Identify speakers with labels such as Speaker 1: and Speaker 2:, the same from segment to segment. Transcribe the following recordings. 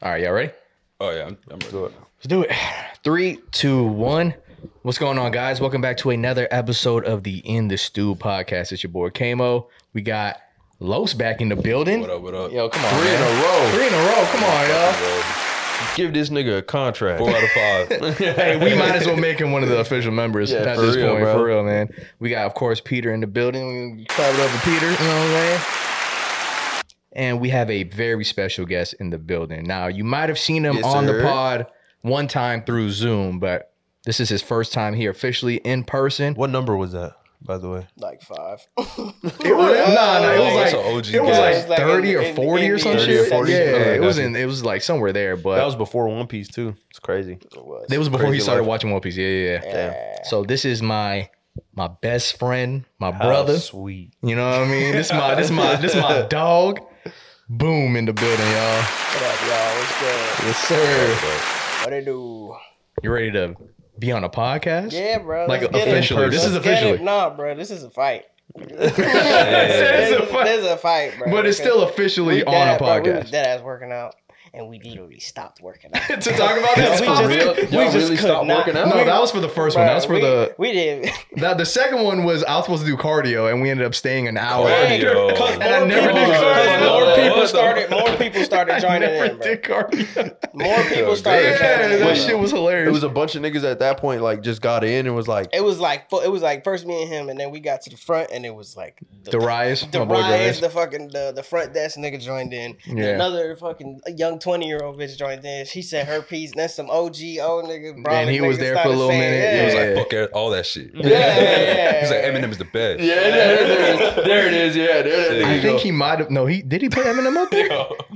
Speaker 1: All right, y'all ready?
Speaker 2: Oh yeah, I'm, I'm ready.
Speaker 3: Do it.
Speaker 1: Let's do it. Three, two, one. What's going on, guys? Welcome back to another episode of the In the Stew podcast. It's your boy Kamo. We got Los back in the building.
Speaker 2: What up? What up?
Speaker 1: Yo, come on.
Speaker 3: Three in
Speaker 1: man.
Speaker 3: a row.
Speaker 1: Three in a row. Come on, y'all.
Speaker 3: Give this nigga a contract.
Speaker 2: Four out of five.
Speaker 1: Hey, we might as well make him one of the official members
Speaker 3: Yeah,
Speaker 1: at
Speaker 3: for
Speaker 1: this
Speaker 3: real,
Speaker 1: point.
Speaker 3: bro.
Speaker 1: For real, man. We got, of course, Peter in the building. We clap it up for Peter. You know what I'm saying? And we have a very special guest in the building. Now, you might have seen him
Speaker 3: Yes,
Speaker 1: on the
Speaker 3: sir.
Speaker 1: pod one time through Zoom, but this is his first time here officially in person.
Speaker 3: What number was that, by the way?
Speaker 4: like five.
Speaker 1: It was, no, no, it was
Speaker 2: Oh,
Speaker 1: like,
Speaker 2: that's
Speaker 1: it
Speaker 2: an OG
Speaker 1: was like
Speaker 2: guess.
Speaker 4: Like in-
Speaker 1: 30 or
Speaker 4: in-
Speaker 1: 40 or
Speaker 4: in
Speaker 1: some
Speaker 4: the
Speaker 1: shit.
Speaker 4: 30 or 40?
Speaker 1: Yeah,
Speaker 3: Okay,
Speaker 1: it was
Speaker 3: gotcha.
Speaker 1: in, it was like somewhere there, but
Speaker 3: Oh, That was before One Piece too. It's crazy.
Speaker 4: It was.
Speaker 1: that was before he
Speaker 3: crazy
Speaker 1: started
Speaker 3: life.
Speaker 1: watching One Piece. Yeah, yeah, yeah.
Speaker 4: Yeah.
Speaker 1: So this is my my best friend, my
Speaker 3: How
Speaker 1: brother.
Speaker 3: sweet.
Speaker 1: You know what I mean? This my this my this my dog. Boom in the building, y'all.
Speaker 4: What up, y'all? What's good?
Speaker 1: Yes, sir.
Speaker 4: What it do?
Speaker 1: You ready to be on a podcast?
Speaker 4: Yeah, bro.
Speaker 1: Like
Speaker 4: let's get it.
Speaker 1: officially, this is
Speaker 4: Let's get it.
Speaker 1: officially.
Speaker 4: Nah, bro. This is a fight.
Speaker 1: This is a
Speaker 4: This-
Speaker 1: fight.
Speaker 4: This is a fight, bro.
Speaker 1: But it's still officially on a
Speaker 4: Bro, we was
Speaker 1: podcast.
Speaker 4: dead ass working out, and we literally stopped working out.
Speaker 1: to talk about this,
Speaker 4: We
Speaker 1: for
Speaker 4: just-
Speaker 1: real?
Speaker 4: we just could not-
Speaker 1: No, that was for the first
Speaker 4: Bro,
Speaker 1: one. That was for
Speaker 4: we,
Speaker 1: the
Speaker 4: we did.
Speaker 1: that the second one was I was supposed to do cardio and we ended up staying an hour.
Speaker 2: Cardio.
Speaker 1: after.
Speaker 2: Cause
Speaker 1: And I
Speaker 4: more
Speaker 1: never
Speaker 4: people-
Speaker 1: did
Speaker 4: cause
Speaker 1: cardio.
Speaker 2: What
Speaker 4: More
Speaker 2: the-
Speaker 4: people started. More people started
Speaker 1: I
Speaker 4: joining
Speaker 1: never
Speaker 4: in, bro.
Speaker 1: did cardio.
Speaker 4: More people started
Speaker 1: Yeah,
Speaker 4: joining in.
Speaker 1: that
Speaker 4: bro.
Speaker 1: shit was
Speaker 3: It
Speaker 1: hilarious.
Speaker 3: was a bunch of niggas at that point, like just got in and was like,
Speaker 4: It was like fu- it was like first me and him, and then we got to the front, and it was like the,
Speaker 1: Darius,
Speaker 4: the
Speaker 1: my boy
Speaker 4: Ryan's,
Speaker 1: Darius.
Speaker 4: the fucking the, the front desk nigga joined in. And
Speaker 1: Yeah.
Speaker 4: Another fucking young twenty year old bitch joined in. She said her piece. And that's some OG old nigga. Bro,
Speaker 1: he was there for a little minute.
Speaker 4: Yeah,
Speaker 2: He was
Speaker 1: Yeah.
Speaker 2: like, "Fuck it, all that shit." Yeah,
Speaker 4: yeah,
Speaker 2: He's like,
Speaker 4: yeah.
Speaker 2: "Eminem is the best."
Speaker 3: is. There it is. Yeah, there,
Speaker 2: there
Speaker 1: I think he might have no. He did he put Eminem up there?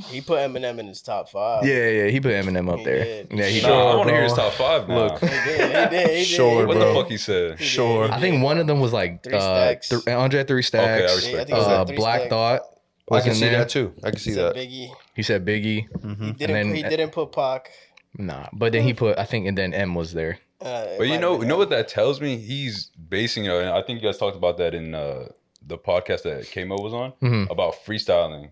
Speaker 4: he put Eminem in his top five.
Speaker 1: Yeah, yeah, he put Eminem up
Speaker 4: He
Speaker 1: there.
Speaker 4: did.
Speaker 1: Yeah, he
Speaker 2: Nah, I want to hear his top five. Now.
Speaker 3: Look.
Speaker 2: Look,
Speaker 4: He did. He did. He did.
Speaker 3: Sure,
Speaker 2: what
Speaker 3: bro.
Speaker 2: the fuck he said.
Speaker 4: He did,
Speaker 3: Sure.
Speaker 4: he
Speaker 1: I
Speaker 4: did.
Speaker 1: think one of them was like
Speaker 4: Three
Speaker 1: uh,
Speaker 4: Stacks.
Speaker 1: th- Andre Three
Speaker 2: Okay, I
Speaker 1: Stacks,
Speaker 2: respect
Speaker 4: Yeah, I think it was
Speaker 1: uh,
Speaker 2: that.
Speaker 4: like Three
Speaker 1: Black
Speaker 4: Stacks.
Speaker 1: Thought.
Speaker 3: I
Speaker 1: Was
Speaker 3: can
Speaker 1: in
Speaker 3: see
Speaker 1: there.
Speaker 3: that too. I can see
Speaker 4: He said
Speaker 3: that. Mm-hmm.
Speaker 4: Biggie.
Speaker 1: He said Biggie.
Speaker 4: He didn't.
Speaker 1: then-
Speaker 4: he didn't put Pac.
Speaker 1: Nah, but then he put I think and then M was there.
Speaker 4: Uh, it
Speaker 2: But you
Speaker 4: might
Speaker 2: know,
Speaker 4: be
Speaker 2: you know what that tells me? He's basing it, and I think you guys talked about that in uh, the podcast that Kamo was on
Speaker 1: Mhm.
Speaker 2: about freestyling.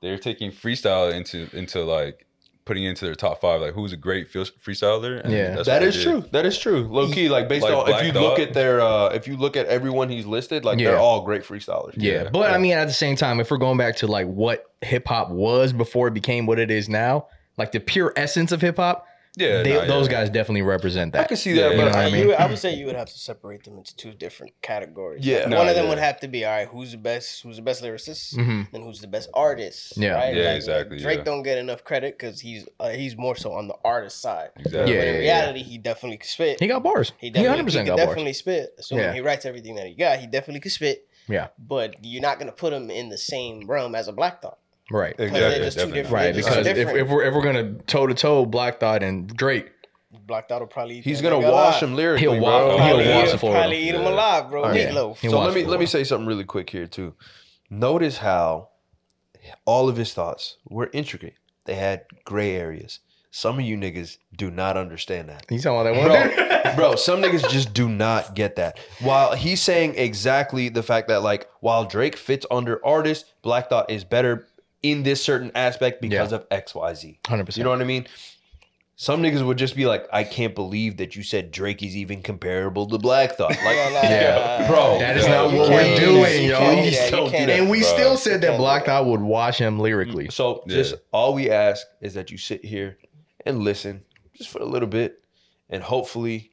Speaker 2: They're taking freestyle into into like putting it into their top five, like who's a great feel- freestyler.
Speaker 1: Yeah.
Speaker 2: that's
Speaker 3: That
Speaker 2: what
Speaker 3: is
Speaker 2: they did.
Speaker 3: true. That is true. Low key, like based
Speaker 2: Like
Speaker 3: on if
Speaker 2: Black
Speaker 3: you look
Speaker 2: Thought.
Speaker 3: at their uh if you look at everyone he's listed, like
Speaker 1: Yeah.
Speaker 3: they're all great freestylers.
Speaker 1: Yeah,
Speaker 2: Yeah,
Speaker 1: but I
Speaker 2: yeah.
Speaker 1: mean, at the same time, if we're going back to like what hip hop was before it became what it is now, like the pure essence of hip hop,
Speaker 2: Yeah,
Speaker 1: they-
Speaker 2: nah,
Speaker 1: those
Speaker 2: yeah.
Speaker 1: guys definitely represent
Speaker 3: I
Speaker 1: that.
Speaker 3: can see
Speaker 2: Yeah,
Speaker 3: that,
Speaker 2: yeah,
Speaker 3: but
Speaker 1: yeah.
Speaker 3: I,
Speaker 1: I
Speaker 4: uh, You-
Speaker 1: mean-
Speaker 4: I would say you would have to separate them into two different categories.
Speaker 3: Yeah.
Speaker 4: Like,
Speaker 2: Nah,
Speaker 4: one of them
Speaker 2: yeah.
Speaker 4: would have to be all right. Who's the best? Who's the best lyricist?
Speaker 1: Mhm.
Speaker 4: and who's the best artist.
Speaker 1: Yeah.
Speaker 4: right?
Speaker 2: Yeah, exactly,
Speaker 4: Drake
Speaker 2: yeah.
Speaker 4: don't get enough credit because he's uh, he's more so on the artist side.
Speaker 2: Exactly.
Speaker 1: Yeah,
Speaker 4: but
Speaker 1: yeah,
Speaker 4: in
Speaker 1: yeah.
Speaker 4: reality, he definitely could spit.
Speaker 1: He got bars. He
Speaker 4: definitely,
Speaker 1: 100 percent
Speaker 4: he could
Speaker 1: got bars.
Speaker 4: definitely spit. Assuming
Speaker 1: Yeah.
Speaker 4: he writes everything that he got, he definitely could spit.
Speaker 1: Yeah.
Speaker 4: But you're not gonna put him in the same realm as a Black Thought.
Speaker 1: Right,
Speaker 4: Because
Speaker 2: Exactly,
Speaker 4: they're just
Speaker 2: definitely.
Speaker 4: two different.
Speaker 1: right.
Speaker 4: they're just
Speaker 1: Because if,
Speaker 4: different.
Speaker 1: if we're if we're gonna toe to toe, Black Thought and Drake,
Speaker 4: Black Thought will probably eat
Speaker 3: he's
Speaker 4: that
Speaker 3: gonna
Speaker 4: nigga
Speaker 3: wash
Speaker 4: alive.
Speaker 3: him lyrically.
Speaker 1: He'll
Speaker 3: bro.
Speaker 1: walk-
Speaker 2: he'll
Speaker 4: Probably,
Speaker 2: wash
Speaker 4: eat-
Speaker 1: him for
Speaker 4: probably
Speaker 2: him.
Speaker 4: eat him
Speaker 2: Yeah.
Speaker 4: alive, bro.
Speaker 3: All right.
Speaker 4: Meatloaf.
Speaker 1: He
Speaker 3: So
Speaker 1: wants
Speaker 3: let me
Speaker 1: to
Speaker 3: let me
Speaker 1: watch.
Speaker 3: say something really quick here too. Notice how all of his thoughts were intricate. They had gray areas. Some of you niggas do not understand that.
Speaker 1: you talking about that one?
Speaker 3: Bro, bro, some niggas just do not get that. While he's saying exactly the fact that like while Drake fits under artist, Black Thought is better in this certain aspect because of XYZ.
Speaker 1: Hundred
Speaker 3: You
Speaker 1: percent.
Speaker 3: know what I mean? Some niggas would just be like, I can't believe that you said Drake is even comparable to Black Thought. Like,
Speaker 1: Yeah.
Speaker 3: bro,
Speaker 1: That is
Speaker 3: yeah.
Speaker 1: not
Speaker 3: You
Speaker 1: what we're
Speaker 3: can't-
Speaker 1: doing,
Speaker 3: you
Speaker 1: yo.
Speaker 3: can't-
Speaker 1: Please
Speaker 3: yeah, you
Speaker 4: don't do
Speaker 3: can't-
Speaker 4: that.
Speaker 1: And we
Speaker 2: Bruh.
Speaker 1: still said that
Speaker 4: Yeah.
Speaker 1: Black Thought would wash him lyrically.
Speaker 4: Mm.
Speaker 3: So
Speaker 2: Yeah.
Speaker 3: just all we ask is that you sit here and listen just for a little bit and hopefully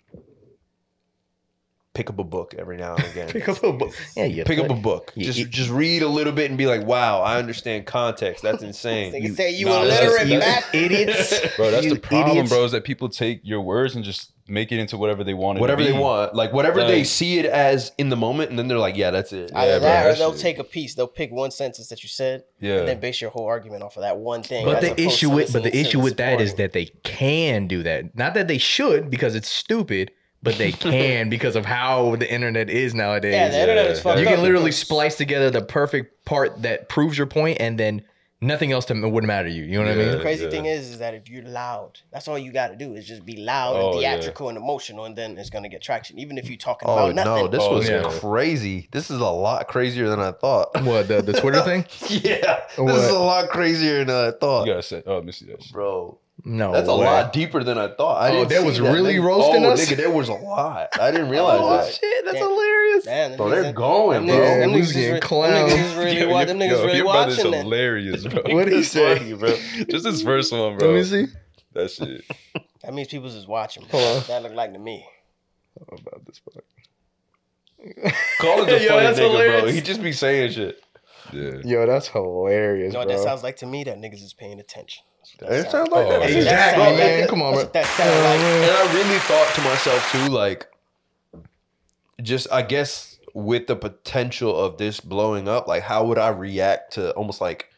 Speaker 3: pick up a book every now and again.
Speaker 1: Pick up a book. Yeah, yeah.
Speaker 3: Pick up a book.
Speaker 1: Yeah,
Speaker 3: Just
Speaker 1: it-
Speaker 3: just read a little bit and be like, wow, I understand context. That's insane.
Speaker 4: They can say you
Speaker 2: nah, that's-
Speaker 4: illiterate
Speaker 2: you
Speaker 4: bastard.
Speaker 1: idiots.
Speaker 2: Bro, that's
Speaker 1: You
Speaker 2: the problem,
Speaker 1: idiots.
Speaker 2: bro, is that people take your words and just make it into whatever they want. it to
Speaker 3: whatever they
Speaker 2: be.
Speaker 3: want. Like whatever they
Speaker 2: Like-
Speaker 3: see it as in the moment, and then they're like, yeah, that's it.
Speaker 4: Either
Speaker 2: Yeah, bro,
Speaker 4: that, or
Speaker 2: that
Speaker 4: they'll
Speaker 2: shit-
Speaker 4: take a piece. They'll pick one sentence that you said,
Speaker 2: Yeah.
Speaker 4: and then base your whole argument off of that one thing.
Speaker 1: But
Speaker 4: as
Speaker 1: the
Speaker 4: opposed
Speaker 1: issue
Speaker 4: to
Speaker 1: with but the
Speaker 4: listening to
Speaker 1: issue with that is
Speaker 4: supporting.
Speaker 1: that they can do that. Not that they should because it's stupid, but they can because of how the internet is nowadays.
Speaker 4: yeah, the internet is
Speaker 2: Yeah.
Speaker 4: fucked
Speaker 1: you
Speaker 4: up
Speaker 1: can literally
Speaker 4: because-
Speaker 1: splice together the perfect part that proves your point and then nothing else to, would matter to you. You know what I
Speaker 2: Yeah.
Speaker 1: mean?
Speaker 4: The crazy thing is, is that if you're loud, that's all you got to do is just be loud and
Speaker 2: Oh, yeah.
Speaker 4: theatrical and emotional, and then it's gonna get traction. Even if you're talking
Speaker 3: Oh
Speaker 4: about nothing.
Speaker 3: no, this
Speaker 2: Oh,
Speaker 3: was
Speaker 1: yeah.
Speaker 3: crazy. This is a lot crazier than I thought.
Speaker 1: What the, the Twitter thing?
Speaker 3: yeah,
Speaker 1: What?
Speaker 3: this is a lot crazier than I
Speaker 2: You
Speaker 3: thought,
Speaker 2: gotta say, oh, let me see that. shit.
Speaker 3: bro.
Speaker 1: No,
Speaker 3: That's a
Speaker 1: way.
Speaker 3: lot deeper than I thought. I
Speaker 1: Oh,
Speaker 3: didn't
Speaker 1: that
Speaker 3: see
Speaker 1: was really
Speaker 3: nigga.
Speaker 1: roasting
Speaker 3: oh,
Speaker 1: us?
Speaker 3: Nigga, there was a lot. I didn't realize
Speaker 1: Oh
Speaker 3: that.
Speaker 1: shit, that's
Speaker 4: Damn.
Speaker 1: hilarious.
Speaker 4: Damn, them
Speaker 3: Bro,
Speaker 4: niggas-
Speaker 3: they're going,
Speaker 4: them
Speaker 3: bro.
Speaker 4: niggas- them
Speaker 1: Yeah, we
Speaker 4: niggas is
Speaker 1: getting
Speaker 4: re- them
Speaker 1: clowns.
Speaker 4: niggas is really,
Speaker 2: Yo,
Speaker 4: wa-
Speaker 2: your-
Speaker 4: them niggas
Speaker 2: yo,
Speaker 4: really
Speaker 2: your brother's
Speaker 4: watching that.
Speaker 2: hilarious, bro.
Speaker 1: What he
Speaker 3: It's
Speaker 1: say?
Speaker 3: funny, bro.
Speaker 2: Just this first one,
Speaker 1: Let
Speaker 2: bro.
Speaker 1: me see.
Speaker 2: That shit.
Speaker 4: That means people's is watching. bro.
Speaker 1: Hold on.
Speaker 4: That look like to me.
Speaker 2: About this part.
Speaker 3: Colin's a
Speaker 1: Yo,
Speaker 3: funny nigga,
Speaker 1: that's
Speaker 3: bro.
Speaker 1: hilarious.
Speaker 3: He just be saying shit.
Speaker 2: Yeah.
Speaker 1: Yo, that's hilarious,
Speaker 4: You know what
Speaker 1: bro.
Speaker 4: that sounds like to me? That niggas is paying attention.
Speaker 3: It sounds like
Speaker 2: Oh,
Speaker 3: that.
Speaker 2: yeah.
Speaker 1: exactly,
Speaker 3: Bro,
Speaker 1: man.
Speaker 3: that-
Speaker 1: Come
Speaker 4: That's
Speaker 1: on, bro.
Speaker 4: what that sound like.
Speaker 3: And I really thought to myself too, like, just I guess with the potential of this blowing up, like, how would I react to almost like,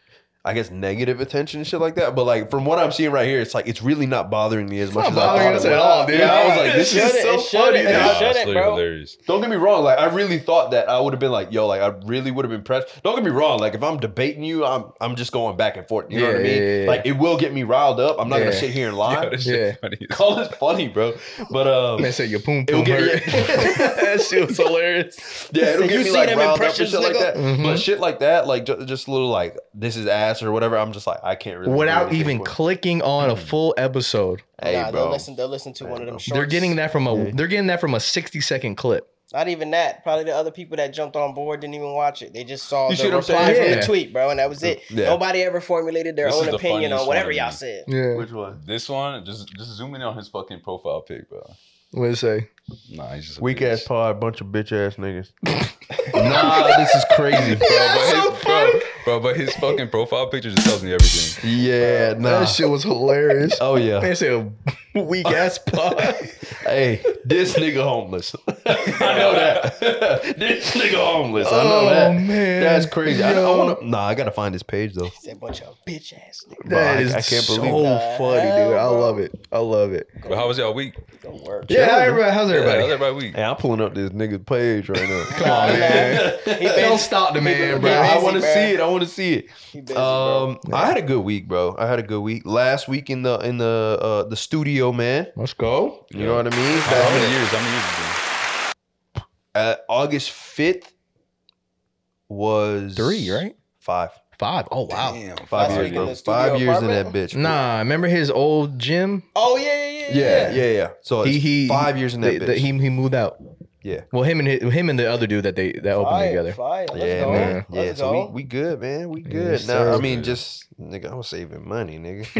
Speaker 3: I guess negative attention and shit like that. But like from what I'm seeing right here, it's like it's really not bothering me as
Speaker 1: It's
Speaker 3: much
Speaker 1: not
Speaker 3: as I
Speaker 1: bothering
Speaker 3: thought.
Speaker 1: us
Speaker 3: it
Speaker 1: at
Speaker 3: would.
Speaker 1: all, dude.
Speaker 3: Yeah, I was like,
Speaker 1: It
Speaker 3: this
Speaker 1: shouldn't-
Speaker 3: is so
Speaker 4: it shouldn't-
Speaker 3: funny.
Speaker 4: it
Speaker 3: dog.
Speaker 4: shouldn't. shut it,
Speaker 2: absolutely
Speaker 4: bro.
Speaker 2: hilarious.
Speaker 3: Don't get me wrong. Like I really thought that I would have been like, yo, like I really would have been pressed. Don't get me wrong. Like if I'm debating you, I'm I'm just going back and forth. You know what I
Speaker 1: Yeah,
Speaker 3: mean?
Speaker 1: yeah, yeah, yeah.
Speaker 3: Like it will get me riled up. I'm not gonna
Speaker 1: Yeah.
Speaker 3: sit here and
Speaker 2: Yo,
Speaker 3: lie.
Speaker 2: this
Speaker 1: Yeah.
Speaker 2: shit funny. as-
Speaker 3: Call it funny, bro. But um,
Speaker 1: Man said your poom poom
Speaker 3: It'll get-
Speaker 1: hurt.
Speaker 3: yeah.
Speaker 1: that shit was hilarious.
Speaker 3: yeah, it'll
Speaker 4: You
Speaker 3: get me
Speaker 4: see
Speaker 3: like
Speaker 4: them
Speaker 3: riled up and
Speaker 4: impressions,
Speaker 3: shit like
Speaker 4: nigga?
Speaker 3: that.
Speaker 1: Mhm.
Speaker 3: But shit like that, like ju- just a little like this is ass or whatever. I'm just like I can't really do
Speaker 1: Without
Speaker 3: anything
Speaker 1: even
Speaker 3: for it.
Speaker 1: clicking on a full episode,
Speaker 3: Hey,
Speaker 4: nah,
Speaker 3: bro.
Speaker 4: they'll listen. They'll listen to one of them shorts.
Speaker 1: they're getting that from a they're getting that from a sixty second clip.
Speaker 4: Not even that. Probably the other people that jumped on board didn't even watch it. They just saw
Speaker 3: You see
Speaker 4: the
Speaker 3: what I'm
Speaker 4: reply
Speaker 3: saying?
Speaker 4: from
Speaker 1: Yeah.
Speaker 4: the tweet, bro, and that was it.
Speaker 3: Yeah.
Speaker 4: Nobody ever formulated their
Speaker 2: This
Speaker 4: own
Speaker 2: is the
Speaker 4: opinion
Speaker 2: funniest
Speaker 4: on
Speaker 2: one
Speaker 4: whatever
Speaker 2: to
Speaker 4: y'all
Speaker 2: me.
Speaker 4: said.
Speaker 1: Yeah,
Speaker 3: Which one?
Speaker 2: This one, just just zoom in on his fucking profile pic, bro.
Speaker 1: what did it say?
Speaker 2: Nah, he's just a
Speaker 3: Weak
Speaker 2: bitch.
Speaker 3: ass pod, bunch of bitch ass niggas. nah, this is crazy, bro.
Speaker 2: Bro, but
Speaker 1: That's so
Speaker 2: his, bro, bro, but his fucking profile picture just tells me everything.
Speaker 3: Yeah, nah.
Speaker 1: That shit was hilarious.
Speaker 3: Oh yeah.
Speaker 1: Man said weak ass pod.
Speaker 3: Hey, this nigga homeless. I know that. this nigga homeless. I know
Speaker 1: Oh,
Speaker 3: that.
Speaker 1: man.
Speaker 3: That's crazy. I, I
Speaker 1: Yo.
Speaker 3: wanna, nah, I gotta find his page though.
Speaker 4: It's a bunch of bitch ass niggas.
Speaker 1: That
Speaker 3: I-
Speaker 1: is
Speaker 3: I can't
Speaker 1: so
Speaker 3: believe
Speaker 4: that.
Speaker 1: funny, dude. I
Speaker 4: Hell, bro.
Speaker 1: love it. I love it.
Speaker 2: But how was y'all week?
Speaker 4: Go work.
Speaker 1: Yeah, how everybody, how's
Speaker 2: Yeah,
Speaker 1: everybody?
Speaker 2: how's everybody week?
Speaker 3: Hey, I'm pulling up this nigga's page right now. Come
Speaker 4: Nah,
Speaker 3: on, man.
Speaker 4: man. He been,
Speaker 1: Don't stop the man,
Speaker 3: bro.
Speaker 1: bro.
Speaker 3: I
Speaker 4: busy,
Speaker 3: want to
Speaker 4: bro.
Speaker 3: see it. I want to see it.
Speaker 4: he busy, bro.
Speaker 3: Um, I had a good week, bro. I had a good week last week in the in the uh, the studio, man.
Speaker 1: Let's go.
Speaker 3: You know what I mean?
Speaker 2: How, how
Speaker 3: Back
Speaker 2: many
Speaker 3: in-
Speaker 2: years? How many years? It's been?
Speaker 3: uh, August fifth was
Speaker 1: Three, right?
Speaker 3: Five,
Speaker 1: Five. Oh wow.
Speaker 2: Damn,
Speaker 3: five
Speaker 4: Last
Speaker 3: years,
Speaker 4: week in
Speaker 3: bro.
Speaker 4: the studio
Speaker 3: Five years in that
Speaker 4: apartment?
Speaker 3: bitch. bro.
Speaker 1: Nah, remember his old gym?
Speaker 4: Oh yeah, yeah,
Speaker 3: Yeah, yeah, yeah. So it's
Speaker 1: He he
Speaker 3: five years in that
Speaker 1: the-
Speaker 3: bitch.
Speaker 1: the- he he moved out.
Speaker 3: Yeah.
Speaker 1: Well, him and his, him and the other dude that they that opened
Speaker 4: Fire,
Speaker 1: together.
Speaker 4: fire. Let's
Speaker 3: yeah,
Speaker 4: go.
Speaker 3: man.
Speaker 4: Let's
Speaker 3: yeah,
Speaker 4: go.
Speaker 3: so we, we good, man. We good.
Speaker 1: Yes,
Speaker 3: now,
Speaker 1: sir.
Speaker 3: I mean, just nigga, I was saving money, nigga.
Speaker 4: Watch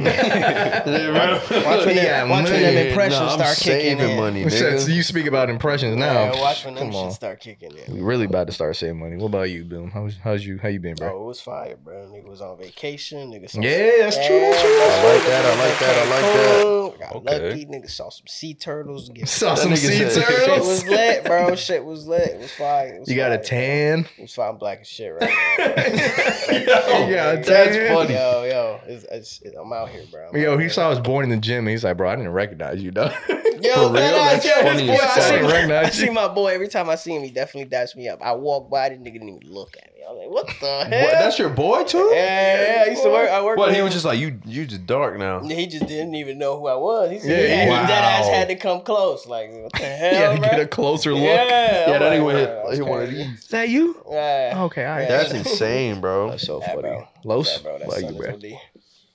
Speaker 4: when,
Speaker 1: Yeah,
Speaker 4: them, watch when them
Speaker 1: man.
Speaker 4: impressions
Speaker 3: Nah, I'm
Speaker 4: start kicking
Speaker 3: saving
Speaker 4: in.
Speaker 3: money,
Speaker 1: Since
Speaker 3: nigga.
Speaker 1: you speak about impressions now.
Speaker 4: Yeah, watch when them
Speaker 1: Come on.
Speaker 4: shit start kicking in.
Speaker 1: We really about to start saving money. What about you, Boom? How's how's you how you been, bro?
Speaker 4: Bro, it was fire, bro. Nigga was on vacation. Nigga saw
Speaker 1: Yeah, that's
Speaker 4: some-
Speaker 1: true. That's true. That's
Speaker 3: I
Speaker 1: true.
Speaker 3: like that, I like that, I like that.
Speaker 4: Cancun. Got
Speaker 2: Okay.
Speaker 4: lucky. Nigga saw some sea turtles. Get
Speaker 1: Saw
Speaker 3: That
Speaker 1: some
Speaker 3: nigga
Speaker 1: sea
Speaker 3: said-
Speaker 4: Shit was
Speaker 1: turtles.
Speaker 4: lit, bro. Shit was lit. It was fire. It was
Speaker 1: You got a
Speaker 4: fire.
Speaker 1: tan.
Speaker 4: It was fire. I'm black as shit right now.
Speaker 1: You got a
Speaker 4: That's
Speaker 1: tan.
Speaker 3: funny.
Speaker 4: yo, yo, it's, it's, it- I'm out here, bro. I'm
Speaker 1: Yo,
Speaker 4: out
Speaker 1: he
Speaker 4: here.
Speaker 1: saw us born in the gym, and he's like, "Bro, I didn't recognize you, dog."
Speaker 4: Yo, man,
Speaker 3: For real?
Speaker 4: I,
Speaker 3: That's
Speaker 4: yo,
Speaker 3: funny
Speaker 4: boy,
Speaker 3: as
Speaker 4: I
Speaker 3: fuck.
Speaker 4: see, my-
Speaker 1: Recognize
Speaker 4: I see
Speaker 1: you.
Speaker 4: my boy every time I see him. He definitely daps me up. I walk by, the nigga didn't even look at me. I was like, what the hell?
Speaker 3: What, that's your boy too?
Speaker 4: yeah, yeah, yeah, I used to work. I worked.
Speaker 3: Well,
Speaker 4: with
Speaker 3: he
Speaker 4: him.
Speaker 3: was just like you. You just dark now.
Speaker 4: He just didn't even know who I was. He said
Speaker 1: Yeah,
Speaker 4: he had-
Speaker 1: wow.
Speaker 4: that ass had to come close. Like what the hell,
Speaker 1: He had to
Speaker 4: bro?
Speaker 1: get a closer look.
Speaker 4: Yeah,
Speaker 3: Yeah,
Speaker 4: I'm
Speaker 3: that
Speaker 4: like,
Speaker 3: nigga
Speaker 4: bro,
Speaker 3: went hit,
Speaker 4: that's
Speaker 3: hit one of
Speaker 4: crazy.
Speaker 3: these.
Speaker 1: Is that you?
Speaker 4: Yeah.
Speaker 1: Okay, all right.
Speaker 4: Yeah.
Speaker 3: That's insane, bro.
Speaker 1: That's so
Speaker 4: Yeah,
Speaker 1: funny.
Speaker 4: bro.
Speaker 1: Los,
Speaker 4: Yeah, bro, that
Speaker 1: love
Speaker 4: son
Speaker 1: you,
Speaker 4: is
Speaker 1: bro.
Speaker 4: OD.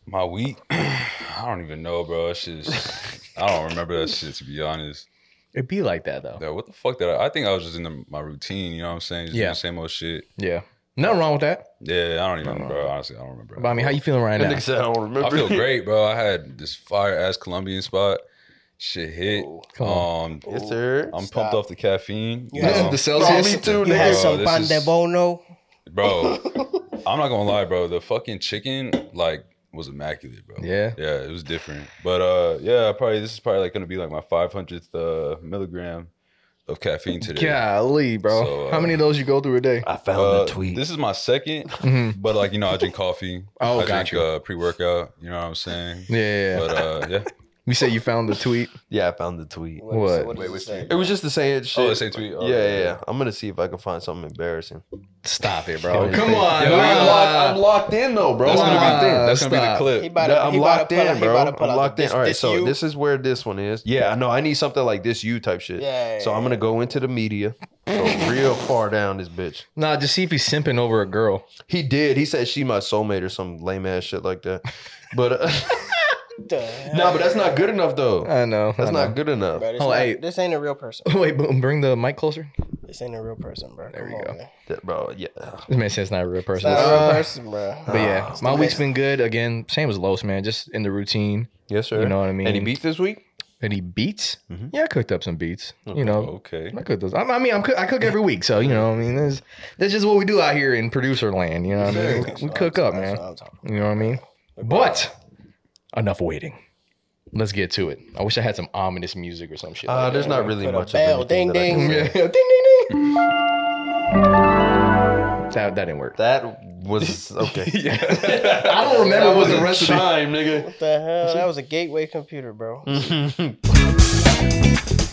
Speaker 2: My week? I don't even know, bro. It's just, I don't remember that shit, to be honest.
Speaker 1: It'd be like that though.
Speaker 2: Yeah, what the fuck did I? I think I was just in the, my routine, you know what I'm saying? Just
Speaker 1: Yeah.
Speaker 2: doing the same old shit.
Speaker 1: Yeah, nothing wrong with that.
Speaker 2: Yeah, I don't even,
Speaker 1: No, no.
Speaker 2: bro. Honestly, I don't remember.
Speaker 1: Uh-huh. But I mean, how you feeling right
Speaker 3: That
Speaker 1: now?
Speaker 3: nigga said I don't remember.
Speaker 2: I feel great, bro. I had this fire ass Colombian spot. Shit hit.
Speaker 4: Ooh.
Speaker 1: Come on.
Speaker 2: Um,
Speaker 3: Yes, sir.
Speaker 2: I'm
Speaker 4: Stop.
Speaker 2: pumped off the caffeine.
Speaker 4: You
Speaker 2: you
Speaker 4: had
Speaker 2: know?
Speaker 1: Listen to
Speaker 3: Bro,
Speaker 1: Celsius.
Speaker 3: me too,
Speaker 4: You
Speaker 3: nigga.
Speaker 4: had
Speaker 2: Bro,
Speaker 4: some
Speaker 2: this
Speaker 4: pan de
Speaker 2: is-
Speaker 4: bono.
Speaker 2: bro. I'm not gonna lie, bro. The fucking chicken like was immaculate, bro.
Speaker 1: Yeah.
Speaker 2: yeah, it was different. But uh, yeah, probably this is probably like gonna be like my 500th uh, milligram of caffeine today.
Speaker 1: Golly, bro.
Speaker 2: So, uh,
Speaker 1: how many of those you go through a day?
Speaker 3: I
Speaker 2: Uh,
Speaker 3: found the tweet.
Speaker 2: This is my second,
Speaker 1: Mhm.
Speaker 2: but like you know, I drink coffee.
Speaker 1: Oh,
Speaker 2: I
Speaker 1: got
Speaker 2: drink
Speaker 1: you.
Speaker 2: uh, pre workout. You know what I'm saying?
Speaker 1: Yeah, yeah, yeah.
Speaker 2: But uh, yeah,
Speaker 1: You said you found the tweet.
Speaker 3: Yeah, I found the tweet.
Speaker 1: What?
Speaker 4: Wait,
Speaker 2: Wait,
Speaker 4: wait,
Speaker 2: which
Speaker 4: say?
Speaker 3: It was just the same shit.
Speaker 2: Oh, the same tweet. Oh,
Speaker 3: yeah,
Speaker 2: yeah,
Speaker 3: yeah,
Speaker 2: yeah.
Speaker 3: yeah. I'm gonna see if I can find something embarrassing.
Speaker 1: Stop it, bro.
Speaker 3: Yeah,
Speaker 1: Come
Speaker 3: yeah.
Speaker 1: on.
Speaker 2: Yeah, we
Speaker 1: nah.
Speaker 3: I'm, locked, I'm locked in though, bro.
Speaker 2: That's
Speaker 1: Nah,
Speaker 2: gonna
Speaker 3: I'm
Speaker 2: be, that's gonna be the
Speaker 1: stop.
Speaker 2: clip.
Speaker 4: He about to,
Speaker 3: That- I'm
Speaker 4: he about
Speaker 3: locked
Speaker 4: to pull,
Speaker 3: in,
Speaker 4: out-
Speaker 3: bro.
Speaker 4: He about to pull
Speaker 3: I'm
Speaker 4: out
Speaker 3: locked
Speaker 4: the,
Speaker 3: in. All right, so
Speaker 4: you.
Speaker 3: this is where this one is. Yeah, I know. I need something like this you type shit.
Speaker 4: Yeah.
Speaker 3: So I'm gonna go into the media, go real far down this bitch.
Speaker 1: Nah, just see if he's simping over a girl.
Speaker 3: He did. He said she my soulmate or some lame ass shit like that. But uh,
Speaker 4: The
Speaker 3: no, but that's not good enough though.
Speaker 1: I know.
Speaker 3: That's
Speaker 1: I
Speaker 3: not
Speaker 1: know.
Speaker 3: good enough.
Speaker 4: Bro, this,
Speaker 1: Oh,
Speaker 4: not,
Speaker 1: hey.
Speaker 4: this ain't a real person.
Speaker 1: Wait, boom. Bring the mic closer.
Speaker 4: This ain't a real person, bro.
Speaker 1: There
Speaker 4: Come
Speaker 1: you
Speaker 4: on,
Speaker 1: go.
Speaker 4: man.
Speaker 3: That- bro, yeah.
Speaker 1: This man says it's not a real
Speaker 4: It's
Speaker 1: person.
Speaker 4: not a real
Speaker 1: Uh,
Speaker 4: person, bro.
Speaker 1: But yeah, my week's been good. Again, same as Los, man. Just in the routine.
Speaker 3: Yes, sir.
Speaker 1: You know what I mean?
Speaker 3: Any beats this week?
Speaker 1: Any beats?
Speaker 3: Mhm.
Speaker 1: Yeah, I cooked up some beats. You know,
Speaker 2: Okay.
Speaker 1: I cook those. I, I mean, I'm cook, I cook every week, so you know, what I mean, that's that's just what we do out here in producer land. You know, what I mean, we, we cook up, man. You know what I mean? But enough waiting. Let's get to it. I wish I had some ominous music or some shit.
Speaker 3: Uh,
Speaker 1: like
Speaker 3: there's
Speaker 1: that.
Speaker 3: not really
Speaker 4: Put a
Speaker 3: much. of
Speaker 4: bell,
Speaker 3: anything
Speaker 4: ding,
Speaker 3: that I can
Speaker 4: ding.
Speaker 3: say.
Speaker 1: yeah. ding ding ding. That that didn't work.
Speaker 3: That was okay.
Speaker 2: yeah.
Speaker 1: I don't remember what
Speaker 3: That was
Speaker 1: the
Speaker 3: a
Speaker 1: rest of the
Speaker 3: chime, nigga.
Speaker 4: What the hell? That was a gateway computer, bro.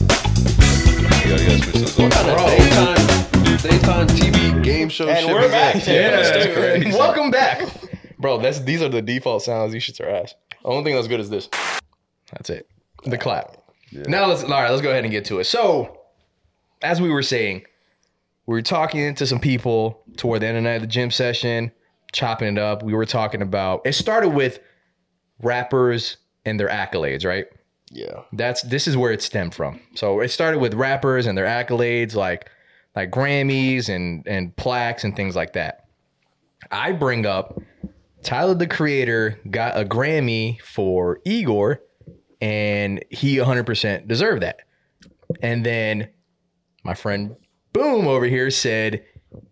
Speaker 2: Yeah, yeah, switch those up.
Speaker 1: Bro.
Speaker 3: Daytime, daytime TV game show
Speaker 4: And
Speaker 3: shit.
Speaker 4: we're
Speaker 3: was
Speaker 4: back
Speaker 3: that?
Speaker 4: to- Yeah,
Speaker 2: that's crazy.
Speaker 1: Welcome back, bro. That's these are the default sounds. You should trash. Only thing that's good is this. That's it. The clap.
Speaker 2: Yeah.
Speaker 1: Now let's all right. Let's go ahead and get to it. So, as we were saying, we were talking to some people toward the end of the night of the gym session, chopping it up. We were talking about it started with rappers and their accolades, right?
Speaker 4: Yeah.
Speaker 1: that's this is where it stemmed from. So it started with rappers and their accolades, like like Grammys and and plaques and things like that. I bring up Tyler the Creator got a Grammy for Igor, and he 100% deserved that. And then my friend Boom over here said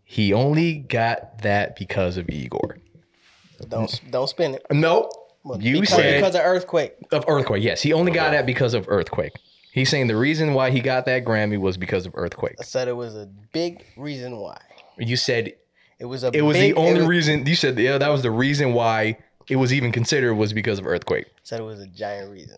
Speaker 1: he only got that because of Igor.
Speaker 4: Don't don't spin it.
Speaker 1: Nope. You
Speaker 4: because,
Speaker 1: said
Speaker 4: because of earthquake.
Speaker 1: of earthquake. Yes, he only got that because of earthquake. He's saying the reason why he got that Grammy was because of earthquake.
Speaker 4: I said it was a big reason why.
Speaker 1: You said
Speaker 4: It was a.
Speaker 1: it was
Speaker 4: big,
Speaker 1: the only
Speaker 4: it was-
Speaker 1: reason. You said yeah, that was the reason why it was even considered was because of earthquake.
Speaker 4: Said it was a giant reason.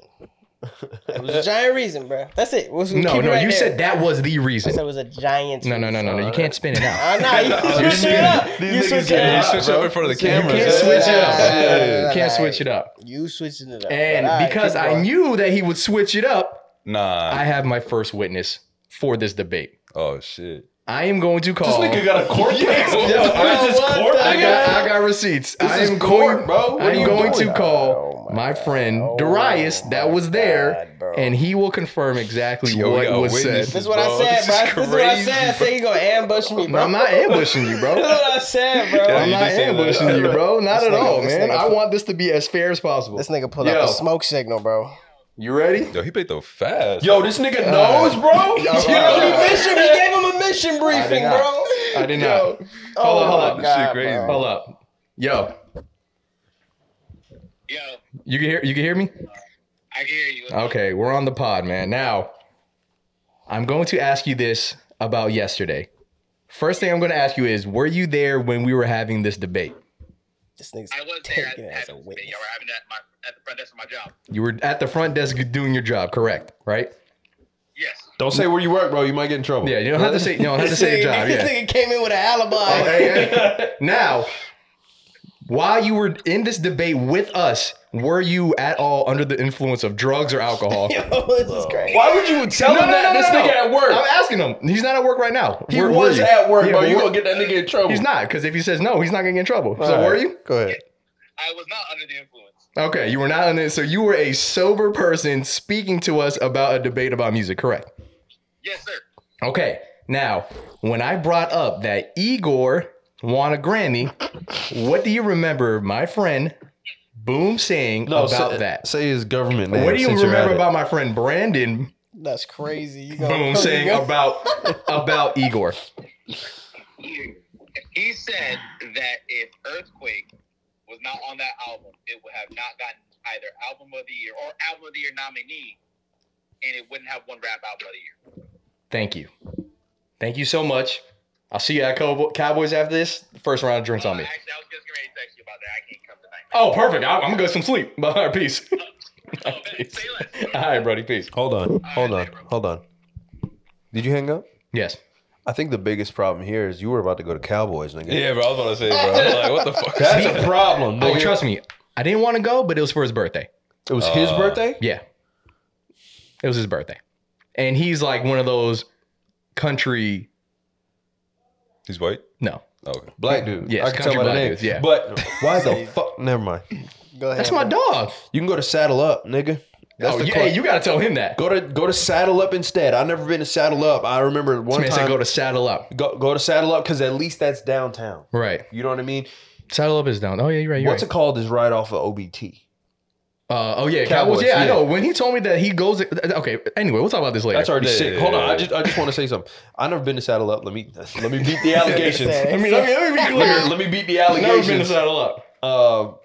Speaker 4: It was a giant reason, bro. That's it. We'll, we'll
Speaker 1: No,
Speaker 4: keep it
Speaker 1: no,
Speaker 4: right
Speaker 1: you
Speaker 4: there.
Speaker 1: said that was the
Speaker 4: I
Speaker 1: reason.
Speaker 4: said it was a giant.
Speaker 1: No, no, no, no, no. You can't spin it out.
Speaker 4: Oh, nah, you
Speaker 2: You're
Speaker 4: switch it
Speaker 2: spinning.
Speaker 4: up.
Speaker 3: These
Speaker 4: You
Speaker 3: niggas
Speaker 4: switch it
Speaker 3: getting
Speaker 2: Yeah,
Speaker 4: up.
Speaker 2: you switch it up in front of the
Speaker 1: You
Speaker 2: camera.
Speaker 1: can't switch it up.
Speaker 4: Yeah.
Speaker 1: You can't switch it up.
Speaker 4: You switching it up.
Speaker 1: And
Speaker 4: All right,
Speaker 1: because
Speaker 4: keep
Speaker 1: I
Speaker 4: going.
Speaker 1: knew that he would switch it up, I
Speaker 2: Nah.
Speaker 1: have my first witness for this debate.
Speaker 2: Oh shit.
Speaker 1: I am going to call.
Speaker 3: got a court case.
Speaker 2: Yo,
Speaker 3: oh. What is this
Speaker 4: what
Speaker 3: court?
Speaker 4: the-
Speaker 1: I got, I
Speaker 3: nigga?
Speaker 1: got receipts. I
Speaker 3: is
Speaker 1: am
Speaker 3: court,
Speaker 1: going,
Speaker 3: bro. What
Speaker 1: I'm
Speaker 3: are you
Speaker 1: going
Speaker 3: doing?
Speaker 1: to
Speaker 4: Oh
Speaker 1: call my, friend Darius that was there,
Speaker 4: God, bro.
Speaker 1: and he will confirm exactly
Speaker 2: Yo, we
Speaker 1: what
Speaker 2: got
Speaker 1: was
Speaker 2: witnesses.
Speaker 4: This is
Speaker 1: said.
Speaker 4: what
Speaker 2: Bro,
Speaker 4: I
Speaker 2: this
Speaker 4: said,
Speaker 2: is
Speaker 4: bro. This is what I
Speaker 2: crazy,
Speaker 4: said. I said you gonna ambush me, bro.
Speaker 1: I'm not ambushing you,
Speaker 4: This is
Speaker 1: bro.
Speaker 4: what I said, bro.
Speaker 2: Yeah,
Speaker 1: I'm
Speaker 2: you
Speaker 1: not
Speaker 2: just said that.
Speaker 1: ambushing you, bro. Not
Speaker 4: This
Speaker 1: at
Speaker 4: nigga-
Speaker 1: all,
Speaker 4: this
Speaker 1: man.
Speaker 4: nigga-
Speaker 1: I want this to be as fair as possible.
Speaker 4: This nigga pulled
Speaker 1: Yo.
Speaker 4: out the smoke signal, bro.
Speaker 1: You ready?
Speaker 2: Yo, he picked though fast.
Speaker 3: Yo, this nigga knows, Uh, bro.
Speaker 1: Yo,
Speaker 3: You
Speaker 1: bro.
Speaker 3: know he-
Speaker 4: mission. He gave him a mission briefing,
Speaker 1: not.
Speaker 4: bro.
Speaker 1: I did not.
Speaker 4: Oh,
Speaker 1: Hold on, hold on.
Speaker 4: my
Speaker 2: This shit
Speaker 4: God,
Speaker 2: crazy.
Speaker 4: bro.
Speaker 1: Hold up, yo.
Speaker 5: Yo,
Speaker 1: You can hear. You can hear me.
Speaker 5: I can hear you.
Speaker 1: Okay, we're on the pod, man. Now, I'm going to ask you this about yesterday. First thing I'm going to ask you is, were you there when we were having this debate?
Speaker 4: This nigga's
Speaker 5: I was there at,
Speaker 4: taking it
Speaker 5: at,
Speaker 4: as a
Speaker 5: y'all were
Speaker 4: witness.
Speaker 5: having that my, at the front desk of my job.
Speaker 1: You were at the front desk doing your job, correct? Right?
Speaker 5: Yes.
Speaker 3: Don't say where you work, bro. You might get in trouble.
Speaker 1: Yeah, you don't have to say you don't have to say your
Speaker 4: This
Speaker 1: job.
Speaker 4: nigga-
Speaker 1: Yeah. Oh,
Speaker 4: This nigga came in with an alibi.
Speaker 1: Now, while you were in this debate with us, were you at all under the influence of drugs or alcohol?
Speaker 4: Yo, this is crazy.
Speaker 3: Why would you tell him that this nigga at work?
Speaker 1: I'm asking him. He's not at work right now.
Speaker 3: He
Speaker 1: Were- were
Speaker 3: was
Speaker 1: you?
Speaker 3: at work,
Speaker 1: Yeah,
Speaker 3: bro.
Speaker 1: but
Speaker 3: You
Speaker 1: were-
Speaker 3: gonna get that nigga in trouble.
Speaker 1: He's not because if he says no, he's not gonna get in trouble. so
Speaker 3: All
Speaker 1: were
Speaker 3: right,
Speaker 1: you?
Speaker 3: Go ahead.
Speaker 5: I was not under the influence.
Speaker 1: Okay, you were not on it. So you were a sober person speaking to us about a debate about music, correct?
Speaker 5: Yes, sir.
Speaker 1: Okay. Now, when I brought up that Igor won a Grammy, what do you remember my friend Boom saying about
Speaker 3: say,
Speaker 1: that?
Speaker 3: Say his government name.
Speaker 1: what do you
Speaker 3: uh, since you're at
Speaker 1: remember
Speaker 3: it.
Speaker 1: about my friend Brandon
Speaker 4: That's crazy. You gonna-
Speaker 1: Boom saying about about Igor?
Speaker 5: He said that if Earthquake was not on that album, it would have not gotten either album of the year or album of the year nominee, and it wouldn't have one rap album of the year.
Speaker 1: Thank you. Thank you so much. I'll see you at Cow- Cowboys after this. First round of drinks
Speaker 5: Oh,
Speaker 1: on me.
Speaker 5: Actually, I was just getting ready to text you about that. I can't come tonight.
Speaker 1: Oh, perfect. I- I'm gonna go some sleep. Peace.
Speaker 5: Oh, man, say less.
Speaker 1: All right, Brody. Peace.
Speaker 3: Hold on. Hold on. Hold on. Did you hang up?
Speaker 1: Yes.
Speaker 3: I think the biggest problem here is you were about to go to Cowboys, nigga.
Speaker 2: Yeah, bro. I was about to say, bro. I was like, what the fuck?
Speaker 3: That's a problem.
Speaker 1: Oh,
Speaker 3: nigga.
Speaker 1: trust me. I didn't want to go, but it was for his birthday.
Speaker 3: It was his
Speaker 2: Uh,
Speaker 3: birthday?
Speaker 1: Yeah. It was his birthday. And he's like one of those country
Speaker 2: He's white.
Speaker 1: no.
Speaker 2: Oh, okay.
Speaker 3: Black dude.
Speaker 1: Yes,
Speaker 3: I can tell
Speaker 1: country
Speaker 3: by the
Speaker 1: black
Speaker 3: name.
Speaker 1: dudes, yeah.
Speaker 3: But why the fuck? Never mind.
Speaker 4: Go ahead.
Speaker 1: That's my dog.
Speaker 3: You can go to Saddle Up, nigga. That's
Speaker 1: oh,
Speaker 3: the
Speaker 1: you,
Speaker 3: club.
Speaker 1: hey, you gotta tell him that.
Speaker 3: Go to go to Saddle Up instead. I've never been to Saddle Up. I remember
Speaker 1: This
Speaker 3: one
Speaker 1: man
Speaker 3: time
Speaker 1: said go to saddle up.
Speaker 3: go, go to Saddle Up because at least that's downtown.
Speaker 1: Right.
Speaker 3: You know what I mean?
Speaker 1: Saddle up is down. Oh yeah, you're right. You're
Speaker 3: What's
Speaker 1: right.
Speaker 3: it called is right off of OBT.
Speaker 1: uh, oh yeah, Cowboys.
Speaker 3: Cowboys,
Speaker 1: Yeah, I
Speaker 3: yeah.
Speaker 1: know. When he told me that he goes, okay. Anyway, we'll talk about this later.
Speaker 3: That's already
Speaker 2: Yeah,
Speaker 3: sick.
Speaker 2: yeah,
Speaker 3: Hold on,
Speaker 2: yeah,
Speaker 3: I
Speaker 2: yeah.
Speaker 3: just I just want to say something. I never been to Saddle Up. Let me let me beat the allegations.
Speaker 4: Let
Speaker 1: me- let me- let me be clear.
Speaker 3: Let me beat the
Speaker 1: I've never been to
Speaker 3: allegations.
Speaker 1: saddle up.
Speaker 3: Um,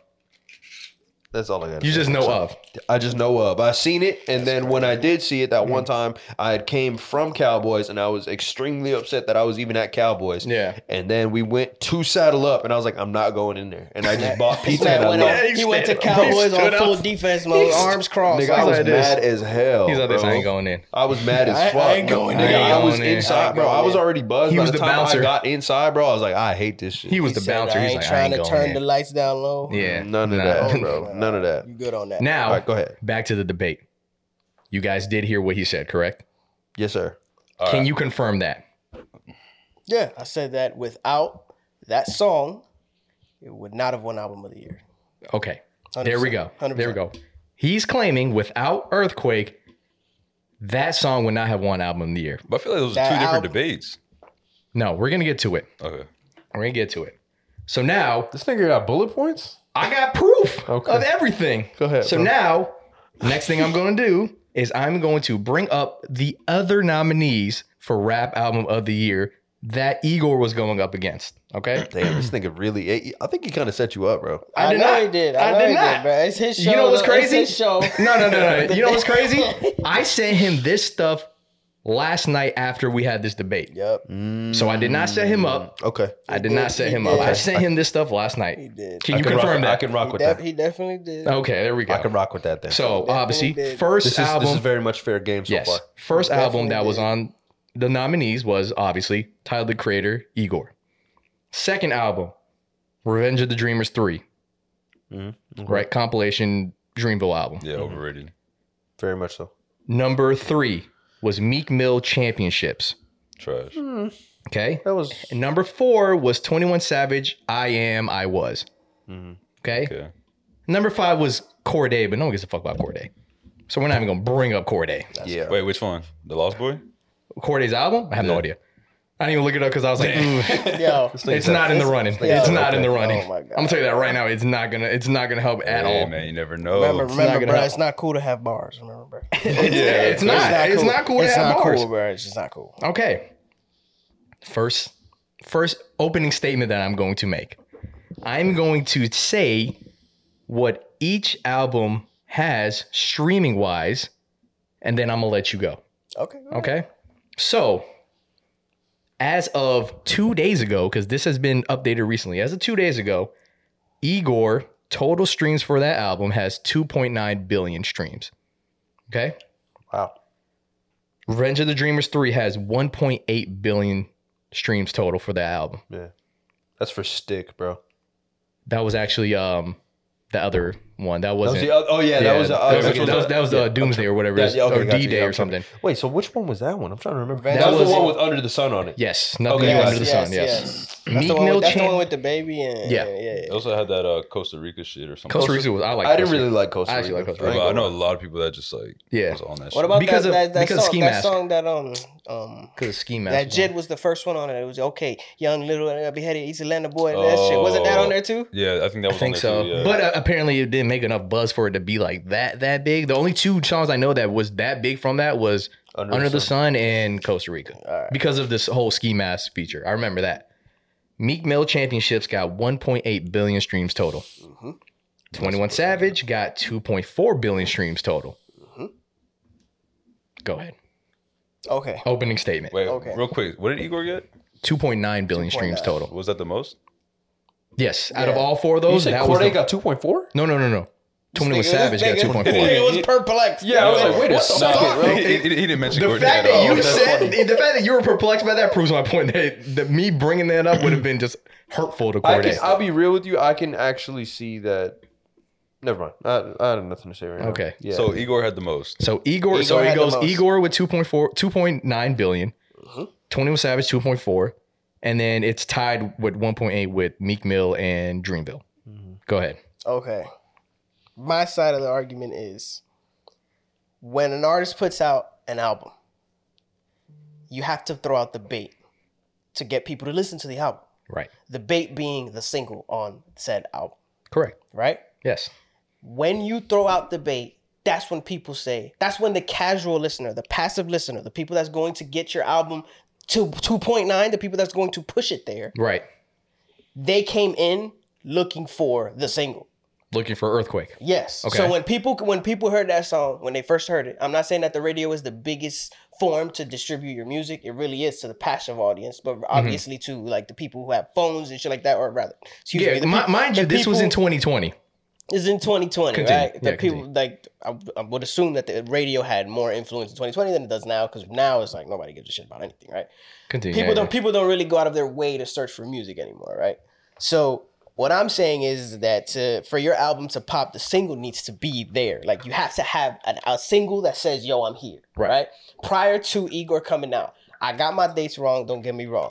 Speaker 3: that's all I got.
Speaker 1: You just know of.
Speaker 3: I just know of. I seen it, and then when I did see it
Speaker 1: Hmm.
Speaker 3: that one time, I had came from Cowboys, and I was extremely upset that I was even at Cowboys.
Speaker 1: Yeah.
Speaker 3: And then we went to Saddle Up, and I was like, I'm not going in there. And I just bought pizza.
Speaker 4: Man
Speaker 3: and I
Speaker 4: went
Speaker 3: left.
Speaker 4: on- he went to
Speaker 1: He
Speaker 4: Cowboys on
Speaker 1: stood up.
Speaker 4: full defense mode, arms crossed.
Speaker 3: Nigga, I was
Speaker 1: like
Speaker 3: mad
Speaker 1: this.
Speaker 3: as hell.
Speaker 1: He's like this. I
Speaker 3: bro.
Speaker 1: ain't going in.
Speaker 3: I was mad as
Speaker 1: I- I
Speaker 3: fuck.
Speaker 1: ain't going
Speaker 3: nigga,
Speaker 1: in.
Speaker 3: I was
Speaker 1: I ain't
Speaker 3: inside, bro.
Speaker 4: going
Speaker 3: I was
Speaker 4: in.
Speaker 3: already buzzed.
Speaker 1: He
Speaker 3: By
Speaker 1: was
Speaker 3: the
Speaker 1: the
Speaker 3: time
Speaker 1: bouncer.
Speaker 3: I got inside, bro. I was like, I hate this shit.
Speaker 1: He was the
Speaker 4: said,
Speaker 1: bouncer.
Speaker 4: I
Speaker 1: He's
Speaker 4: ain't
Speaker 1: like, I
Speaker 4: trying
Speaker 1: ain't
Speaker 4: to
Speaker 1: going
Speaker 4: turn
Speaker 1: in.
Speaker 4: the lights down low.
Speaker 1: yeah.
Speaker 3: None of
Speaker 1: Nah.
Speaker 3: that, bro. None of that.
Speaker 4: You good on that?
Speaker 1: now,
Speaker 3: All right, go ahead.
Speaker 1: back to the debate. You guys did hear what he said, correct?
Speaker 3: Yes, sir.
Speaker 2: All
Speaker 1: Can
Speaker 2: right.
Speaker 1: you confirm that?
Speaker 4: Yeah, I said that without that song, it would not have won album of the year.
Speaker 1: Okay. There we go.
Speaker 4: 100%.
Speaker 1: There we go. He's claiming without Earthquake, that song would not have won album of the year.
Speaker 2: But I feel like those are
Speaker 4: That
Speaker 2: two different
Speaker 4: album-
Speaker 2: debates.
Speaker 1: No, we're gonna get to it.
Speaker 2: Okay.
Speaker 1: We're gonna get to it. So now
Speaker 3: This nigga got bullet points?
Speaker 1: I got proof
Speaker 3: Okay.
Speaker 1: of everything.
Speaker 3: Go ahead,
Speaker 1: So
Speaker 3: bro.
Speaker 1: now, next thing I'm gonna do is I'm going to bring up the other nominees for rap album of the year that Igor was going up against. Okay.
Speaker 3: Damn, this nigga really. I think he kind of set you up, bro.
Speaker 1: I
Speaker 4: I,
Speaker 1: did
Speaker 4: know
Speaker 1: not.
Speaker 4: he did. I,
Speaker 1: I
Speaker 4: know
Speaker 1: did
Speaker 4: he
Speaker 1: not.
Speaker 4: did, bro. It's his show.
Speaker 1: You know what's
Speaker 4: though. It's
Speaker 1: crazy?
Speaker 4: his show.
Speaker 1: No, no, no, no. You know what's crazy? I sent him this stuff last night after we had this debate.
Speaker 4: Yep,
Speaker 1: So I did not set him up.
Speaker 3: Mm, Okay.
Speaker 1: I did not set him up. I sent him this stuff last
Speaker 4: he
Speaker 1: night.
Speaker 4: did.
Speaker 1: Can you
Speaker 3: can rock,
Speaker 1: confirm
Speaker 3: I
Speaker 1: that? Oh.
Speaker 3: can rock
Speaker 4: He,
Speaker 3: with
Speaker 4: def-
Speaker 3: that.
Speaker 4: he definitely did.
Speaker 1: Okay, there we
Speaker 3: I can
Speaker 1: go.
Speaker 3: rock with that then.
Speaker 1: So obviously,
Speaker 4: did.
Speaker 1: first
Speaker 3: this is,
Speaker 1: album,
Speaker 3: this is very much fair game so
Speaker 1: yes,
Speaker 3: far.
Speaker 1: first
Speaker 4: Definitely
Speaker 1: album that was
Speaker 4: did.
Speaker 1: on the nominees was obviously Tyler the Creator, Igor. Second album, Revenge of the Dreamers 3 right? Compilation Dreamville album.
Speaker 2: Yeah, overrated.
Speaker 3: Very much so.
Speaker 1: Number three was Meek Mill Championships.
Speaker 2: Trash.
Speaker 4: Mm.
Speaker 1: Okay,
Speaker 3: That was.
Speaker 1: And number four was 21 Savage, I Am, I Was.
Speaker 4: Mm-hmm.
Speaker 3: Mhm.
Speaker 1: Okay?
Speaker 2: Okay.
Speaker 1: Number five was Corday, but no one gives a fuck about Corday. So we're not even going to bring up Corday.
Speaker 3: yeah.
Speaker 2: Wait, which one? The Lost Boy?
Speaker 1: Corday's album? I have no idea. I didn't even look it up because I was like, "Mm,
Speaker 4: Yo,
Speaker 1: it's not in the running.
Speaker 4: yeah,
Speaker 1: It's not in the
Speaker 4: okay.
Speaker 1: running.
Speaker 4: Oh my
Speaker 1: I'm
Speaker 4: God.
Speaker 1: gonna tell you that right now. It's not gonna. It's not gonna help at
Speaker 2: hey,
Speaker 1: all.
Speaker 2: man, you never know.
Speaker 4: remember,
Speaker 1: oh, not
Speaker 4: remember,
Speaker 1: gonna
Speaker 4: bro.
Speaker 1: help.
Speaker 4: It's not cool to have bars. Remember, bro.
Speaker 1: It's, it's not. It's not cool to
Speaker 4: It's
Speaker 1: have
Speaker 4: not
Speaker 1: bars.
Speaker 4: cool, bro. It's just not cool.
Speaker 1: Okay. First first opening statement that I'm going to make. I'm going to say what each album has streaming wise and then I'm going to let you go.
Speaker 4: Okay. all right.
Speaker 1: Okay? So, as of 2 days ago cuz this has been updated recently. As of 2 days ago, Igor total streams for that album has 2.9 billion streams. Okay?
Speaker 3: Wow.
Speaker 1: Revenge of the Dreamers 3 has 1.8 billion streams total for that album.
Speaker 3: That's for stick, bro.
Speaker 1: That was actually um the other one. That
Speaker 3: That was
Speaker 1: wasn't
Speaker 3: the oth- oh yeah, that was the
Speaker 1: that was,
Speaker 3: other.
Speaker 1: that was, that was, uh, Doomsday or whatever, it is,
Speaker 3: Yeah, okay,
Speaker 1: or
Speaker 3: gotcha,
Speaker 1: D Day
Speaker 3: yeah,
Speaker 1: or
Speaker 3: I'm trying
Speaker 1: something.
Speaker 3: Wait, so which one was that one? I'm trying to remember.
Speaker 4: That
Speaker 3: That,
Speaker 4: That
Speaker 3: was,
Speaker 4: was was the
Speaker 3: the
Speaker 4: it.
Speaker 3: one
Speaker 4: one
Speaker 3: with Under the Sun on it.
Speaker 1: Yes, nothing
Speaker 3: Okay,
Speaker 1: new
Speaker 3: yes,
Speaker 1: under the sun. Yes,
Speaker 4: That's,
Speaker 1: Meek
Speaker 4: the one,
Speaker 1: Mill
Speaker 4: with, that's the
Speaker 1: Chan-
Speaker 4: one with the baby and
Speaker 1: Yeah.
Speaker 4: yeah, yeah.
Speaker 2: They also had that uh, Costa Rica shit or something.
Speaker 1: Costa Rica was I like.
Speaker 3: I didn't
Speaker 1: Costa
Speaker 3: really
Speaker 1: Rica.
Speaker 3: like Costa
Speaker 1: I
Speaker 3: Rica.
Speaker 1: actually like Costa
Speaker 2: Bro,
Speaker 1: Rica.
Speaker 2: I know a lot of people that just like
Speaker 1: Yeah.
Speaker 2: was on that
Speaker 4: What
Speaker 2: shit.
Speaker 4: about
Speaker 1: Because
Speaker 4: that,
Speaker 1: of-
Speaker 4: that, that
Speaker 1: because of
Speaker 4: song?
Speaker 1: Ski
Speaker 4: that
Speaker 1: Mask.
Speaker 4: song that um um
Speaker 1: because ski mask.
Speaker 4: that
Speaker 1: was
Speaker 4: Jid
Speaker 1: on.
Speaker 4: was the first one on it. It was okay, young little uh, beheaded East Atlanta boy. And that shit wasn't that
Speaker 2: Oh.
Speaker 4: on there too?
Speaker 2: Yeah, I think that
Speaker 1: I
Speaker 2: was
Speaker 1: think
Speaker 2: on
Speaker 1: so,
Speaker 2: there too, yeah.
Speaker 1: but uh, apparently it didn't make enough buzz for it to be like that that big. The only two songs I know that was that big from that was Under, the, sun. and Costa Rica because of this whole ski mask feature. I remember that. Meek Mill Championships got 1.8 billion streams total. 21 Savage got 2.4 billion streams total. Go ahead.
Speaker 4: Okay,
Speaker 1: Opening statement.
Speaker 2: Wait,
Speaker 4: Okay.
Speaker 2: real quick, what did Igor get?
Speaker 1: 2.9 billion streams
Speaker 4: 2.9.
Speaker 1: total.
Speaker 2: Was that the most?
Speaker 1: Yes, out of
Speaker 4: Yeah.
Speaker 1: all four of
Speaker 3: You
Speaker 1: those,
Speaker 3: said
Speaker 1: that was
Speaker 3: Corday
Speaker 1: the,
Speaker 3: got 2.4?
Speaker 1: no, no, no, no. Twenty One
Speaker 4: This
Speaker 1: Savage got
Speaker 4: nigga-
Speaker 1: two point
Speaker 4: This
Speaker 1: four.
Speaker 4: nigga was perplexed.
Speaker 3: Yeah, I was like, wait a
Speaker 4: What the
Speaker 3: second,
Speaker 4: fuck?
Speaker 3: bro.
Speaker 2: He, he- he didn't mention
Speaker 1: The
Speaker 2: Gordon
Speaker 1: fact
Speaker 2: at
Speaker 1: that
Speaker 2: all.
Speaker 1: you
Speaker 3: That's
Speaker 1: said
Speaker 3: funny.
Speaker 1: the fact that you were perplexed by that proves my point that, that me bringing that up would have been just hurtful to
Speaker 3: I
Speaker 1: Corday.
Speaker 3: can, I'll be real with you. I can actually see that. Never mind. I, I have nothing to say right now.
Speaker 1: Okay.
Speaker 3: Yeah.
Speaker 2: So Igor had the most.
Speaker 1: So Igor, so
Speaker 4: Igor
Speaker 1: it
Speaker 4: had the
Speaker 1: goes
Speaker 4: most.
Speaker 1: Igor with 2.4, 2.9 billion,
Speaker 4: Mhm.
Speaker 1: 21 Savage 2.4, and then it's tied with 1.8 with Meek Mill and Dreamville.
Speaker 4: Mm-hmm.
Speaker 1: Go ahead.
Speaker 4: Okay. My side of the argument is when an artist puts out an album, you have to throw out the bait to get people to listen to the album.
Speaker 1: Right.
Speaker 4: The bait being the single on said album,
Speaker 1: Correct.
Speaker 4: right?
Speaker 1: Yes.
Speaker 4: When you throw out the bait, that's when people say, that's when the casual listener, the passive listener, the people that's going to get your album to 2.9, the people that's going to push it there,
Speaker 1: Right.
Speaker 4: they came in looking for the single.
Speaker 1: Looking for earthquake.
Speaker 4: Yes.
Speaker 1: Okay.
Speaker 4: So when people when people heard that song when they first heard it, I'm not saying that the radio is the biggest form to distribute your music. It really is to the passive audience, but
Speaker 1: Mm-hmm.
Speaker 4: obviously to like the people who have phones and shit like that, or rather, excuse me,
Speaker 1: Yeah.
Speaker 4: the
Speaker 1: mi-
Speaker 4: peop-
Speaker 1: mind you,
Speaker 4: the
Speaker 1: this was in
Speaker 4: people-
Speaker 1: 2020.
Speaker 4: is in 2020,
Speaker 1: Continue.
Speaker 4: right? The
Speaker 1: Yeah,
Speaker 4: people
Speaker 1: continue.
Speaker 4: like I, I would assume that the radio had more influence in 2020 than it does now because now it's like nobody gives a shit about anything, right?
Speaker 1: Continue.
Speaker 4: people
Speaker 1: Yeah,
Speaker 4: don't
Speaker 1: yeah.
Speaker 4: people don't really go out of their way to search for music anymore, right? So what I'm saying is that to, for your album to pop, the single needs to be there. Like you have to have an, a single that says, "Yo, I'm here."
Speaker 1: Right.
Speaker 4: Right. Prior to Igor coming out, I got my dates wrong. Don't get me wrong.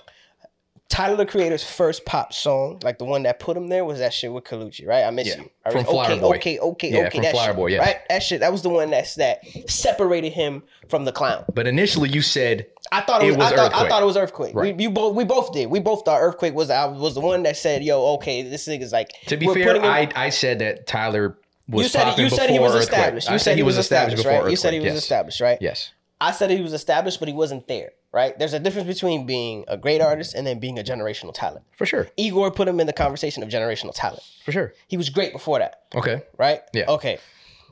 Speaker 4: Tyler the Creator's first pop song, like the one that put him there, was that shit with Colucci, right? I miss
Speaker 1: Yeah.
Speaker 4: you. I
Speaker 1: From
Speaker 4: okay,
Speaker 1: Flower Boy.
Speaker 4: okay, okay,
Speaker 1: Yeah,
Speaker 4: okay.
Speaker 1: from
Speaker 4: that
Speaker 1: Flower
Speaker 4: shit,
Speaker 1: Boy, yes.
Speaker 4: right? That shit. That was the one that's that separated him from the clown.
Speaker 1: But initially, you said
Speaker 4: I thought it,
Speaker 1: It
Speaker 4: was,
Speaker 1: was
Speaker 4: I, thought, I
Speaker 1: Earthquake.
Speaker 4: thought it was earthquake.
Speaker 1: Right.
Speaker 4: We, you both we both did. We both thought earthquake was the album was the one that said, "Yo, okay, this nigga's like."
Speaker 1: to be
Speaker 4: we're
Speaker 1: fair,
Speaker 4: putting him-
Speaker 1: I, I said that Tyler was
Speaker 4: you said
Speaker 1: popping
Speaker 4: you said he
Speaker 1: before
Speaker 4: was
Speaker 1: Earthquake.
Speaker 4: established.
Speaker 1: I
Speaker 4: You said he was established,
Speaker 1: before
Speaker 4: right? You said he was
Speaker 1: Earthquake, yes.
Speaker 4: established, right?
Speaker 1: Yes.
Speaker 4: I said he was established, but he wasn't there, right? There's a difference between being a great artist and then being a generational talent.
Speaker 1: For sure.
Speaker 4: Igor put him in the conversation of generational talent.
Speaker 1: For sure.
Speaker 4: He was great before that
Speaker 1: Okay.
Speaker 4: right?
Speaker 1: Yeah.
Speaker 4: Okay.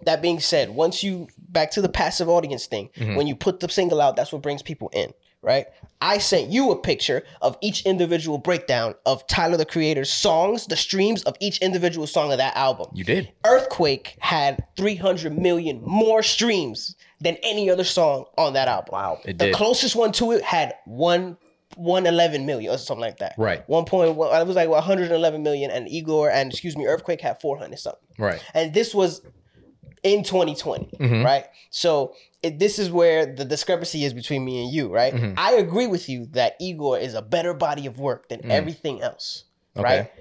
Speaker 4: That being said, once you back to the passive audience thing,
Speaker 1: Mm-hmm.
Speaker 4: when you put the single out, that's what brings people in, right? I sent you a picture of each individual breakdown of Tyler the Creator's songs, the streams of each individual song of that album.
Speaker 1: You did.
Speaker 4: Earthquake had 300 million more streams than any other song on that album. Wow.
Speaker 1: It
Speaker 4: the
Speaker 1: did.
Speaker 4: closest one to it had one 111 million or something like that.
Speaker 1: Right.
Speaker 4: 1.1 it was like 111 million and Igor and excuse me Earthquake had 400 something
Speaker 1: Right.
Speaker 4: and this was in 2020 right so it, this is where the discrepancy is between me and you right i agree with you that igor is a better body of work than everything else right
Speaker 1: Okay.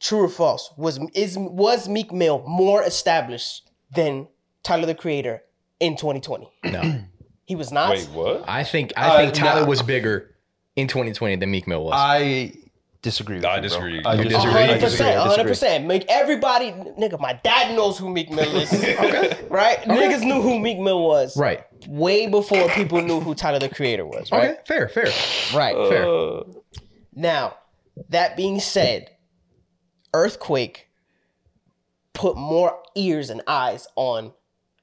Speaker 4: true or false was is was meek mill more established than tyler the creator in 2020
Speaker 1: No.
Speaker 4: he was not
Speaker 2: Wait, what?
Speaker 1: I think I think
Speaker 3: Uh,
Speaker 1: Tyler
Speaker 3: nah.
Speaker 1: was bigger in 2020 than Meek Mill was.
Speaker 4: Uh,
Speaker 3: I disagree. With
Speaker 2: I
Speaker 3: you, bro.
Speaker 2: disagree.
Speaker 3: I
Speaker 2: You
Speaker 3: disagree.
Speaker 4: A
Speaker 2: disagree?
Speaker 3: I
Speaker 4: hundred
Speaker 3: disagree.
Speaker 4: percent,
Speaker 3: I
Speaker 4: a hundred
Speaker 3: disagree.
Speaker 4: percent. Make everybody, nigga. My dad knows who Meek Mill is, right? Niggas knew who Meek Mill was,
Speaker 1: right.
Speaker 4: way before people knew who Tyler the Creator was, right? Uh.
Speaker 1: Okay. Fair. Fair.
Speaker 4: Right.
Speaker 1: Fair.
Speaker 4: Now, that being said, Earthquake put more ears and eyes on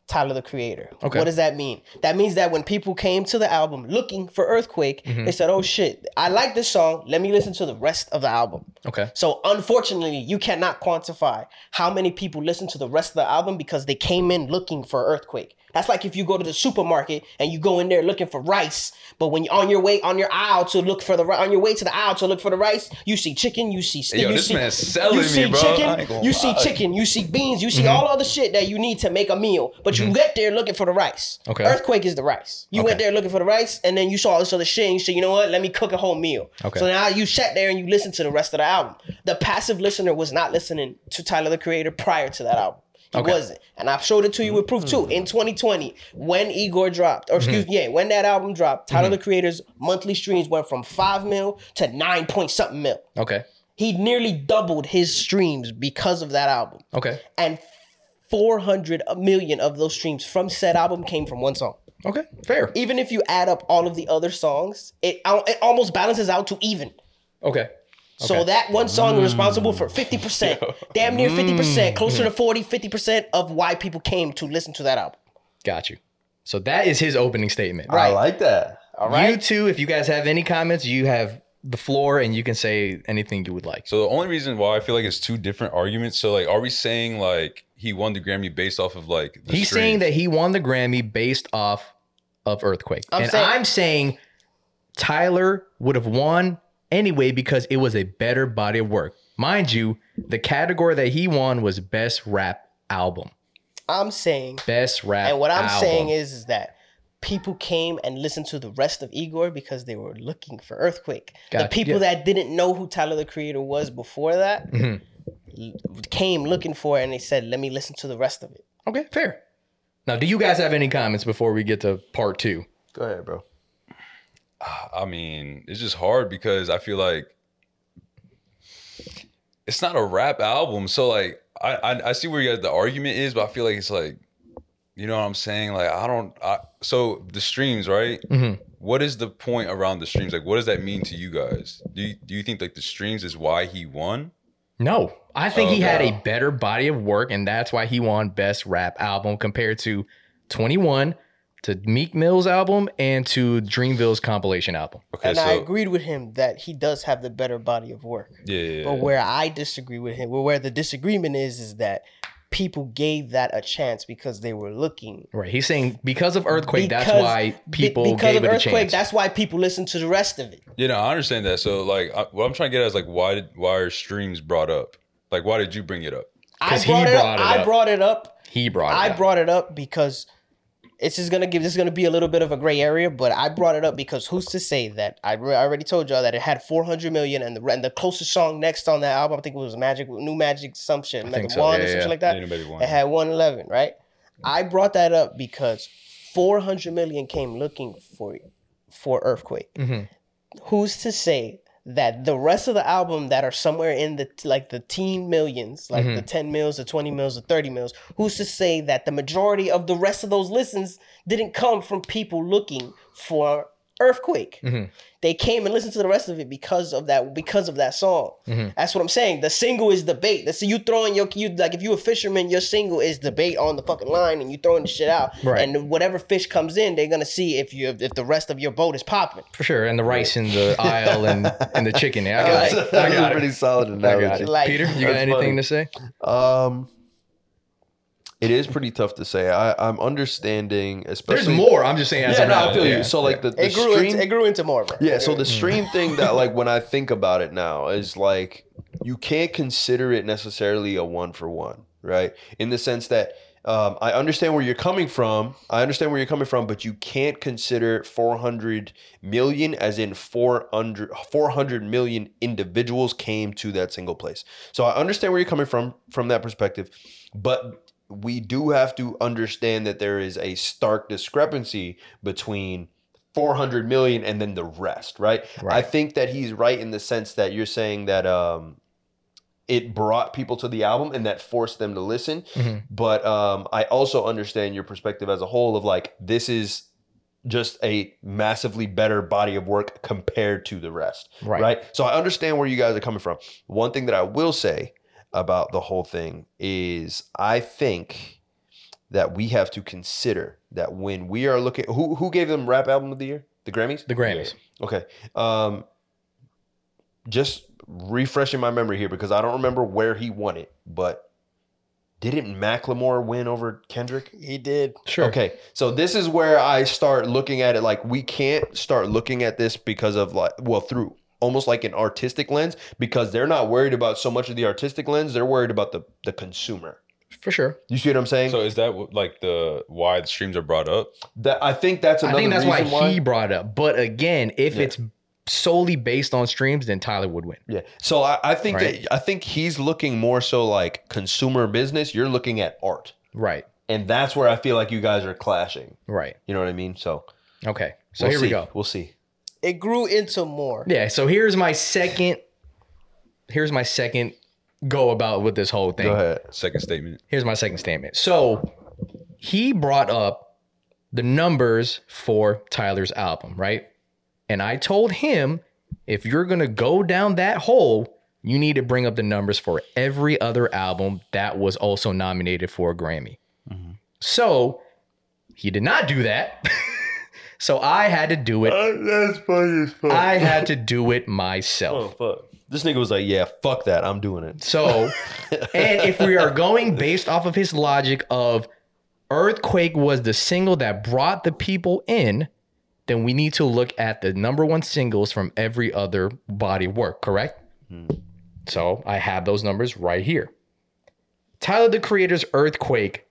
Speaker 4: Tyler the Creator.
Speaker 1: Okay.
Speaker 4: What does that mean? That means that when people came to the album looking for Earthquake,
Speaker 1: Mm-hmm.
Speaker 4: they said, "Oh shit, I like this song. Let me listen to the rest of the album."
Speaker 1: okay.
Speaker 4: So unfortunately, you cannot quantify how many people listen to the rest of the album because they came in looking for earthquake. That's like if you go to the supermarket and you go in there looking for rice, but when you're on your way on your aisle to look for the ri- on your way to the aisle to look for the rice, you see chicken, you see steak,
Speaker 2: Yo,
Speaker 4: you
Speaker 2: this
Speaker 4: see
Speaker 2: man's selling
Speaker 4: you
Speaker 2: me,
Speaker 4: see
Speaker 2: bro. I ain't
Speaker 4: chicken,
Speaker 2: gonna
Speaker 4: you see chicken, you see beans, you see
Speaker 1: Mm-hmm.
Speaker 4: all other shit that you need to make a meal, but you get there looking for the rice.
Speaker 1: Okay.
Speaker 4: Earthquake is the rice. You went
Speaker 1: Okay.
Speaker 4: there looking for the rice, and then you saw all this other shit, and you said, you know what? Let me cook a whole meal.
Speaker 1: Okay.
Speaker 4: So now you sat there and you listened to the rest of the album. The passive listener was not listening to Tyler the Creator prior to that album. He
Speaker 1: Okay.
Speaker 4: wasn't. And I've showed it to you with proof too. In 2020, when Igor dropped, or
Speaker 1: Mm-hmm.
Speaker 4: excuse me, yeah, when that album dropped, Tyler the Creator's monthly streams went from 5 mil to 9 point something mil.
Speaker 1: Okay.
Speaker 4: He nearly doubled his streams because of that album.
Speaker 1: Okay.
Speaker 4: And 400 million of those streams from said album came from one song.
Speaker 1: Okay. Fair.
Speaker 4: Even if you add up all of the other songs, it, al- it almost balances out to even.
Speaker 1: Okay.
Speaker 4: So
Speaker 1: Okay.
Speaker 4: that one song is responsible for 50%, damn near 50%, closer to 40, 50% of why people came to listen to that album.
Speaker 1: Got you. So that is his opening statement.
Speaker 3: I like that.
Speaker 4: All right.
Speaker 1: You two, if you guys have any comments, you have the floor and you can say anything you would like.
Speaker 2: So the only reason why I feel like it's two different arguments. So like, are we saying like he won the Grammy based off of like the
Speaker 1: He's
Speaker 2: stream?
Speaker 1: saying that he won the Grammy based off of Earthquake.
Speaker 4: I'm
Speaker 1: and
Speaker 4: saying-
Speaker 1: I'm saying Tyler would have won anyway because it was a better body of work. Mind you, the category that he won was best rap album.
Speaker 4: I'm saying,
Speaker 1: Best rap
Speaker 4: and what I'm
Speaker 1: album.
Speaker 4: saying is, is that people came and listened to the rest of Igor because they were looking for Earthquake. the
Speaker 1: Gotcha.
Speaker 4: people
Speaker 1: Yeah.
Speaker 4: that didn't know who Tyler the Creator was before that
Speaker 1: Mhm.
Speaker 4: l- came looking for it, and they said, "Let me listen to the rest of it."
Speaker 1: Okay, fair. Now, do you guys have any comments before we get to part two?
Speaker 3: Go ahead, bro.
Speaker 2: I mean, it's just hard because I feel like it's not a rap album. So like, I I, I see where you guys, the argument is, but I feel like it's like, you know what I'm saying? Like, I don't. I, so the streams, right?
Speaker 4: Mm-hmm.
Speaker 1: Mhm.
Speaker 2: What is the point around the streams? Like, what does that mean to you guys? Do you, do you think like the streams is why he won?
Speaker 1: No, I think he
Speaker 2: Okay.
Speaker 1: had a better body of work, and that's why he won Best Rap Album compared to 21, to Meek Mill's album, and to Dreamville's compilation album.
Speaker 2: Okay,
Speaker 4: and
Speaker 2: so
Speaker 4: I agreed with him that he does have the better body of work.
Speaker 2: yeah, yeah, yeah.
Speaker 4: But where I disagree with him, well, where the disagreement is, is that people gave that a chance because they were looking.
Speaker 1: Right. He's saying because of Earthquake, that's
Speaker 4: Because-
Speaker 1: why people
Speaker 4: Be- because of
Speaker 1: gave it a
Speaker 4: earthquake,
Speaker 1: chance.
Speaker 4: that's why people listened to the rest of it.
Speaker 2: You know, I understand that. So, like, I, what I'm trying to get at is like, why did why are streams brought up? Like, why did you bring it up?
Speaker 4: I
Speaker 1: 'Cause he
Speaker 4: brought it, up,
Speaker 1: brought it
Speaker 4: I
Speaker 1: up.
Speaker 4: brought it up.
Speaker 1: he brought it
Speaker 4: I
Speaker 1: up.
Speaker 4: brought it up because it's just gonna give. This is gonna be a little bit of a gray area, but I brought it up because who's to say that? I, re- I already told y'all that it had 400 million, and the re- and the closest song next on that album, I think it was Magic, New Magic, some shit,
Speaker 1: I
Speaker 4: Mega
Speaker 1: think so,
Speaker 4: One
Speaker 1: yeah,
Speaker 4: or something
Speaker 1: yeah.
Speaker 4: like that.
Speaker 2: Ain't nobody won.
Speaker 4: It had 111, right? I brought that up because 400 million came looking for for earthquake.
Speaker 1: Mhm.
Speaker 4: Who's to say that the rest of the album that are somewhere in the like the teen millions, like the 10 mils, the 20 mils, the 30 mils, who's to say that the majority of the rest of those listens didn't come from people looking for earthquake?
Speaker 1: Mhm.
Speaker 4: They came and listened to the rest of it because of that because of that song. That's what I'm saying. The single is debate. That's you throwing your you like if you a fisherman, your single is debait on the fucking line, and you throwing the shit out.
Speaker 1: Right.
Speaker 4: And whatever fish comes in, they're gonna see if you if the rest of your boat is popping.
Speaker 1: For sure. And the rice in the aisle and, and the chicken. I got
Speaker 3: That was-
Speaker 1: it.
Speaker 3: that
Speaker 1: I
Speaker 3: was a
Speaker 1: got it.
Speaker 3: pretty solid
Speaker 1: I
Speaker 3: analogy.
Speaker 1: got it.
Speaker 4: Like-
Speaker 1: Peter, you got
Speaker 3: That's
Speaker 1: anything
Speaker 3: funny.
Speaker 1: to say?
Speaker 3: Um, it is pretty tough to say. I I'm understanding, especially.
Speaker 1: There's more. I'm just saying. as
Speaker 3: Yeah,
Speaker 1: an
Speaker 3: no, I
Speaker 1: album.
Speaker 3: feel
Speaker 1: Yeah.
Speaker 3: you. So like the, the
Speaker 4: It grew
Speaker 3: stream.
Speaker 4: into, it grew into more. Bro.
Speaker 3: yeah, so the stream thing that like when I think about it now is like you can't consider it necessarily a one for one, right? In the sense that um, I understand where you're coming from. I understand where you're coming from, but you can't consider 400 million as in 400, 400 million individuals came to that single place. So I understand where you're coming from from that perspective, but we do have to understand that there is a stark discrepancy between 400 million and then the rest, right? I
Speaker 1: Right.
Speaker 3: think that he's right in the sense that you're saying that um it brought people to the album and that forced them to listen.
Speaker 1: Mhm.
Speaker 3: But um I also understand your perspective as a whole of like this is just a massively better body of work compared to the rest
Speaker 1: Right.
Speaker 3: right. So I understand where you guys are coming from. One thing that I will say about the whole thing is I think that we have to consider that when we are looking who who gave them rap album of the year? The Grammys?
Speaker 1: The Grammys.
Speaker 3: Okay. Um just refreshing my memory here because I don't remember where he won it, but didn't Macklemore win over Kendrick?
Speaker 4: he did.
Speaker 1: Sure.
Speaker 3: Okay. So this is where I start looking at it like we can't start looking at this because of like well through almost like an artistic lens because they're not worried about so much of the artistic lens, they're worried about the the consumer.
Speaker 1: For sure.
Speaker 3: You see what I'm saying?
Speaker 2: So is that what- like the why the streams are brought up?
Speaker 3: that I think that's
Speaker 1: I
Speaker 3: another
Speaker 1: think that's why,
Speaker 3: reason why
Speaker 1: he brought it up. But again, if
Speaker 3: Yeah.
Speaker 1: it's solely based on streams, then Tyler would win.
Speaker 3: Yeah. So I, I think
Speaker 1: Right.
Speaker 3: that I think he's looking more so like consumer business, you're looking at art.
Speaker 1: Right.
Speaker 3: And that's where I feel like you guys are clashing.
Speaker 1: Right.
Speaker 3: You know what I mean? So
Speaker 1: Okay. So
Speaker 3: we'll
Speaker 1: here we
Speaker 3: see.
Speaker 1: go.
Speaker 3: We'll see.
Speaker 4: It grew into more.
Speaker 1: Yeah. So here's my second. Here's my second go about with this whole thing.
Speaker 3: Go ahead.
Speaker 2: Second statement.
Speaker 1: Here's my second statement. So he brought up the numbers for Tyler's album, right? And I told him if you're going to go down that hole, you need to bring up the numbers for every other album that was also nominated for a Grammy. So he did not do that. So I had to do
Speaker 3: Oh.
Speaker 1: it.
Speaker 3: Uh, That's funny as fuck.
Speaker 1: I had to do it myself.
Speaker 3: Oh, fuck. This nigga was like, yeah, fuck that. I'm doing it.
Speaker 1: So, and if we are going based off of his logic of Earthquake was the single that brought the people in, then we need to look at the number one singles from every other body of work, correct? So I have those numbers right here. Tyler the Creator's Earthquake,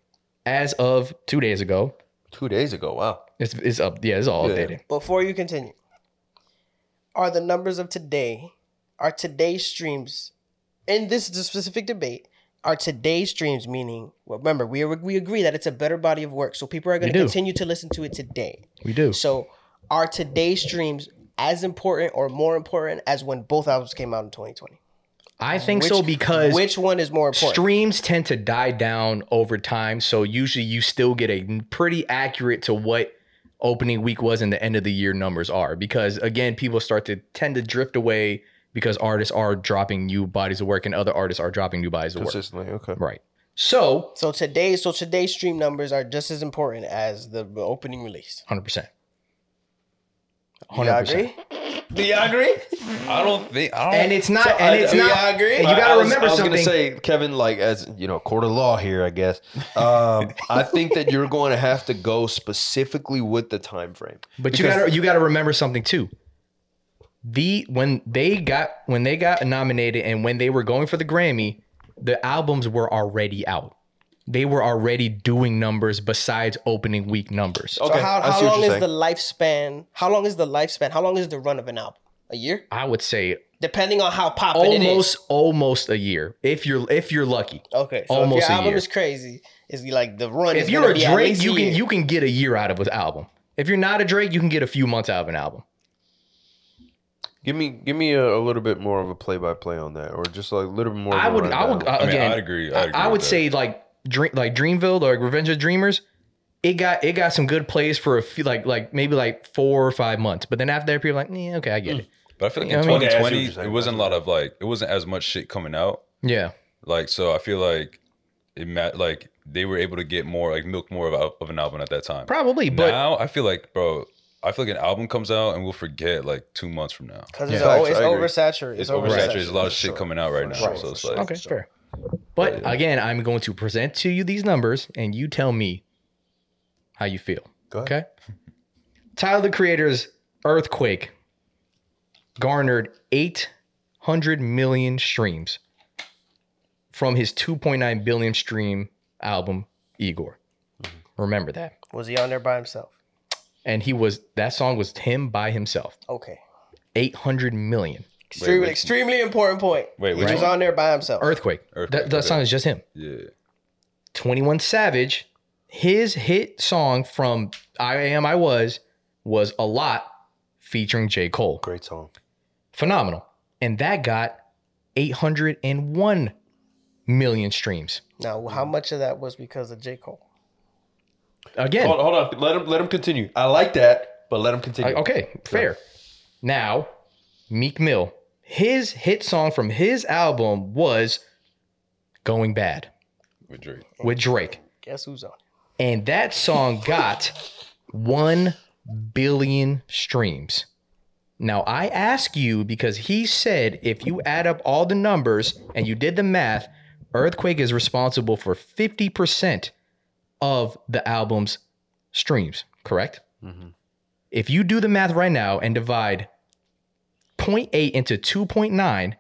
Speaker 1: as of two days ago,
Speaker 3: Two days ago. Wow.
Speaker 1: it's, it's up. Yeah, it's all
Speaker 3: Yeah.
Speaker 1: updated.
Speaker 4: Before you continue, are the numbers of today, are today's streams, in this is a specific debate, are today's streams meaning? Well, remember, we are, we agree that it's a better body of work, so people are going
Speaker 1: We
Speaker 4: to
Speaker 1: do.
Speaker 4: continue to listen to it today.
Speaker 1: We do.
Speaker 4: So, are today's streams as important or more important as when both albums came out in 2020?
Speaker 1: I think so because
Speaker 4: which one is more important?
Speaker 1: streams tend to die down over time so usually you still get a pretty accurate to what opening week was and the end of the year numbers are because again people start to tend to drift away because artists are dropping new bodies of work and other artists are dropping new bodies of work
Speaker 3: Consistently. Okay.
Speaker 1: right so
Speaker 4: so today, so today's stream numbers are just as important as the opening release.
Speaker 1: 100%
Speaker 4: Do y'all agree? Do y'all agree?
Speaker 2: I don't think I don't.
Speaker 1: and it's not and it's
Speaker 3: I-
Speaker 1: not
Speaker 4: I agree.
Speaker 1: and you got
Speaker 3: I
Speaker 1: to
Speaker 3: was-
Speaker 1: remember
Speaker 3: I was
Speaker 1: something
Speaker 3: gonna say, Kevin, like as you know, court of law here, I guess. Um, I think that you're going to have to go specifically with the time frame.
Speaker 1: But you
Speaker 3: Because-
Speaker 1: gotta you gotta remember something too. The when they got when they got nominated and when they were going for the Grammy, the albums were already out. They were already doing numbers besides opening week numbers.
Speaker 4: So how,
Speaker 3: I
Speaker 4: how
Speaker 3: see what
Speaker 4: long is
Speaker 3: you're
Speaker 4: the
Speaker 3: saying.
Speaker 4: lifespan? How long is the lifespan? How long is the run of an album? A year,
Speaker 1: I would say
Speaker 4: depending on how popping it is.
Speaker 1: almost almost a year if you're if you're lucky.
Speaker 4: Okay, so
Speaker 1: almost
Speaker 4: if your
Speaker 1: a
Speaker 4: album
Speaker 1: year.
Speaker 4: is crazy, it's like the run.
Speaker 1: If
Speaker 4: is
Speaker 1: you're
Speaker 4: gonna
Speaker 1: a
Speaker 4: be at
Speaker 1: Drake,
Speaker 4: least a
Speaker 1: you can
Speaker 4: year.
Speaker 1: you can get a year out of an album. If you're not a Drake, you can get a few months out of an album.
Speaker 3: Give me, give me a, a little bit more of a play by play on that, or just like a little bit more. of
Speaker 1: I
Speaker 3: a
Speaker 1: would I would
Speaker 3: rundown.
Speaker 1: uh,
Speaker 2: I mean,
Speaker 1: again
Speaker 2: I'd agree. I'd
Speaker 1: I,
Speaker 2: agree
Speaker 1: I
Speaker 2: with
Speaker 1: would
Speaker 2: that.
Speaker 1: say like dream like Dreamville or Revenge of Dreamers, it got it got some good plays for a few like like maybe like four or five months, but then after that people are like yeah okay I
Speaker 2: Hmm.
Speaker 1: get it
Speaker 2: But I feel like
Speaker 1: Yeah, I
Speaker 2: in
Speaker 1: mean- Okay,
Speaker 3: I see what
Speaker 2: 2020,
Speaker 3: you're saying.
Speaker 2: it wasn't a lot of like it wasn't as much shit coming out.
Speaker 1: yeah
Speaker 2: Like so, I feel like it mat like they were able to get more like milk more of, a- of an album at that time.
Speaker 1: probably but
Speaker 2: now I feel like bro, I feel like an album comes out and we'll forget like two months from now.
Speaker 4: because
Speaker 1: Yeah.
Speaker 4: it's,
Speaker 3: Facts,
Speaker 4: al- it's
Speaker 3: I agree.
Speaker 4: oversaturated.
Speaker 2: It's
Speaker 4: It's
Speaker 2: oversaturated.
Speaker 4: oversaturated.
Speaker 2: There's a lot of shit coming out right now.
Speaker 3: Right.
Speaker 2: So it's like
Speaker 1: okay fair. But again, I'm going to present to you these numbers, and you tell me how you feel.
Speaker 3: Go ahead.
Speaker 1: Okay. Tyler the Creator's Earthquake garnered 800 million streams from his 2.9 billion stream album Igor. Remember that.
Speaker 4: Was he on there by himself?
Speaker 1: And he was that song was him by himself.
Speaker 4: Okay,
Speaker 1: 800 million.
Speaker 4: extremely,
Speaker 2: which-
Speaker 4: extremely important point.
Speaker 2: Wait,
Speaker 4: he
Speaker 2: which
Speaker 4: was
Speaker 2: one?
Speaker 4: on there by himself.
Speaker 1: Earthquake.
Speaker 2: Earthquake,
Speaker 1: that that
Speaker 2: okay.
Speaker 1: song is just him.
Speaker 2: yeah.
Speaker 1: 21 Savage, his hit song from I Am I Was was A Lot featuring J. Cole.
Speaker 3: Great song.
Speaker 1: Phenomenal. And that got 801 million streams.
Speaker 4: Now, how much of that was because of J Cole?
Speaker 1: Again,
Speaker 3: Hold, hold on. Let him, let him continue. I like that, but let him continue.
Speaker 1: I- okay, fair. Now, Meek Mill, his hit song from his album was Going Bad
Speaker 2: With Drake.
Speaker 1: with Drake.
Speaker 4: Guess who's on? it?
Speaker 1: And that song got 1 billion streams. Now, I ask you because he said if you add up all the numbers and you did the math, Earthquake is responsible for 50% of the album's streams, correct?
Speaker 3: Mm-hmm.
Speaker 1: If you do the math right now and divide 0.8 into 2.9,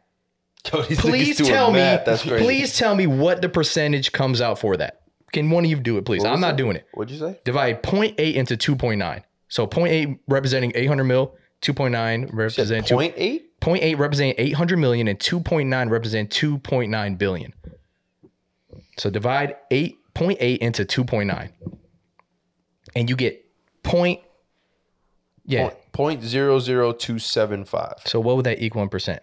Speaker 3: Yo, these niggas
Speaker 1: please
Speaker 3: doing
Speaker 1: tell me
Speaker 3: math. That's crazy.
Speaker 1: please tell me what the percentage comes out for that. Can one of you do it, please?
Speaker 3: What
Speaker 1: I'm
Speaker 3: was
Speaker 1: not
Speaker 3: it?
Speaker 1: doing it
Speaker 3: What'd you say?
Speaker 1: divide 0.8 into 2.9. So 0.8 representing 800 mil, 2.9
Speaker 3: You said
Speaker 1: representing two-
Speaker 3: point eight.
Speaker 1: 0.8 representing 800 million, and 2.9 represent 2.9 billion. So divide 8.8 into 2.9, and you get point. Yeah.
Speaker 3: Point- Point zero zero two seven five.
Speaker 1: So what would that equal in percent?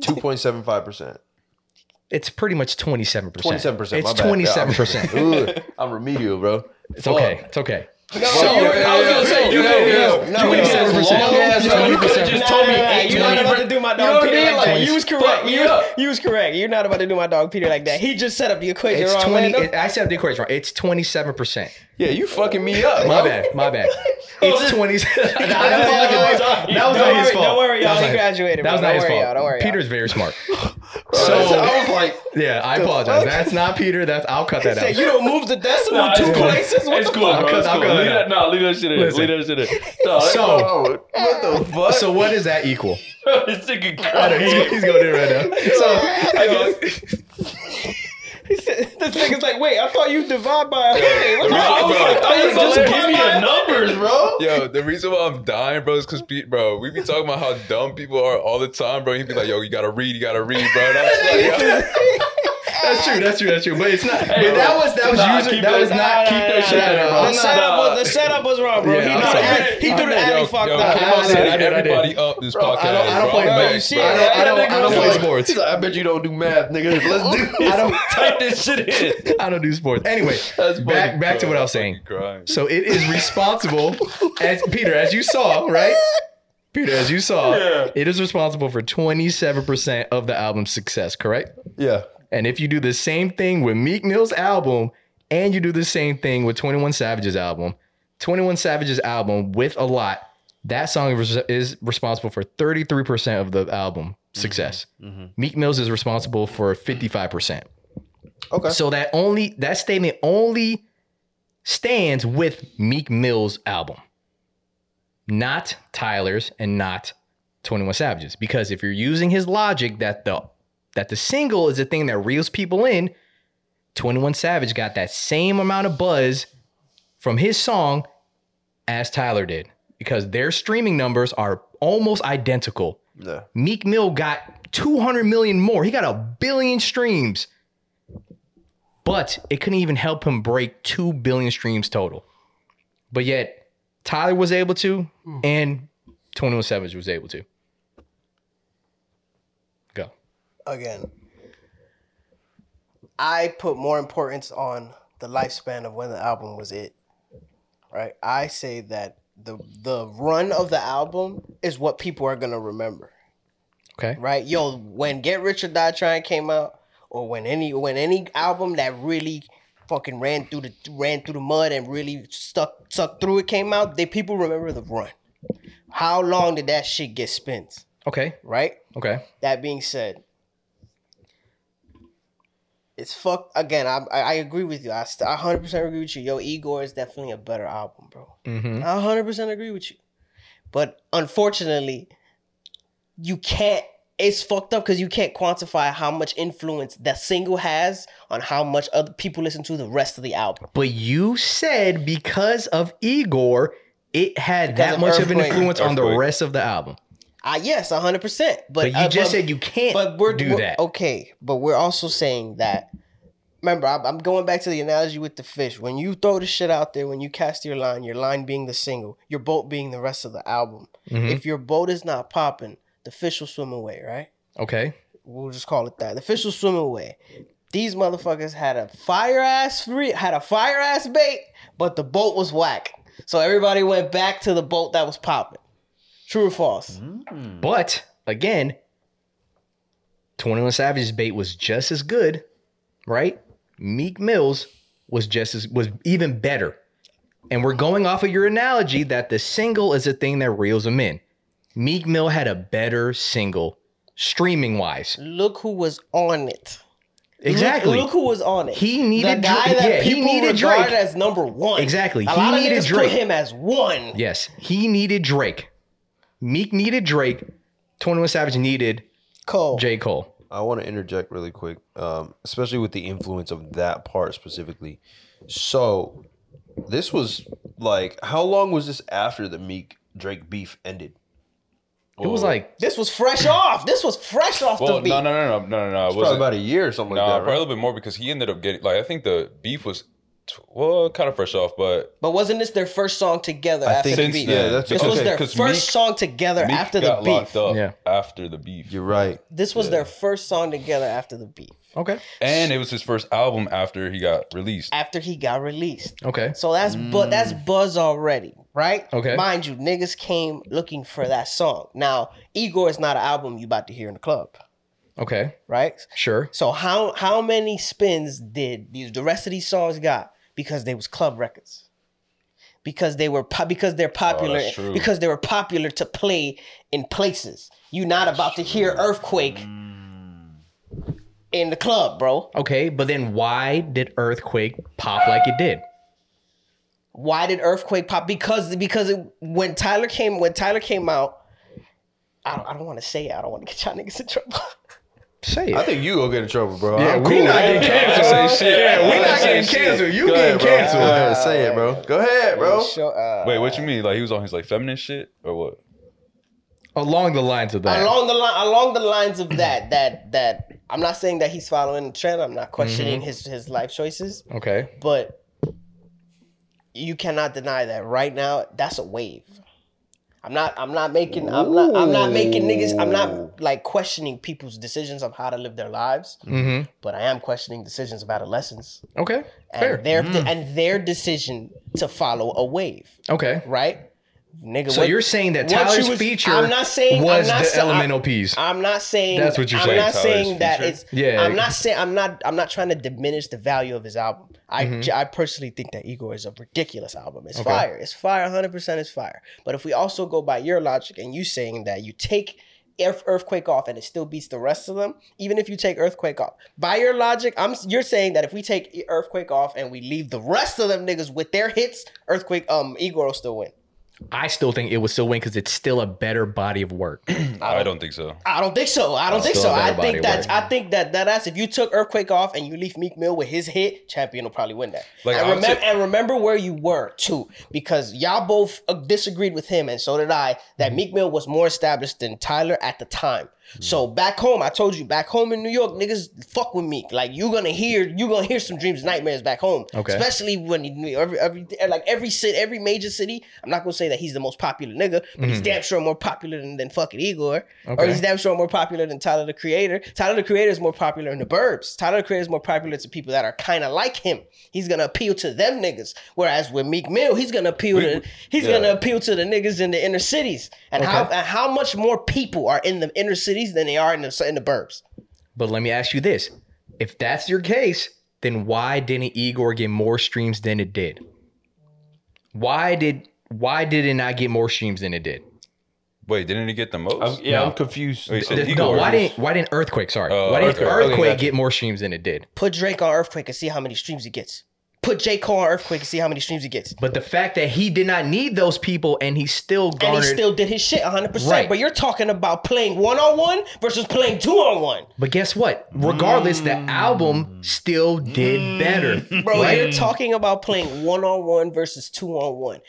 Speaker 3: Two point seven five percent.
Speaker 1: It's pretty much 27%.
Speaker 3: 27%.
Speaker 1: It's
Speaker 3: my bad.
Speaker 1: 27%.
Speaker 3: Ugh, I'm remedial, bro.
Speaker 1: It's okay. It's okay.
Speaker 3: So you- I was gonna say, you
Speaker 4: no,
Speaker 3: know,
Speaker 4: no, no, no, no,
Speaker 1: 27%.
Speaker 4: no, you
Speaker 1: could've
Speaker 4: just told me. You're not about to do my dog Peter like that. You was correct. You was- you was correct. You're not about to do my dog Peter like that. He just set up the equation
Speaker 1: It's
Speaker 4: wrong.
Speaker 1: 20.
Speaker 4: man.
Speaker 1: it- I said the equation wrong. It's 27%.
Speaker 3: Yeah, you fucking me up.
Speaker 1: My bad. My bad. It's 20s.
Speaker 4: That
Speaker 1: That was not his fault.
Speaker 4: Don't worry,
Speaker 1: That
Speaker 4: y'all.
Speaker 1: was not
Speaker 4: He
Speaker 1: his-
Speaker 4: graduated.
Speaker 1: That was
Speaker 4: bro.
Speaker 1: not
Speaker 4: Don't
Speaker 1: his
Speaker 4: worry, y'all. Don't worry,
Speaker 1: fault.
Speaker 4: y'all.
Speaker 1: Peter's very smart.
Speaker 3: So
Speaker 1: So
Speaker 3: I was like,
Speaker 1: yeah, I apologize. That's not Peter. That's I'll cut that
Speaker 4: Say
Speaker 1: out.
Speaker 4: you don't move the decimal
Speaker 6: Nah, it's
Speaker 4: two
Speaker 6: cool.
Speaker 4: places. What
Speaker 6: It's
Speaker 4: the
Speaker 6: cool,
Speaker 4: fuck?
Speaker 6: bro. It's
Speaker 1: I'll
Speaker 6: cool.
Speaker 1: cut it
Speaker 6: Leave that,
Speaker 1: out.
Speaker 6: no, leave that shit in.
Speaker 1: Listen.
Speaker 6: Leave that shit in. No, that's
Speaker 1: So
Speaker 3: oh, what the fuck?
Speaker 1: so what does that equal?
Speaker 6: cool. this nigga
Speaker 1: I know, he's,
Speaker 6: crazy.
Speaker 1: he's going in right now. So
Speaker 6: I guess-
Speaker 4: He said- this nigga's like, wait, I thought you divide by a hundred. What the
Speaker 6: Bro,
Speaker 4: fuck?
Speaker 6: I was like, I was
Speaker 4: Just
Speaker 6: like,
Speaker 4: give
Speaker 6: give me
Speaker 4: me
Speaker 6: the numbers, bro.
Speaker 2: Yo, the reason why I'm dying, bro, is because, bro, we be talking about how dumb people are all the time, bro. He'd be like, yo, you gotta read, you gotta read, bro. And I'm just like,
Speaker 1: that's true. That's true. That's true. But it's not.
Speaker 6: Hey,
Speaker 1: but that was that was
Speaker 6: nah,
Speaker 1: user,
Speaker 6: keep
Speaker 1: that
Speaker 6: that-
Speaker 1: was
Speaker 6: nah,
Speaker 1: not
Speaker 4: nah,
Speaker 1: keep
Speaker 4: nah,
Speaker 1: that shit
Speaker 4: nah,
Speaker 1: out
Speaker 4: The
Speaker 1: at
Speaker 6: nah.
Speaker 1: all.
Speaker 6: Nah.
Speaker 4: setup was the setup was wrong, bro.
Speaker 1: Yeah,
Speaker 4: he
Speaker 1: I'm
Speaker 4: threw the alley, he
Speaker 1: sorry. I
Speaker 4: threw the
Speaker 1: know,
Speaker 2: yo,
Speaker 4: alley
Speaker 2: yo,
Speaker 4: fucked
Speaker 2: yo,
Speaker 4: up.
Speaker 2: keep
Speaker 1: I
Speaker 2: on
Speaker 1: did, I
Speaker 2: setting
Speaker 1: did, I did.
Speaker 2: everybody up this
Speaker 3: Bro,
Speaker 2: podcast.
Speaker 3: I don't- I
Speaker 1: don't
Speaker 2: bro.
Speaker 1: play
Speaker 2: I'm
Speaker 1: back.
Speaker 2: back,
Speaker 4: shit.
Speaker 2: bro.
Speaker 1: I don't, I don't, I don't
Speaker 3: He's
Speaker 1: play
Speaker 3: like-
Speaker 1: sports.
Speaker 3: He's like, I bet you don't do math, nigga. Let's do this.
Speaker 1: I don't.
Speaker 6: Type this shit in.
Speaker 1: I don't do sports. Anyway,
Speaker 6: That's
Speaker 1: back
Speaker 6: funny,
Speaker 1: back to
Speaker 2: bro.
Speaker 1: what I
Speaker 2: I'm
Speaker 1: was saying.
Speaker 2: fucking crying.
Speaker 1: So it is responsible, as Peter, as you saw, right? Peter, as you saw,
Speaker 6: Yeah.
Speaker 1: it is responsible for 27% of the album's success, correct?
Speaker 3: Yeah.
Speaker 1: And if you do the same thing with Meek Mill's album and you do the same thing with 21 Savage's album, 21 Savage's album with a lot, that song is is responsible for 33% of the album success. Meek Mill's is responsible for 55%.
Speaker 3: Okay.
Speaker 1: So that only that statement only stands with Meek Mill's album, not Tyler's and not Twenty One Savages. Because if you're using his logic that the that the single is the thing that reels people in, Twenty One Savage got that same amount of buzz from his song as Tyler did, because their streaming numbers are almost identical.
Speaker 3: Yeah.
Speaker 1: Meek Mill got 200 million more. He got a billion streams. But it couldn't even help him break 2 billion streams total. But yet, Tyler was able to, and 21 Savage was able to. Go.
Speaker 4: Again, I put more importance on the lifespan of when the album was it. Right, I say that the the run of the album is what people are gonna remember.
Speaker 1: Okay.
Speaker 4: right? Yo, when Get Rich or Die Trying came out, or when any when any album that really fucking ran through the ran through the mud and really stuck stuck through it came out, they people remember the run. How long did that shit get spent?
Speaker 1: Okay.
Speaker 4: Right?
Speaker 1: Okay.
Speaker 4: That being said, it's fuck again. I I, I agree with you. I st- I hundred percent agree with you. Yo, Igor is definitely a better album, bro.
Speaker 1: Mm-hmm.
Speaker 4: I 100% agree with you. But unfortunately, you can't, it's fucked up because you can't quantify how much influence that single has on how much other people listen to the rest of the album.
Speaker 1: But you said because of Igor, it had
Speaker 4: Because
Speaker 1: that
Speaker 4: of
Speaker 1: much of an
Speaker 4: Earthquake.
Speaker 1: influence on the
Speaker 2: Earthquake.
Speaker 1: rest of the album.
Speaker 4: Ah, yes, 100%. But,
Speaker 1: But, you
Speaker 4: uh,
Speaker 1: just
Speaker 4: but-
Speaker 1: said you can't
Speaker 4: but we're,
Speaker 1: do
Speaker 4: we're- oh.
Speaker 1: that.
Speaker 4: Okay, but we're also saying that. Remember, I'm I'm going back to the analogy with the fish. When you throw the shit out there, when you cast your line, your line being the single, your boat being the rest of the album.
Speaker 1: Mhm.
Speaker 4: If your boat is not popping, the fish will swim away, right?
Speaker 1: Okay.
Speaker 4: we'll just call it that. The fish was swimming away. These motherfuckers had a fire ass free, had a fire ass bait, but the boat was whack. So everybody went back to the boat that was popping. True or false?
Speaker 1: Mm-hmm. But again, 21 Savage's bait was just as good, right? Meek Mills was just as was even better. And we're going off of your analogy that the single is the thing that reels them in. Meek Mill had a better single streaming wise.
Speaker 4: Look who was on it.
Speaker 1: Exactly.
Speaker 4: Look, look who was on it.
Speaker 1: He
Speaker 4: the
Speaker 1: needed
Speaker 4: guy
Speaker 1: Drake.
Speaker 4: that
Speaker 1: Yeah,
Speaker 4: people
Speaker 1: he needed
Speaker 4: regard
Speaker 1: Drake.
Speaker 4: as number one.
Speaker 1: Exactly.
Speaker 4: A
Speaker 1: He
Speaker 4: lot of
Speaker 1: needed
Speaker 4: niggas
Speaker 1: Drake.
Speaker 4: put him as one.
Speaker 1: Yes, he needed Drake. Meek needed Drake. 21 Savage needed
Speaker 4: Cole.
Speaker 1: J. Cole.
Speaker 3: I want to interject really quick, um, especially with the influence of that part specifically. So, this was like, how long was this after the Meek Drake beef ended?
Speaker 1: It was like
Speaker 4: This was fresh off. This was fresh off
Speaker 2: Well,
Speaker 4: the beat.
Speaker 2: no, no, no, no, no, no, no.
Speaker 3: It's
Speaker 2: It
Speaker 3: probably
Speaker 2: wasn't.
Speaker 3: about a year or something
Speaker 2: nah,
Speaker 3: like that.
Speaker 2: probably a
Speaker 3: Right?
Speaker 2: little bit more because he ended up getting like I think the beef was t- well kind of fresh off, but
Speaker 4: But wasn't this their first song together
Speaker 3: I
Speaker 4: after
Speaker 3: think
Speaker 4: the
Speaker 2: since
Speaker 4: beat?
Speaker 2: then,
Speaker 3: Yeah, that's-
Speaker 4: This was
Speaker 3: okay,
Speaker 4: their
Speaker 2: 'cause
Speaker 4: first
Speaker 2: Meek-
Speaker 4: song together
Speaker 2: Meek
Speaker 4: after the
Speaker 2: got
Speaker 4: beef.
Speaker 2: locked up
Speaker 1: Yeah.
Speaker 2: after the beef,
Speaker 3: You're right.
Speaker 4: This was their first song together after the beef,
Speaker 1: okay.
Speaker 2: and it was his first album after he got released.
Speaker 4: after he got released.
Speaker 1: Okay.
Speaker 4: So that's bu- that's buzz already, right?
Speaker 1: Okay.
Speaker 4: Mind you, niggas came looking for that song. Now, Igor is not an album you about to hear in the club,
Speaker 1: Okay.
Speaker 4: right?
Speaker 1: Sure.
Speaker 4: So how how many spins did these the rest of these songs got because they was club records? because they were po- because they're popular
Speaker 2: Oh, that's true.
Speaker 4: because they were popular to play in places. You're not about to hear earthquake
Speaker 2: Mm.
Speaker 4: in the club, bro.
Speaker 1: Okay, but then why did Earthquake pop like it did?
Speaker 4: Why did earthquake pop? Because because it, when Tyler came when Tyler came out, I don't I don't want to say it. I don't want to get y'all niggas in trouble.
Speaker 1: Say it.
Speaker 3: I think you gonna get in trouble, bro.
Speaker 1: Yeah,
Speaker 3: I'm
Speaker 1: we
Speaker 3: cool.
Speaker 1: not getting
Speaker 2: Say shit.
Speaker 1: yeah, we
Speaker 2: Say
Speaker 1: not getting
Speaker 2: shit.
Speaker 1: canceled. You
Speaker 3: Go
Speaker 1: getting
Speaker 3: ahead, bro.
Speaker 1: canceled.
Speaker 3: Go ahead, say it, bro. Go ahead, bro.
Speaker 4: Sure, uh,
Speaker 2: Wait, what you mean? Like he was on his like feminist shit or what?
Speaker 1: Along the lines of that.
Speaker 4: along the line along the lines of that that that I'm not saying that he's following the trend. I'm not
Speaker 1: Mm-hmm.
Speaker 4: questioning his his life choices,
Speaker 1: okay.
Speaker 4: but you cannot deny that right now that's a wave. I'm not I'm not making I'm not I'm not making niggas I'm not like questioning people's decisions of how to live their lives,
Speaker 1: hmm
Speaker 4: but I am questioning decisions of adolescence
Speaker 1: Okay.
Speaker 4: and
Speaker 1: Fair. Mm.
Speaker 4: their and their decision to follow a wave,
Speaker 1: Okay.
Speaker 4: right? Nigga,
Speaker 1: So
Speaker 4: what-
Speaker 1: you're saying that
Speaker 4: what you
Speaker 1: Tyler's
Speaker 4: was-
Speaker 1: feature
Speaker 4: I'm not saying-
Speaker 1: was
Speaker 4: I'm not
Speaker 1: the
Speaker 4: sa- I'm-
Speaker 1: elemental piece.
Speaker 4: I'm not saying
Speaker 1: That's what you're
Speaker 4: I'm
Speaker 1: saying,
Speaker 4: not
Speaker 2: Tyler's
Speaker 4: saying that
Speaker 2: future.
Speaker 4: it's.
Speaker 1: Yeah.
Speaker 4: Yeah, I'm not saying I'm not. I'm not trying to diminish the value of his album. I I personally think that Igor is a ridiculous album. It's
Speaker 1: Mm-hmm. Okay.
Speaker 4: fire. It's fire. 100 percent is fire. But if we also go by your logic and you saying that you take Earth- earthquake off and it still beats the rest of them, even if you take earthquake off, by your logic, I'm you're saying that if we take E-, earthquake off and we leave the rest of them niggas with their hits, earthquake um Igor will still win.
Speaker 1: I still think it would still win because it's still a better body of work.
Speaker 2: I don't, think so.
Speaker 4: I don't think so. I don't think so.
Speaker 1: still got
Speaker 4: I
Speaker 1: a body
Speaker 4: think that
Speaker 1: work.
Speaker 4: I think that that ass. If you took Earthquake off and you leave Meek Mill with his hit, Champion will probably win that.
Speaker 2: Like,
Speaker 4: and
Speaker 2: I would
Speaker 4: remember,
Speaker 2: say-
Speaker 4: and remember where you were too, because y'all both uh, disagreed with him, and so did I.
Speaker 2: Mm-hmm.
Speaker 4: That Meek Mill was more established than Tyler at the time. So back home, I told you, back home in New York, niggas fuck with Meek. Like you're gonna hear, you're gonna hear some dreams, and nightmares back home.
Speaker 1: Okay.
Speaker 4: Especially when you- every, every like every city, every major city. I'm not gonna say that he's the most popular nigga, but he's damn sure more popular than, than fucking Igor. Or
Speaker 1: Okay.
Speaker 4: he's damn sure more popular than Tyler the Creator. Tyler the Creator is more popular in the burbs. Tyler the Creator is more popular to people that are kind of like him. He's gonna appeal to them niggas. Whereas with Meek Mill, he's gonna appeal
Speaker 2: We-
Speaker 4: to
Speaker 2: we-
Speaker 4: he's
Speaker 2: yeah.
Speaker 4: gonna appeal to the niggas in the inner cities. And how and how much more people are in the inner cities than they are in the in the burbs?
Speaker 1: But let me ask you this: If that's your case, then why didn't Igor get more streams than it did? Why did why did it not get more streams than it did?
Speaker 2: Wait, didn't he get the most?
Speaker 3: I'm, yeah,
Speaker 1: No.
Speaker 3: I'm confused.
Speaker 2: Oh, you said
Speaker 1: The- no,
Speaker 2: Igor.
Speaker 1: why didn't why didn't Earthquake? Sorry,
Speaker 2: Oh,
Speaker 1: why didn't
Speaker 2: Earthquake.
Speaker 1: Earthquake
Speaker 3: Okay, gotcha.
Speaker 1: get more streams than it did?
Speaker 4: Put Drake on Earthquake and see how many streams he gets. Put J. Cole on Earthquake and see how many streams he gets.
Speaker 1: But the fact that he did not need those people and he still
Speaker 4: And
Speaker 1: garnered
Speaker 4: he still did his shit 100%.
Speaker 1: Right.
Speaker 4: But you're talking about playing one on one versus playing two on one.
Speaker 1: But guess what? Regardless, the album still did better.
Speaker 4: Mm. Bro,
Speaker 1: right?
Speaker 4: you're talking about playing one on one versus two on one.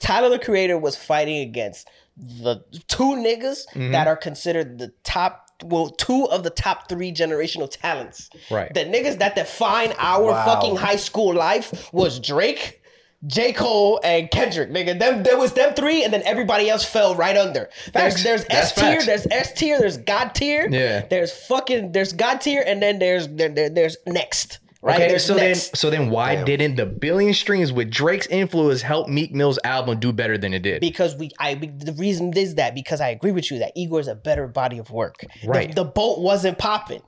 Speaker 4: Tyler the Creator was fighting against the two niggas
Speaker 1: Mm-hmm.
Speaker 4: that are considered the top, well, two of the top three generational talents.
Speaker 1: Right.
Speaker 4: The niggas that define our fucking high school life was Drake. J. Cole and Kendrick, nigga. Them there was them three, and then everybody else fell right under.
Speaker 1: Facts.
Speaker 4: There's there's
Speaker 1: That's
Speaker 4: S tier,
Speaker 1: facts.
Speaker 4: there's S tier, there's God tier,
Speaker 1: Yeah.
Speaker 4: There's fucking there's God tier, and then there's there, there- there's next, right?
Speaker 1: okay,
Speaker 4: there's
Speaker 1: so
Speaker 4: next.
Speaker 1: then so then why didn't the billion streams with Drake's influence help Meek Mill's album do better than it did?
Speaker 4: because we I the reason is that because I agree with you that Igor is a better body of work. The-
Speaker 1: Right.
Speaker 4: The, boat wasn't popping.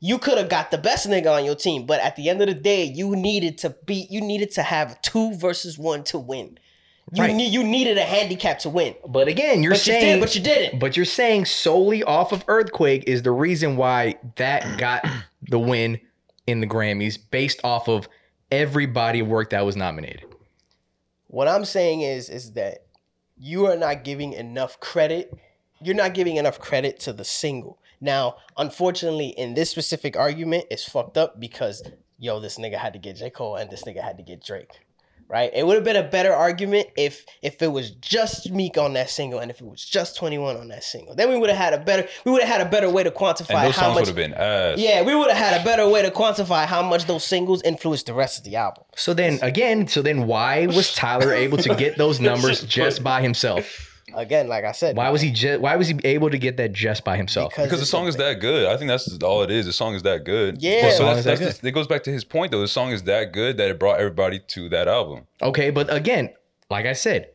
Speaker 4: You could have got the best nigga on your team, but at the end of the day, you needed to beat. You needed to have two versus one to win. You
Speaker 1: Right.
Speaker 4: need, you needed a handicap to win.
Speaker 1: But again, you're
Speaker 4: But you
Speaker 1: saying
Speaker 4: did, but you didn't.
Speaker 1: but you're saying solely off of Earthquake is the reason why that got the win in the Grammys based off of every body of work that was nominated.
Speaker 4: What I'm saying is is that you are not giving enough credit. You're not giving enough credit to the single. Now, unfortunately, in this specific argument, it's fucked up because yo, this nigga had to get J. Cole and this nigga had to get Drake. Right? It would have been a better argument if if it was just Meek on that single and if it was just 21 on that single. Then we would have had a better we would have had a better way to quantify
Speaker 2: and those
Speaker 4: how
Speaker 2: songs would
Speaker 4: much
Speaker 2: have been ass.
Speaker 4: Yeah, we would have had a better way to quantify how much those singles influenced the rest of the album.
Speaker 1: So then again, so then why was Tyler able to get those numbers just by himself?
Speaker 4: Again, like I said,
Speaker 1: Why was he just why was he able to get that just by himself?
Speaker 2: Because the
Speaker 4: it's-
Speaker 2: song is that good. I think that's all it is. The song is that good.
Speaker 4: Yeah. The
Speaker 2: So
Speaker 1: song
Speaker 2: that's,
Speaker 1: is that
Speaker 2: that's just- it goes back to his point though. The song is that good that it brought everybody to that album.
Speaker 1: Okay, but again, like I said,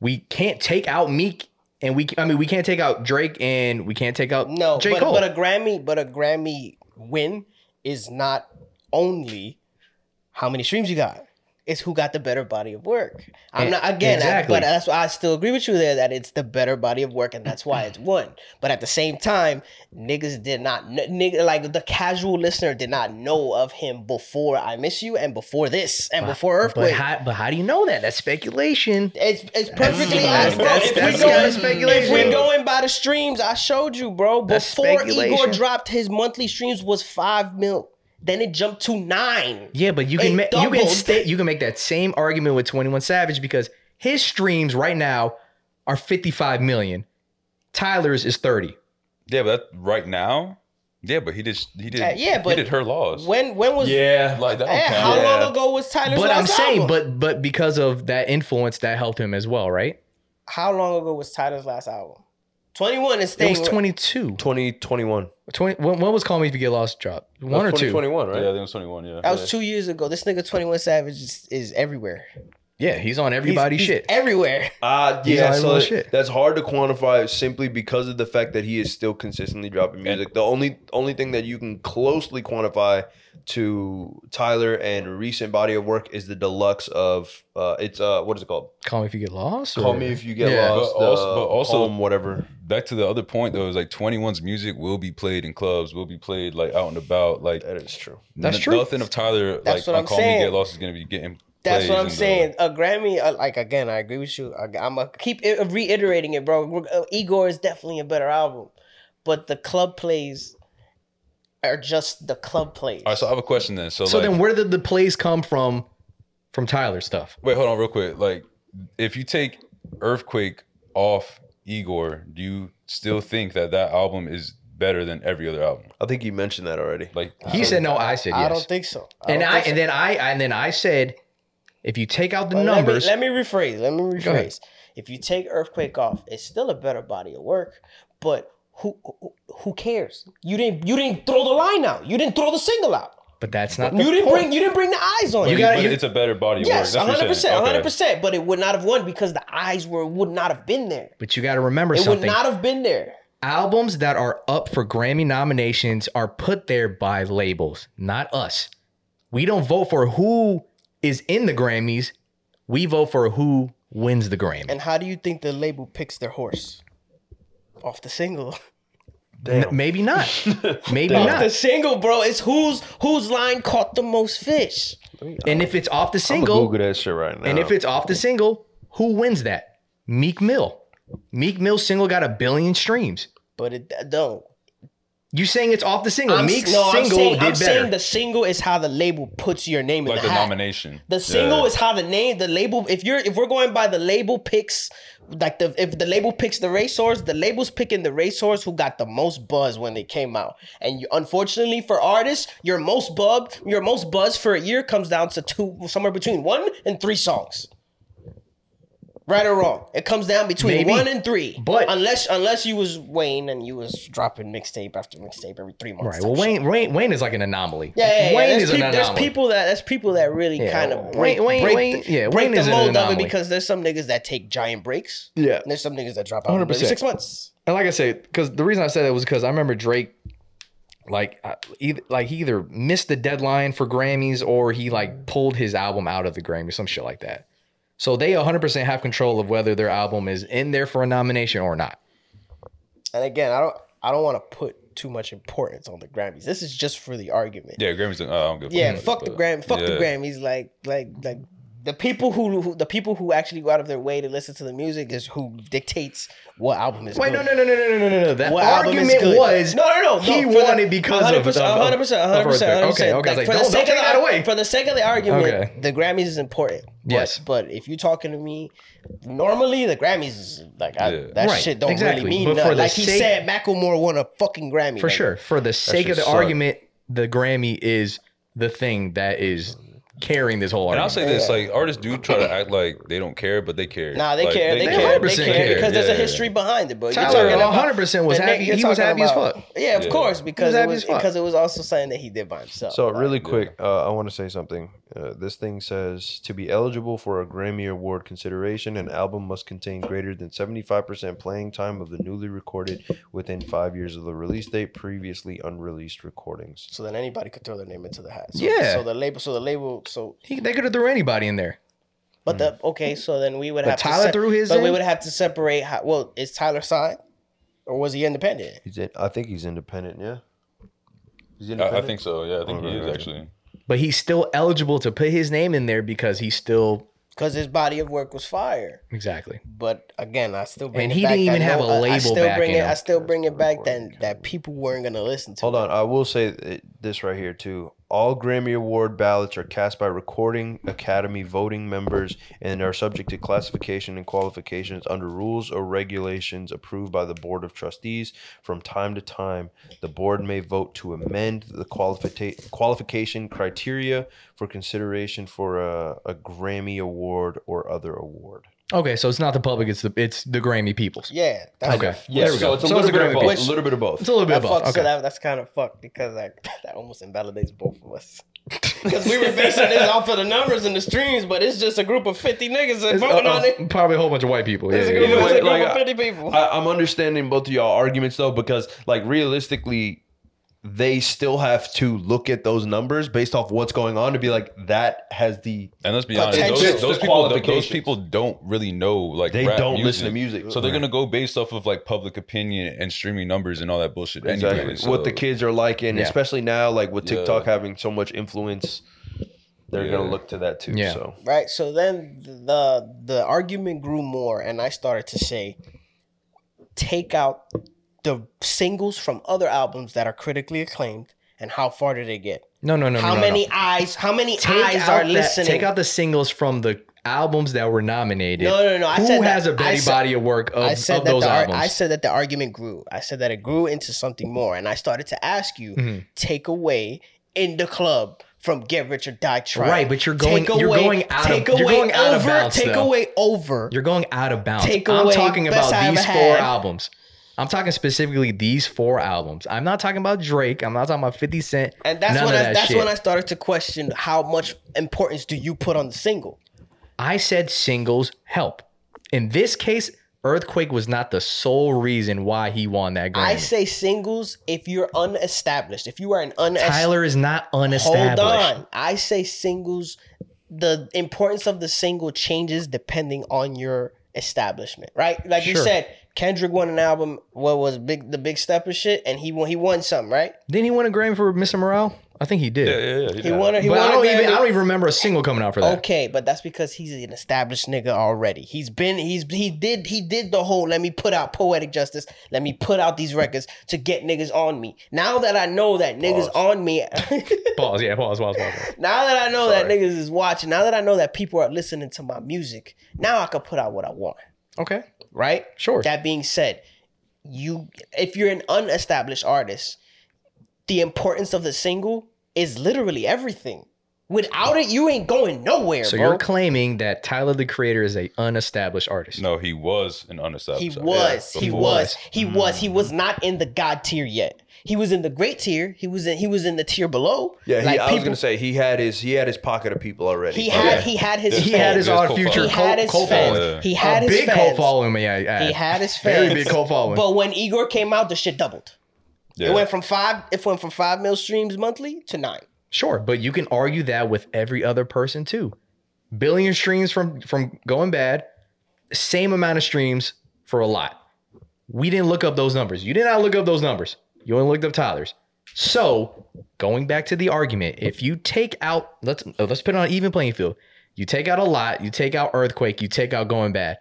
Speaker 1: we can't take out Meek and we I mean we can't take out Drake and we can't take out
Speaker 4: No,
Speaker 1: J.
Speaker 4: but,
Speaker 1: Cole.
Speaker 4: but a Grammy, but a Grammy win is not only how many streams you got. is who got the better body of work. I'm
Speaker 1: E-
Speaker 4: not again, I-
Speaker 1: exactly.
Speaker 4: but that's why I still agree with you there that it's the better body of work, and that's why it's won. But at the same time, niggas did not kn- nigga like the casual listener did not know of him before I miss you and before this and before
Speaker 1: But
Speaker 4: earthquake.
Speaker 1: how, but how do you know that? That's speculation.
Speaker 4: It's it's perfectly
Speaker 1: That's-
Speaker 4: honest, bro.
Speaker 1: that's-
Speaker 4: if, we're
Speaker 1: that's
Speaker 4: going,
Speaker 1: kinda speculation.
Speaker 4: if we're going by the streams, I showed you, bro.
Speaker 1: That's
Speaker 4: Before Igor
Speaker 1: speculation.
Speaker 4: dropped, his monthly streams was five mil. Then it jumped to nine.
Speaker 1: Yeah, but you
Speaker 4: It
Speaker 1: can make you can
Speaker 4: doubled.
Speaker 1: stay you can make that same argument with 21 Savage because his streams right now are 55 million. Tyler's is 30.
Speaker 2: Yeah, but that, right now, yeah, but he did. He did.
Speaker 4: Uh, yeah,
Speaker 2: he
Speaker 4: but
Speaker 2: did her laws.
Speaker 4: When when was
Speaker 6: Yeah.
Speaker 2: like that. Don't
Speaker 4: Eh,
Speaker 2: count.
Speaker 4: how
Speaker 6: Yeah.
Speaker 4: long ago was Tyler's
Speaker 1: but I'm
Speaker 4: last
Speaker 1: saying,
Speaker 4: album?
Speaker 1: but but because of that influence, that helped him as well, right?
Speaker 4: how long ago was Tyler's last album? Twenty one is
Speaker 1: It
Speaker 4: staying.
Speaker 1: was 22.
Speaker 3: 2021.
Speaker 1: 20, when, when was Call Me If You Get Lost drop? One or two?
Speaker 3: 2021, right?
Speaker 2: Yeah, I think it was twenty one. Yeah,
Speaker 4: That was two years ago. This nigga Twenty One Savage is, is everywhere.
Speaker 1: Yeah, he's on
Speaker 4: He's-
Speaker 1: everybody's
Speaker 4: he's
Speaker 1: shit.
Speaker 4: everywhere.
Speaker 3: Uh,
Speaker 1: He's
Speaker 3: yeah,
Speaker 1: on
Speaker 3: so
Speaker 1: everyone's
Speaker 3: that-
Speaker 1: shit.
Speaker 3: that's hard to quantify simply because of the fact that he is still consistently dropping music. The only only thing that you can closely quantify to Tyler and recent body of work is the deluxe of uh, it's uh what is it called?
Speaker 1: Call Me If You Get Lost?
Speaker 3: Call
Speaker 1: or-
Speaker 3: me if you get
Speaker 1: Yeah.
Speaker 3: lost.
Speaker 2: But
Speaker 3: the
Speaker 2: also- but also-
Speaker 3: Calm, whatever.
Speaker 2: back to the other point though. Is like 21's music will be played in clubs, will be played like out and about. Like
Speaker 3: That is true.
Speaker 1: That's
Speaker 2: n-
Speaker 1: true.
Speaker 2: Nothing of Tyler
Speaker 4: That's
Speaker 2: like
Speaker 4: what
Speaker 2: on
Speaker 4: I'm
Speaker 2: Call
Speaker 4: saying.
Speaker 2: Me Get Lost is gonna be getting.
Speaker 4: That's
Speaker 2: plays
Speaker 4: what I'm
Speaker 2: in the-
Speaker 4: saying. A Grammy, uh, like again, I agree with you. I, I'm a keep i- reiterating it, bro. We're- uh, Igor is definitely a better album, but the club plays are just the club plays.
Speaker 2: Oh, All right, so I have a question then. So,
Speaker 1: So
Speaker 2: like,
Speaker 1: then where did the plays come from from Tyler stuff?
Speaker 2: wait, hold on, real quick. Like, if you take Earthquake off Igor, do you still think that that album is better than every other album?
Speaker 3: I think you mentioned that already.
Speaker 2: Like
Speaker 1: He said no, I said yes.
Speaker 4: I don't think so.
Speaker 1: and
Speaker 4: don't
Speaker 1: I
Speaker 4: think so.
Speaker 1: and then I and then I said if you take out the
Speaker 4: But let me-
Speaker 1: numbers,
Speaker 4: Let me, rephrase. Let me
Speaker 1: Go ahead.
Speaker 4: rephrase. If you take earthquake off, it's still a better body of work, but. Who, who who cares? You didn't you didn't throw the line out. You didn't throw the single out.
Speaker 1: but that's not
Speaker 4: You
Speaker 1: the
Speaker 4: didn't
Speaker 1: point.
Speaker 4: bring you didn't bring the eyes on
Speaker 2: But
Speaker 4: it.
Speaker 1: You
Speaker 2: he-
Speaker 1: gotta-
Speaker 2: but it's a better body of
Speaker 4: Yes,
Speaker 2: work. That's what
Speaker 4: hundred
Speaker 2: you're saying.
Speaker 4: percent, hundred
Speaker 2: Okay.
Speaker 4: percent. But it would not have won because the eyes were would not have been there.
Speaker 1: But you got to remember
Speaker 4: It
Speaker 1: something.
Speaker 4: would not have been there.
Speaker 1: Albums that are up for Grammy nominations are put there by labels, not us. We don't vote for who is in the Grammys. We vote for who wins the Grammy.
Speaker 4: And how do you think the label picks their horse? Off the single.
Speaker 1: N- maybe not. Maybe
Speaker 4: Off the
Speaker 1: not.
Speaker 4: single, bro. It's whose whose line caught the most fish.
Speaker 1: And if it's off the
Speaker 3: I'ma
Speaker 1: single,
Speaker 3: Google that shit right now.
Speaker 1: and if it's off the single, who wins that? Meek Mill. Meek Mill's single got a billion streams.
Speaker 4: But it don't.
Speaker 1: You saying it's off the single?
Speaker 4: I'm,
Speaker 1: Meek's
Speaker 4: no, I'm
Speaker 1: single
Speaker 4: saying,
Speaker 1: did
Speaker 4: I'm
Speaker 1: better.
Speaker 4: saying the single is how the label puts your name
Speaker 2: Like
Speaker 4: in the,
Speaker 2: the
Speaker 4: hat.
Speaker 2: nomination.
Speaker 4: The single
Speaker 2: Yeah.
Speaker 4: is how the name, the label. If you're, if we're going by the label picks, like the if the label picks the racehorse, the label's picking the racehorse who got the most buzz when they came out. And you, unfortunately for artists, your most bub, your most buzz for a year comes down to two, somewhere between one and three songs. Right or wrong, it comes down between
Speaker 1: Maybe.
Speaker 4: one and three.
Speaker 1: But-
Speaker 4: unless unless you was Wayne and you was dropping mixtape after mixtape every three months.
Speaker 1: Right.
Speaker 4: type
Speaker 1: Well,
Speaker 4: shit.
Speaker 1: Wayne, Wayne, Wayne is like an anomaly.
Speaker 4: Yeah, yeah, yeah.
Speaker 1: Wayne
Speaker 4: there's,
Speaker 1: is
Speaker 4: peop-
Speaker 1: an
Speaker 4: there's
Speaker 1: anomaly.
Speaker 4: people that that's people that really
Speaker 1: Yeah,
Speaker 4: kind of
Speaker 1: Wayne-
Speaker 4: break,
Speaker 1: Wayne-
Speaker 4: break,
Speaker 1: Wayne-
Speaker 4: the,
Speaker 1: yeah,
Speaker 4: break
Speaker 1: Wayne
Speaker 4: the
Speaker 1: is an
Speaker 4: mold of it
Speaker 1: anomaly.
Speaker 4: because there's some niggas that take giant breaks.
Speaker 1: Yeah.
Speaker 4: And there's some niggas that drop out in
Speaker 1: 100%.
Speaker 4: six months.
Speaker 1: and like I said, because the reason I said that was because I remember Drake, like, I- either like he either missed the deadline for Grammys or he like pulled his album out of the Grammys, some shit like that. So they 100% have control of whether their album is in there for a nomination or not.
Speaker 4: And again, I don't I don't want to put too much importance on the Grammys. This is just for the argument.
Speaker 2: Yeah, Grammys. Like, oh, I don't give a
Speaker 4: Yeah,
Speaker 2: fuck,
Speaker 4: fuck the
Speaker 2: but-
Speaker 4: Gram, fuck the
Speaker 2: Yeah.
Speaker 4: Grammys. Like, like, like the people who, who the people who actually go out of their way to listen to the music is who dictates what album is.
Speaker 1: Wait,
Speaker 4: good.
Speaker 1: no, no, no, no, no, no, no, no. That
Speaker 4: What album is
Speaker 1: argument
Speaker 4: good.
Speaker 1: was
Speaker 4: no, no, no.
Speaker 1: he
Speaker 4: no, for
Speaker 1: won it because of-
Speaker 4: 100%,
Speaker 1: of-
Speaker 4: 100%, 100%,
Speaker 1: of Earthquake. Okay, okay, I was like,
Speaker 4: for the
Speaker 1: don't- don't
Speaker 4: sake
Speaker 1: take
Speaker 4: of the-
Speaker 1: that away.
Speaker 4: For the sake of the argument,
Speaker 1: Okay.
Speaker 4: the Grammys is important. But-
Speaker 1: Yes.
Speaker 4: but, if you're talking to me, normally the Grammys is like I,
Speaker 2: Yeah.
Speaker 4: that
Speaker 1: Right,
Speaker 4: shit don't
Speaker 1: exactly.
Speaker 4: really mean
Speaker 1: But for
Speaker 4: nothing.
Speaker 1: the
Speaker 4: Like he
Speaker 1: sake-
Speaker 4: said, Macklemore won a fucking Grammy
Speaker 1: for
Speaker 4: nigga.
Speaker 1: sure. For the sake
Speaker 3: shit
Speaker 1: of the
Speaker 3: sucked.
Speaker 1: argument, the Grammy is the thing that is carrying this whole
Speaker 2: And I'll
Speaker 1: argument.
Speaker 2: say this: like artists do try to act like they don't care, but they care.
Speaker 4: Nah, they
Speaker 2: Like,
Speaker 4: care. They,
Speaker 1: they
Speaker 4: care. They
Speaker 1: 100%
Speaker 4: care,
Speaker 1: care,
Speaker 4: because there's a
Speaker 2: yeah.
Speaker 4: history behind it, bro. You're
Speaker 1: Tyler
Speaker 4: talking about-
Speaker 1: 100% was
Speaker 4: the nigga
Speaker 1: happy.
Speaker 4: you're
Speaker 1: He was
Speaker 4: talking
Speaker 1: happy as
Speaker 4: about-
Speaker 1: fuck.
Speaker 4: Yeah, of
Speaker 2: Yeah.
Speaker 4: course, because it
Speaker 1: happy
Speaker 4: was
Speaker 1: as fuck.
Speaker 4: because it was also something that he did by himself.
Speaker 3: So
Speaker 4: Like,
Speaker 3: really quick, uh, I want to say something. Uh, this thing says to be eligible for a Grammy Award consideration, an album must contain greater than seventy-five percent playing time of the newly recorded within five years of the release date, previously unreleased recordings.
Speaker 4: so then anybody could throw their name into the hat. So,
Speaker 1: Yeah.
Speaker 4: So the label, so the label, Snoop. So,
Speaker 1: He, they could have threw anybody in there.
Speaker 4: but the okay, so then we would
Speaker 1: Mm. But
Speaker 4: have
Speaker 1: Tyler
Speaker 4: to
Speaker 1: threw his
Speaker 4: But we
Speaker 1: in?
Speaker 4: would have to separate. How, well, is Tyler signed, or was he independent?
Speaker 3: He's in, I think he's independent. Yeah. He's
Speaker 2: Uh, I, I think so. Yeah, I think he
Speaker 3: Okay,
Speaker 2: is
Speaker 3: okay.
Speaker 2: actually.
Speaker 1: But he's still eligible to put his name in there because he's still
Speaker 4: Because his body of work was fire.
Speaker 1: exactly.
Speaker 4: But again, I still bring
Speaker 1: And
Speaker 4: it
Speaker 1: he
Speaker 4: back
Speaker 1: didn't
Speaker 4: that
Speaker 1: even have
Speaker 4: no-
Speaker 1: a
Speaker 4: I- I
Speaker 1: label
Speaker 4: still
Speaker 1: back
Speaker 4: bring
Speaker 1: in
Speaker 4: it.
Speaker 1: him.
Speaker 4: I still bring it back that that people weren't gonna listen to.
Speaker 3: Hold on, I will say th- this right here too. All Grammy Award ballots are cast by recording Academy voting members and are subject to classification and qualifications under rules or regulations approved by the Board of Trustees. From time to time, the board may vote to amend the qualifica- qualification criteria for consideration for a, a Grammy Award or other award.
Speaker 1: Okay, so it's not the public; it's the it's the Grammy peoples.
Speaker 4: Yeah, that's
Speaker 1: Okay.
Speaker 3: Yes,
Speaker 1: we
Speaker 3: so
Speaker 1: go.
Speaker 3: it's a
Speaker 1: So it's
Speaker 3: little
Speaker 1: a
Speaker 3: bit of
Speaker 1: Grammy
Speaker 3: both.
Speaker 1: piece.
Speaker 3: A little bit of both.
Speaker 1: It's a little bit
Speaker 4: that
Speaker 1: of both.
Speaker 4: fucks, so
Speaker 1: Okay.
Speaker 4: that, that's kind of fucked because I, that almost invalidates both of us. Because we were basing this off of the numbers and the streams, but it's just a group of fifty niggas that
Speaker 1: It's, uh,
Speaker 4: voting on
Speaker 1: uh,
Speaker 4: it.
Speaker 1: probably a whole bunch of white people. Yeah,
Speaker 4: It's a
Speaker 1: yeah,
Speaker 4: group,
Speaker 1: yeah. uh,
Speaker 3: Either
Speaker 4: it's a
Speaker 3: way,
Speaker 4: group
Speaker 3: like,
Speaker 4: of fifty people.
Speaker 3: I, I'm understanding both of y'all arguments though, because like realistically, they still have to look at those numbers based off what's going on to be like that has the
Speaker 2: And let's be honest,
Speaker 4: Potential.
Speaker 2: those,
Speaker 3: Just
Speaker 2: those
Speaker 3: the
Speaker 2: people those
Speaker 3: qualifications.
Speaker 2: people don't really know like
Speaker 3: they
Speaker 2: rap
Speaker 3: don't listen to music.
Speaker 2: So they're gonna go based off of like public opinion and streaming numbers and all that bullshit.
Speaker 3: exactly
Speaker 2: Anyway,
Speaker 3: what the
Speaker 2: so-
Speaker 3: kids are like, and
Speaker 1: Yeah.
Speaker 3: especially now, like with
Speaker 2: Yeah.
Speaker 3: TikTok having so much influence, they're
Speaker 2: Yeah.
Speaker 3: gonna look to that too.
Speaker 1: Yeah.
Speaker 3: So
Speaker 4: Right. So then the the argument grew more, and I started to say, take out the singles from other albums that are critically acclaimed, and how far did they get?
Speaker 1: No, no, no, no,
Speaker 4: how
Speaker 1: no,
Speaker 4: many
Speaker 1: no.
Speaker 4: eyes? How many
Speaker 1: Take
Speaker 4: eyes
Speaker 1: out
Speaker 4: are
Speaker 1: that-
Speaker 4: listening?
Speaker 1: Take out the singles from the albums that were nominated.
Speaker 4: No, no, no. I
Speaker 1: Who
Speaker 4: said
Speaker 1: has
Speaker 4: that-
Speaker 1: a
Speaker 4: I
Speaker 1: better
Speaker 4: said-
Speaker 1: body of work of,
Speaker 4: I said
Speaker 1: of
Speaker 4: that
Speaker 1: those
Speaker 4: the ar-
Speaker 1: albums?
Speaker 4: I said that the argument grew. I said that it grew into something more, and I started to ask you
Speaker 1: Mhm.
Speaker 4: take away in the club from Get Rich or Die Trying.
Speaker 1: Right, but you're going- you're going out of-
Speaker 4: take
Speaker 1: you're
Speaker 4: away
Speaker 1: going out of
Speaker 4: over,
Speaker 1: bounds,
Speaker 4: take
Speaker 1: though.
Speaker 4: away over.
Speaker 1: You're going out of bounds.
Speaker 4: Take
Speaker 1: I'm
Speaker 4: away
Speaker 1: talking about
Speaker 4: Best I
Speaker 1: these
Speaker 4: Ever
Speaker 1: four
Speaker 4: Had.
Speaker 1: albums. I'm talking specifically these four albums. I'm not talking about Drake. I'm not talking about 50 Cent.
Speaker 4: and that's
Speaker 1: none
Speaker 4: when
Speaker 1: of
Speaker 4: I,
Speaker 1: that
Speaker 4: that's
Speaker 1: shit.
Speaker 4: when I started to question how much importance do you put on the single?
Speaker 1: I said singles help. In this case, Earthquake was not the sole reason why he won that Grammy.
Speaker 4: I say singles if you're unestablished. If you are an unestablished
Speaker 1: Tyler is not
Speaker 4: Hold
Speaker 1: unestablished.
Speaker 4: on. I say singles, the importance of the single changes depending on your establishment, right? Like you
Speaker 1: Sure.
Speaker 4: said, Kendrick won an album, what was big the big step and shit, and he won he won something, right?
Speaker 1: Didn't he win a Grammy for Mr. Morale? I think he did.
Speaker 2: yeah, yeah, yeah,
Speaker 4: He won a he
Speaker 1: but
Speaker 4: won
Speaker 1: I
Speaker 4: a
Speaker 1: don't even
Speaker 4: Grammy.
Speaker 1: I don't even remember a single coming out for that.
Speaker 4: Okay, but that's because he's an established nigga already. He's been he's he did he did the whole let me put out poetic justice, let me put out these records to get niggas on me. Now that I know that niggas on me
Speaker 1: Pause. Yeah. Pause. Pause. Pause. pause.
Speaker 4: Now that I know that
Speaker 1: Sorry.
Speaker 4: niggas is watching, now that I know that people are listening to my music, now I can put out what I want,
Speaker 1: Okay.
Speaker 4: right?
Speaker 1: Sure.
Speaker 4: That being said, you if you're an unestablished artist, the importance of the single is literally everything. Without it, you ain't going nowhere,
Speaker 1: so
Speaker 4: bro.
Speaker 1: you're claiming that Tyler the Creator is a unestablished artist.
Speaker 2: No, he was an
Speaker 4: he
Speaker 2: unestablished.
Speaker 4: was,
Speaker 2: Yeah,
Speaker 4: he
Speaker 2: before.
Speaker 4: was, he was, he was not in the god tier yet. He was in the great tier. He was in he was in the tier below.
Speaker 3: yeah, he,
Speaker 4: Like,
Speaker 3: I was
Speaker 4: people-
Speaker 3: gonna say he had his he had his pocket of people already.
Speaker 4: he
Speaker 3: Like,
Speaker 4: had he had his
Speaker 1: He
Speaker 4: fans.
Speaker 1: had his
Speaker 2: Yeah,
Speaker 1: odd
Speaker 2: cult
Speaker 1: future
Speaker 4: Oh, he had his
Speaker 1: cult
Speaker 4: fans.
Speaker 1: following.
Speaker 4: He had
Speaker 1: a
Speaker 4: his
Speaker 1: big
Speaker 4: fans.
Speaker 1: cult following. May I add?
Speaker 4: He had his fans.
Speaker 1: very big cult following.
Speaker 4: But when Igor came out, the shit doubled.
Speaker 2: Yeah.
Speaker 4: It went from five. It went from five mil streams monthly to nine.
Speaker 1: Sure, but you can argue that with every other person too. Billion streams from from going bad, same amount of streams for a lot. We didn't look up those numbers. You did not look up those numbers. You only looked up Tyler's. So, going back to the argument, if you take out let's uh, let's put it on an even playing field. You take out a lot, you take out earthquake, you take out going bad.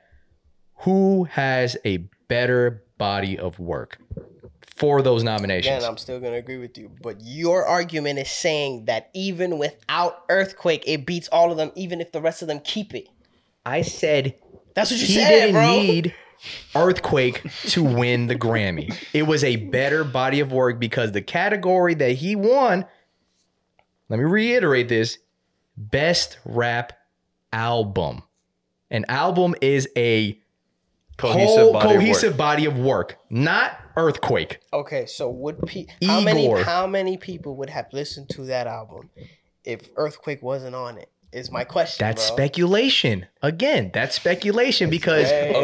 Speaker 1: Who has a better body of work for those nominations?
Speaker 4: Again, I'm still gonna agree with you, but your argument is saying that even without earthquake, it beats all of them, even if the rest of them keep it.
Speaker 1: I said
Speaker 4: That's what you
Speaker 1: he
Speaker 4: said,
Speaker 1: didn't
Speaker 4: bro.
Speaker 1: need earthquake to win the grammy it was a better body of work because the category that he won let me reiterate this best rap album an album is a cohesive, whole,
Speaker 3: body of work.
Speaker 1: cohesive body of work not earthquake
Speaker 4: okay, so would pe- how many
Speaker 1: Igor.
Speaker 4: how many people would have listened to that album if earthquake wasn't on it? Is my question.
Speaker 1: that's
Speaker 4: bro.
Speaker 1: speculation again that's speculation because
Speaker 4: Hey.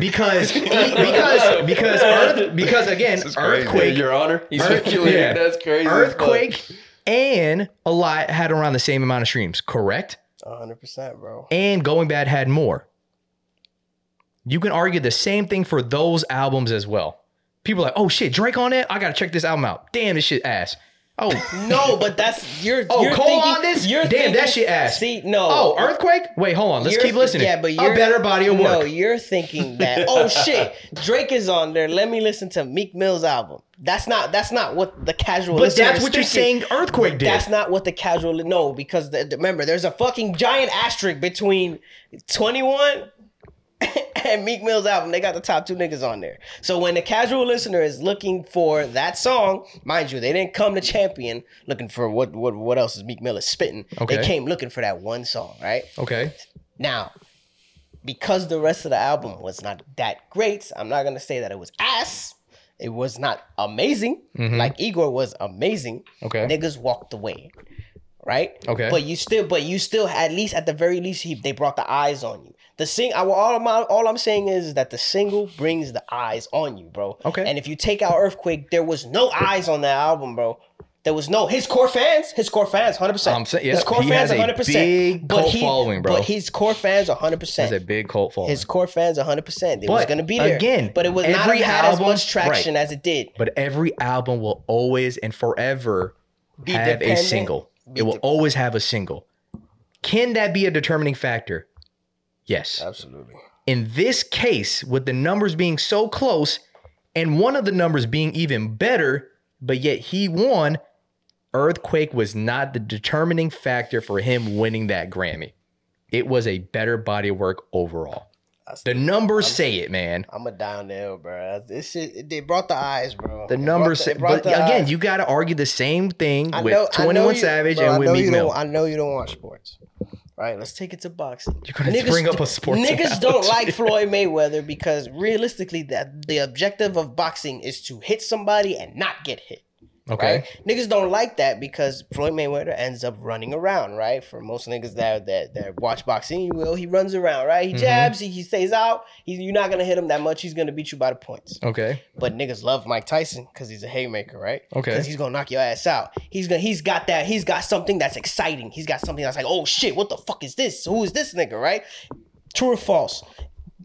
Speaker 1: because because because earth, because again
Speaker 2: This is crazy.
Speaker 1: earthquake
Speaker 3: Your Honor, he's
Speaker 1: Earth-
Speaker 3: speculating.
Speaker 1: yeah.
Speaker 3: That's crazy. as fuck.
Speaker 1: Earthquake and a lot had around the same amount of streams, correct?
Speaker 4: hundred percent, bro.
Speaker 1: And Going Bad had more. You can argue the same thing for those albums as well. People are like, oh shit, Drake on it? I gotta check this album out. Damn, this shit ass. Oh,
Speaker 4: No, but that's you're.
Speaker 1: Oh,
Speaker 4: you're
Speaker 1: Cole
Speaker 4: thinking,
Speaker 1: on this?
Speaker 4: You're
Speaker 1: Damn,
Speaker 4: thinking,
Speaker 1: that shit ass.
Speaker 4: See, no.
Speaker 1: oh, Earthquake? Wait, hold on. Let's
Speaker 4: uh, You're-
Speaker 1: keep listening.
Speaker 4: Yeah, but you're
Speaker 1: a better body of work.
Speaker 4: No, you're thinking that. Oh shit, Drake is on there. Let me listen to Meek Mill's album. That's not. That's not what the casual.
Speaker 1: but
Speaker 4: listener
Speaker 1: that's
Speaker 4: is
Speaker 1: what you're
Speaker 4: thinking.
Speaker 1: saying Earthquake did.
Speaker 4: That's not what the casual no, because the, the- remember, there's a fucking giant asterisk between 21 and Meek Mill's album. They got the top two niggas on there. So when the casual listener is looking for that song, mind you, they didn't come to Champion looking for what what what else is Meek Mill is spitting.
Speaker 1: Okay.
Speaker 4: They came looking for that one song, right?
Speaker 1: okay.
Speaker 4: Now, because the rest of the album was not that great, I'm not gonna say that it was ass. It was not amazing.
Speaker 1: Mhm.
Speaker 4: Like Igor was amazing
Speaker 1: Okay.
Speaker 4: niggas walked away right
Speaker 1: Okay.
Speaker 4: but you still but you still at least at the very least he, they brought the eyes on you the sing I, all, my, all i'm saying is that the single brings the eyes on you bro
Speaker 1: Okay.
Speaker 4: and if you take out earthquake there was no eyes on that album bro there was no his core fans his core fans 100%
Speaker 1: I'm saying-
Speaker 4: his
Speaker 1: yeah,
Speaker 4: core
Speaker 1: he
Speaker 4: fans
Speaker 1: has a
Speaker 4: 100%
Speaker 1: big
Speaker 4: but
Speaker 1: cult
Speaker 4: he,
Speaker 1: following, bro.
Speaker 4: but his core fans 100%
Speaker 1: That's a big cult following.
Speaker 4: his core fans 100% they was
Speaker 1: But,
Speaker 4: going to be there
Speaker 1: again,
Speaker 4: but it was not
Speaker 1: every
Speaker 4: had as
Speaker 1: album-
Speaker 4: much traction as it did
Speaker 1: but every album will always and forever
Speaker 4: Be
Speaker 1: have a
Speaker 4: dependent-
Speaker 1: single.
Speaker 4: be
Speaker 1: It will
Speaker 4: de-
Speaker 1: always have a single. Can that be a determining factor? Yes.
Speaker 3: Absolutely.
Speaker 1: In this case, with the numbers being so close and one of the numbers being even better, but yet he won, Earthquake was not the determining factor for him winning that Grammy. It was a better body of work overall. The numbers say it, man.
Speaker 4: I'm a down there, bro. This shit, they brought the eyes, bro.
Speaker 1: The numbers, say, but again, you got to argue the same thing with Twenty One Savage and with Meek Mill.
Speaker 4: I know you don't watch sports. Right, let's take it to boxing.
Speaker 1: You're gonna bring up a sports
Speaker 4: Niggas don't
Speaker 1: analogy.
Speaker 4: like Floyd Mayweather because realistically, that the objective of boxing is to hit somebody and not get hit.
Speaker 1: Okay,
Speaker 4: Right? Niggas don't like that because Floyd Mayweather ends up running around, right? For most niggas that that, that watch boxing, you will, he runs around, right? He
Speaker 1: Mm-hmm.
Speaker 4: jabs, he, he stays out. He's, you're not gonna hit him that much. He's gonna beat you by the points.
Speaker 1: okay,
Speaker 4: But niggas love Mike Tyson because he's a haymaker, right?
Speaker 1: Okay.
Speaker 4: Because he's gonna knock your ass out. He's gonna he's got that, he's got something that's exciting. He's got something that's like, oh shit, what the fuck is this? Who is this nigga, right? True or false?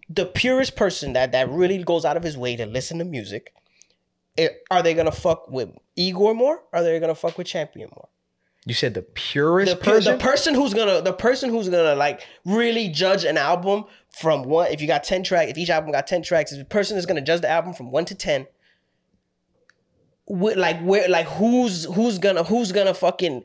Speaker 4: The purest person that that really goes out of his way to listen to music, it- are they gonna fuck with Igor more? Or are they gonna fuck with Champion more?
Speaker 1: you said the
Speaker 4: The,
Speaker 1: purest
Speaker 4: pu-
Speaker 1: person.
Speaker 4: the person who's gonna the person who's gonna like really judge an album from one if you got ten tracks if each album got ten tracks if the person is gonna judge the album from one to ten wh- like where like who's who's gonna who's gonna fucking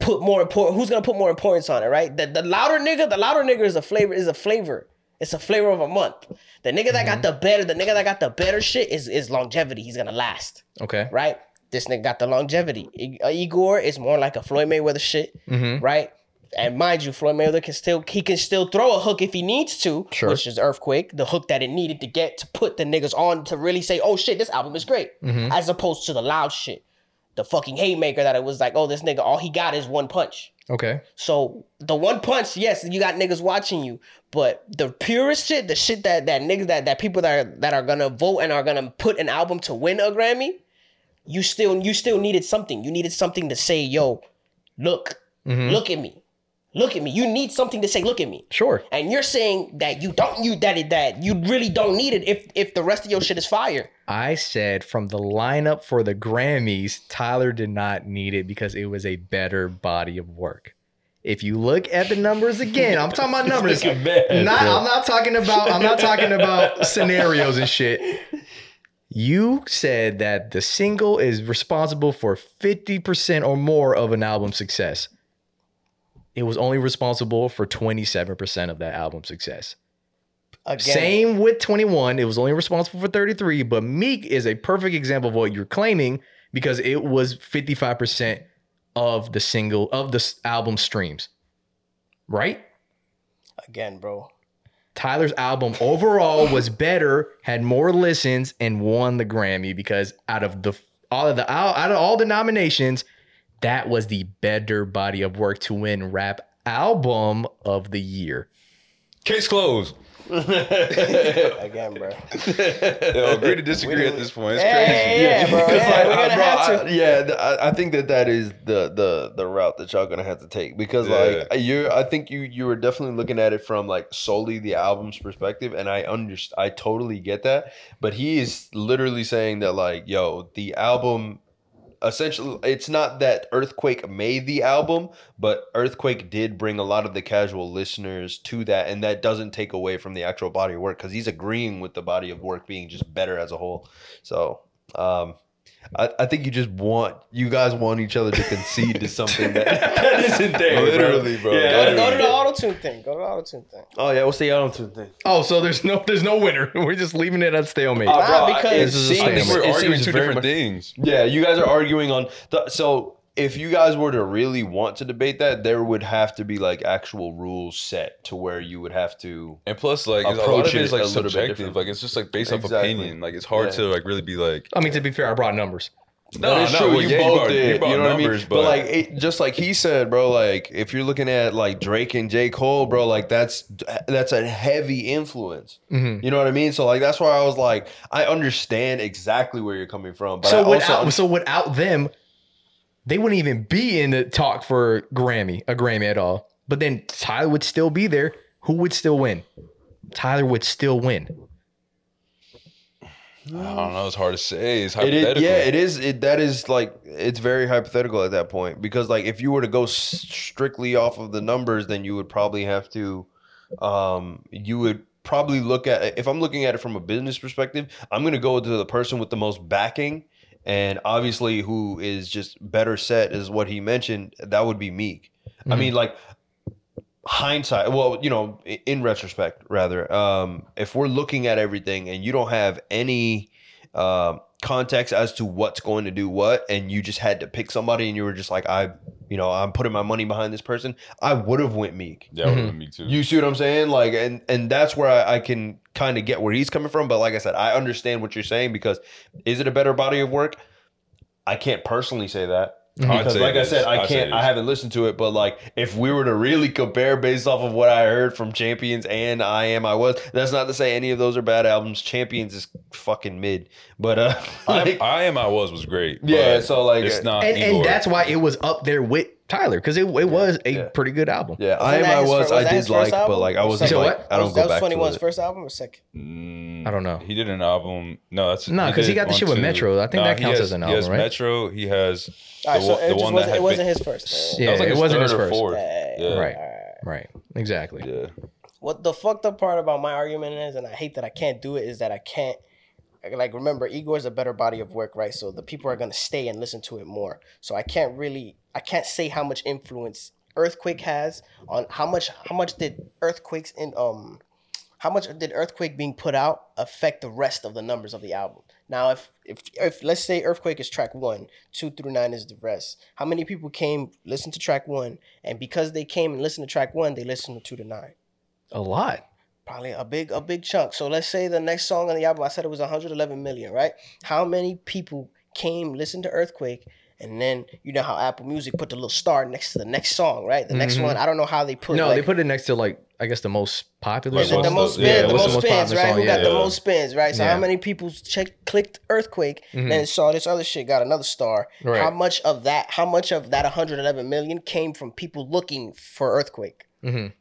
Speaker 4: put more important who's gonna put more importance on it right the, the louder nigga the louder nigga is a flavor is a flavor it's a flavor of a month the nigga that got the better the nigga that got the better shit is is longevity he's gonna last
Speaker 1: okay,
Speaker 4: right this nigga got the longevity I- uh, igor is more like a floyd mayweather shit
Speaker 1: Mhm.
Speaker 4: right and mind you floyd mayweather can still he can still throw a hook if he needs to
Speaker 1: Sure.
Speaker 4: which is earthquake the hook that it needed to get to put the niggas on to really say oh shit this album is great
Speaker 1: Mm-hmm.
Speaker 4: as opposed to the loud shit the fucking haymaker that it was like oh this nigga all he got is one punch
Speaker 1: okay,
Speaker 4: so the one punch, yes, you got niggas watching you, but the purest shit, the shit that that niggas that that people that are that are gonna vote and are gonna put an album to win a Grammy, you still you still needed something. You needed something to say, yo, look,
Speaker 1: Mm-hmm.
Speaker 3: Hmm?
Speaker 4: look at me, look at me. You need something to say, look at me.
Speaker 1: sure.
Speaker 4: And you're saying that you don't you that it that you really don't need it if if the rest of your shit is fire.
Speaker 1: I said from the lineup for the Grammys, Tyler did not need it because it was a better body of work. If you look at the numbers again, I'm talking about numbers.
Speaker 6: Looking bad.
Speaker 1: Not, I'm not talking about. I'm not talking about scenarios and shit. You said that the single is responsible for 50% or more of an album's success. It was only responsible for 27% of that album's success.
Speaker 4: Again,
Speaker 1: Same with 21. It was only responsible for 33, but Meek is a perfect example of what you're claiming because it was 55% of the single of the s- album streams. Right?
Speaker 4: again, bro.
Speaker 1: Tyler's album overall was better, had more listens, and won the Grammy because out of the all of the out, out of all the nominations, that was the better body of work to win rap album of the year.
Speaker 2: Case closed.
Speaker 4: Again, bro.
Speaker 2: Yo, agree to disagree at this point. It's
Speaker 4: Yeah,
Speaker 2: crazy.
Speaker 4: yeah, yeah, bro.
Speaker 3: 'Cause,
Speaker 4: Yeah,
Speaker 3: like,
Speaker 4: we're
Speaker 3: I-
Speaker 4: gonna
Speaker 3: bro,
Speaker 4: have
Speaker 3: I-
Speaker 4: to.
Speaker 3: yeah, th- I, I think that that is the the the route that y'all gonna have to take because like you, I think you you were definitely looking at it from like solely the album's perspective, and I understand, I totally get that. But he is literally saying that like, yo, the album. Essentially, it's not that Earthquake made the album, but Earthquake did bring a lot of the casual listeners to that, and that doesn't take away from the actual body of work because he's agreeing with the body of work being just better as a whole. So, um, I, I think you just want you guys want each other to concede to something that, that isn't there. bro.
Speaker 2: Literally, bro.
Speaker 3: Yeah.
Speaker 2: Literally.
Speaker 4: Go to the auto tune thing. Go to the auto tune thing.
Speaker 3: Oh yeah, we'll see y'all on Tuesday.
Speaker 1: Oh, so there's no there's no winner. We're just leaving it at stalemate.
Speaker 4: Uh, Nah, because-
Speaker 1: This is a
Speaker 2: I
Speaker 1: stalemate.
Speaker 2: think Ah, we're
Speaker 3: it
Speaker 2: arguing
Speaker 3: seems
Speaker 2: two
Speaker 3: very
Speaker 2: different
Speaker 3: much-
Speaker 2: things.
Speaker 3: Yeah, you guys are arguing on the so if you guys were to really want to debate that, there would have to be like actual rules set to where you would have to
Speaker 2: And plus, like, it's a lot
Speaker 3: Approach
Speaker 2: of it
Speaker 3: it
Speaker 2: is
Speaker 3: a
Speaker 2: like
Speaker 3: little bit
Speaker 2: subjective.
Speaker 3: different.
Speaker 2: Like, it's just like based off
Speaker 3: Exactly.
Speaker 2: opinion. Like, it's hard
Speaker 3: Yeah.
Speaker 2: to like really be like.
Speaker 1: I mean, to be fair, I brought numbers.
Speaker 2: No,
Speaker 3: that is
Speaker 2: no,
Speaker 3: true.
Speaker 2: well,
Speaker 3: you
Speaker 2: yeah,
Speaker 3: both
Speaker 2: brought-
Speaker 3: did. You,
Speaker 2: brought
Speaker 3: know what I mean?
Speaker 2: numbers,
Speaker 3: But, like, it, just like he said, bro. Like, if you're looking at like Drake and J. Cole, bro, like that's that's a heavy influence.
Speaker 1: Mhm.
Speaker 3: You know what I mean? So like that's why I was like, I understand exactly where you're coming from, but I
Speaker 1: so
Speaker 3: also
Speaker 1: without so without them, they wouldn't even be in the talk for Grammy, a Grammy at all. But then Tyler would still be there. Who would still win? Tyler would still win.
Speaker 2: I don't know. It's hard to say. It's
Speaker 3: It
Speaker 2: hypothetical.
Speaker 3: is, yeah, it is. It, that is like it's very hypothetical at that point because like if you were to go s- strictly off of the numbers, then you would probably have to, um, you would probably look at if I'm looking at it from a business perspective, I'm gonna go to the person with the most backing and obviously who is just better set is what he mentioned. That would be Meek. I
Speaker 1: Mhm.
Speaker 3: mean, like hindsight well you know i- in retrospect rather um if we're looking at everything and you don't have any um context as to what's going to do what and you just had to pick somebody and you were just like i you know i'm putting my money behind this person i would have went meek
Speaker 2: Yeah, it would me too.
Speaker 3: you see what i'm saying like and and that's where i, I can kind of get where he's coming from but like i said i understand what you're saying because is it a better body of work i can't personally say that
Speaker 2: I'd
Speaker 3: because
Speaker 2: say
Speaker 3: like
Speaker 2: it
Speaker 3: I
Speaker 2: is.
Speaker 3: said, I
Speaker 2: I'd say
Speaker 3: can't
Speaker 2: it
Speaker 3: I
Speaker 2: is.
Speaker 3: haven't listened to it, but like if we were to really compare based off of what I heard from Champions and I Am I Was, that's not to say any of those are bad albums. Champions is fucking mid. But uh like,
Speaker 2: I, I am. I was was great.
Speaker 3: Yeah,
Speaker 2: but
Speaker 3: so like
Speaker 2: it's not.
Speaker 1: And, and
Speaker 2: either.
Speaker 1: that's why it was up there with Tyler because it, it was a
Speaker 3: yeah.
Speaker 1: pretty good album.
Speaker 3: yeah, I
Speaker 4: Wasn't
Speaker 3: Am
Speaker 4: that his
Speaker 3: I Was,
Speaker 4: fir- was
Speaker 3: I
Speaker 4: that his
Speaker 3: did
Speaker 4: first
Speaker 3: like, but
Speaker 4: album?
Speaker 3: like I
Speaker 4: Or
Speaker 3: wasn't
Speaker 1: So
Speaker 3: like
Speaker 1: what?
Speaker 3: I don't
Speaker 4: was,
Speaker 3: go
Speaker 4: that
Speaker 3: back
Speaker 4: was
Speaker 3: to
Speaker 4: 21's
Speaker 3: it.
Speaker 4: first album or second?
Speaker 2: Mm,
Speaker 1: I don't know.
Speaker 2: He did an album. No, that's
Speaker 1: No, 'cause he got the
Speaker 2: did
Speaker 1: shit with
Speaker 2: one, two.
Speaker 1: Metro. I think that
Speaker 2: he
Speaker 1: counts
Speaker 2: has-
Speaker 1: as an
Speaker 2: he
Speaker 1: album,
Speaker 2: has
Speaker 1: right?
Speaker 2: Metro. He has.
Speaker 4: All right,
Speaker 2: The
Speaker 4: so
Speaker 2: one- the
Speaker 4: it just
Speaker 2: one that
Speaker 4: wasn't,
Speaker 2: had
Speaker 4: it wasn't
Speaker 2: big-
Speaker 4: his first.
Speaker 1: Yeah,
Speaker 2: uh, that was like
Speaker 1: it
Speaker 2: his
Speaker 1: wasn't his
Speaker 2: third or
Speaker 1: first.
Speaker 2: fourth.
Speaker 4: Yeah.
Speaker 2: Yeah.
Speaker 1: Right,
Speaker 4: Alright.
Speaker 1: right, exactly.
Speaker 2: Yeah.
Speaker 4: What the fucked up part about my argument is, and I hate that I can't do it, is that I can't. Like, remember, Igor is a better body of work, right? So the people are gonna stay and listen to it more. So I can't really, I can't say how much influence Earthquake has on how much, how much did Earthquakes in um, how much did Earthquake being put out affect the rest of the numbers of the album? Now, if if if let's say Earthquake is track one, two through nine is the rest. How many people came listen to track one, and because they came and listened to track one, they listened to two to nine
Speaker 1: A lot.
Speaker 4: probably a big a big chunk. So let's say the next song on the album, I said it was 111 million, right? How many people came listened to Earthquake? And then you know how Apple Music put the little star next to the next song, right? The next
Speaker 1: Mhm.
Speaker 4: one, I don't know how they put.
Speaker 1: no,
Speaker 4: like,
Speaker 1: they put it next to like I guess the most popular.
Speaker 4: was it
Speaker 1: song.
Speaker 4: the
Speaker 2: what's
Speaker 4: most
Speaker 2: the-
Speaker 4: spins,
Speaker 2: yeah,
Speaker 4: the
Speaker 2: what's
Speaker 4: most
Speaker 2: the most
Speaker 4: spins,
Speaker 1: popular
Speaker 4: right?
Speaker 1: song?
Speaker 4: Who got
Speaker 1: Yeah.
Speaker 4: the most spins, right? So
Speaker 1: Yeah.
Speaker 4: how many people check clicked Earthquake
Speaker 1: Mhm.
Speaker 4: and saw this other shit got another star?
Speaker 1: Right.
Speaker 4: How much of that? How much of that 111 million came from people looking for Earthquake?
Speaker 1: Mhm.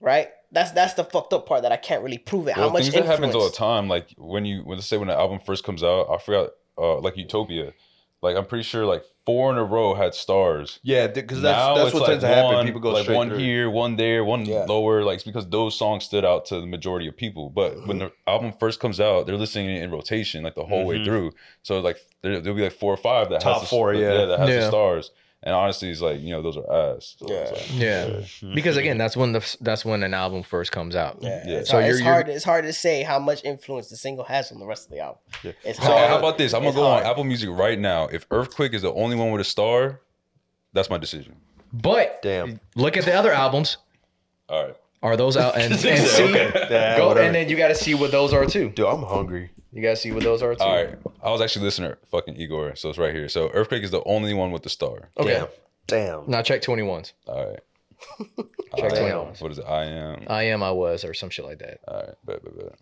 Speaker 4: Right. That's that's the fucked up part that I can't really prove it.
Speaker 2: Well,
Speaker 4: how much
Speaker 2: things
Speaker 4: influence?
Speaker 2: that happens all the time, like when you when let's say when the album first comes out, I forgot uh like Utopia. Like I'm pretty sure like four in a row had stars.
Speaker 3: Yeah, because
Speaker 2: Now
Speaker 3: that's that's
Speaker 2: it's
Speaker 3: what
Speaker 2: like
Speaker 3: tends to happen.
Speaker 2: one-
Speaker 3: People go
Speaker 2: like
Speaker 3: straight
Speaker 2: one
Speaker 3: through.
Speaker 2: here, one there, one
Speaker 4: Yeah.
Speaker 2: lower. Like it's because those songs stood out to the majority of people. But when the album first comes out, they're listening in rotation like the whole way
Speaker 6: Mhm.
Speaker 2: through. So like there, there'll be like four or five that
Speaker 3: Top
Speaker 2: has the-
Speaker 3: four, yeah.
Speaker 2: that has the
Speaker 1: Yeah.
Speaker 2: stars. And honestly, it's like you know those are ass. So
Speaker 4: Yeah.
Speaker 2: it's like,
Speaker 1: Yeah, because again, that's when the that's when an album first comes out.
Speaker 4: Yeah.
Speaker 2: Yeah.
Speaker 4: It's,
Speaker 1: So
Speaker 4: hard,
Speaker 1: you're-
Speaker 4: it's
Speaker 1: you're-
Speaker 4: hard. It's hard to say how much influence the single has on the rest of the album.
Speaker 3: Yeah.
Speaker 4: It's
Speaker 2: So
Speaker 4: hard.
Speaker 2: how about this? I'm gonna
Speaker 4: It's
Speaker 2: go
Speaker 4: hard.
Speaker 2: on Apple Music right now. If Earthquake is the only one with a star, that's my decision.
Speaker 1: But
Speaker 3: Damn.
Speaker 1: look at the other albums.
Speaker 2: All right.
Speaker 1: Are those out and, and
Speaker 6: Okay.
Speaker 1: see?
Speaker 3: Yeah,
Speaker 1: Go
Speaker 3: whatever.
Speaker 1: and then you got to see what those are too.
Speaker 3: Dude, I'm hungry.
Speaker 1: You got to see what those are too.
Speaker 2: All right. I was actually listening to fucking Igor, so it's right here. So Earthquake is the only one with the star.
Speaker 1: Okay.
Speaker 3: Damn. Damn.
Speaker 1: Now check twenty ones.
Speaker 2: All right.
Speaker 1: Check
Speaker 2: I
Speaker 1: twenty Uh,
Speaker 2: am.
Speaker 1: ones.
Speaker 2: What is it? I am.
Speaker 1: I am, I was, or some shit like that.
Speaker 2: All right, bet, bet, bet.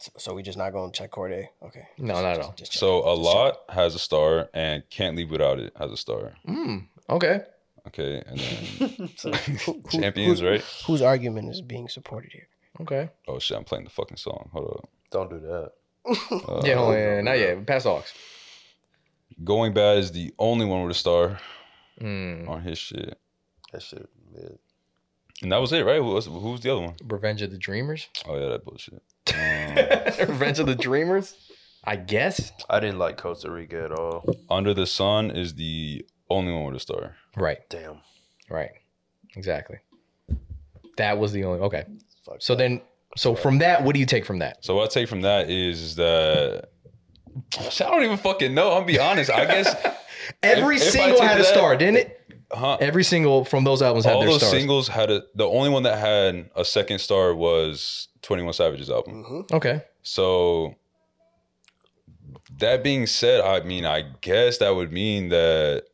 Speaker 4: So, so we just not going to check Corday. Okay.
Speaker 1: No, not at all.
Speaker 4: Just check.
Speaker 2: So a lot has a star, and can't leave without it has a star.
Speaker 1: Mm, okay.
Speaker 2: Okay, and then
Speaker 4: So who- who-
Speaker 2: champions,
Speaker 4: who-
Speaker 2: right?
Speaker 4: Whose argument is being supported here?
Speaker 1: Okay.
Speaker 2: Oh shit, I'm playing the fucking song. Hold
Speaker 3: Don't do that.
Speaker 2: up. Uh,
Speaker 1: yeah, hold on, yeah, yeah, not yet. Past Hawks.
Speaker 2: Going bad is the only one with a star
Speaker 1: Mm,
Speaker 2: on his shit,
Speaker 3: That shit. Yeah.
Speaker 2: and that was it, right? Who was, who was the other one?
Speaker 1: Revenge of the Dreamers.
Speaker 2: Oh yeah, that bullshit. Um,
Speaker 1: Revenge of the Dreamers. I guess.
Speaker 3: I didn't like Costa Rica at all.
Speaker 2: Under the sun is the only one with a star.
Speaker 1: Right.
Speaker 3: Damn.
Speaker 1: Right. Exactly. That was the only. Okay.
Speaker 3: Fuck
Speaker 1: So
Speaker 3: that.
Speaker 1: then, so from that, what do you take from that?
Speaker 2: So what I take from that is that I don't even fucking know. I'll be honest. I guess,
Speaker 1: Every
Speaker 2: If- if I
Speaker 1: single
Speaker 2: took
Speaker 1: had a
Speaker 2: that-
Speaker 1: star, didn't it?
Speaker 2: huh?
Speaker 1: Every single from those albums had
Speaker 2: All
Speaker 1: their
Speaker 2: those
Speaker 1: stars.
Speaker 2: singles had a. The only one that had a second star was Twenty One Savage's album.
Speaker 4: Mm-hmm.
Speaker 1: okay.
Speaker 2: So that being said, I mean, I guess that would mean that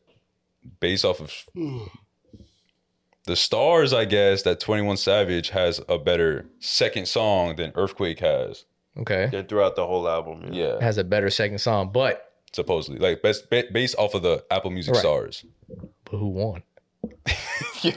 Speaker 2: based off of
Speaker 4: Mm.
Speaker 2: the stars, I guess that Twenty One Savage has a better second song than Earthquake has.
Speaker 1: Okay.
Speaker 3: Then throughout the whole album.
Speaker 1: It has a better second song, but
Speaker 2: supposedly, like best ba- based off of the Apple Music
Speaker 1: Right.
Speaker 2: stars.
Speaker 1: but who won?
Speaker 2: Yo,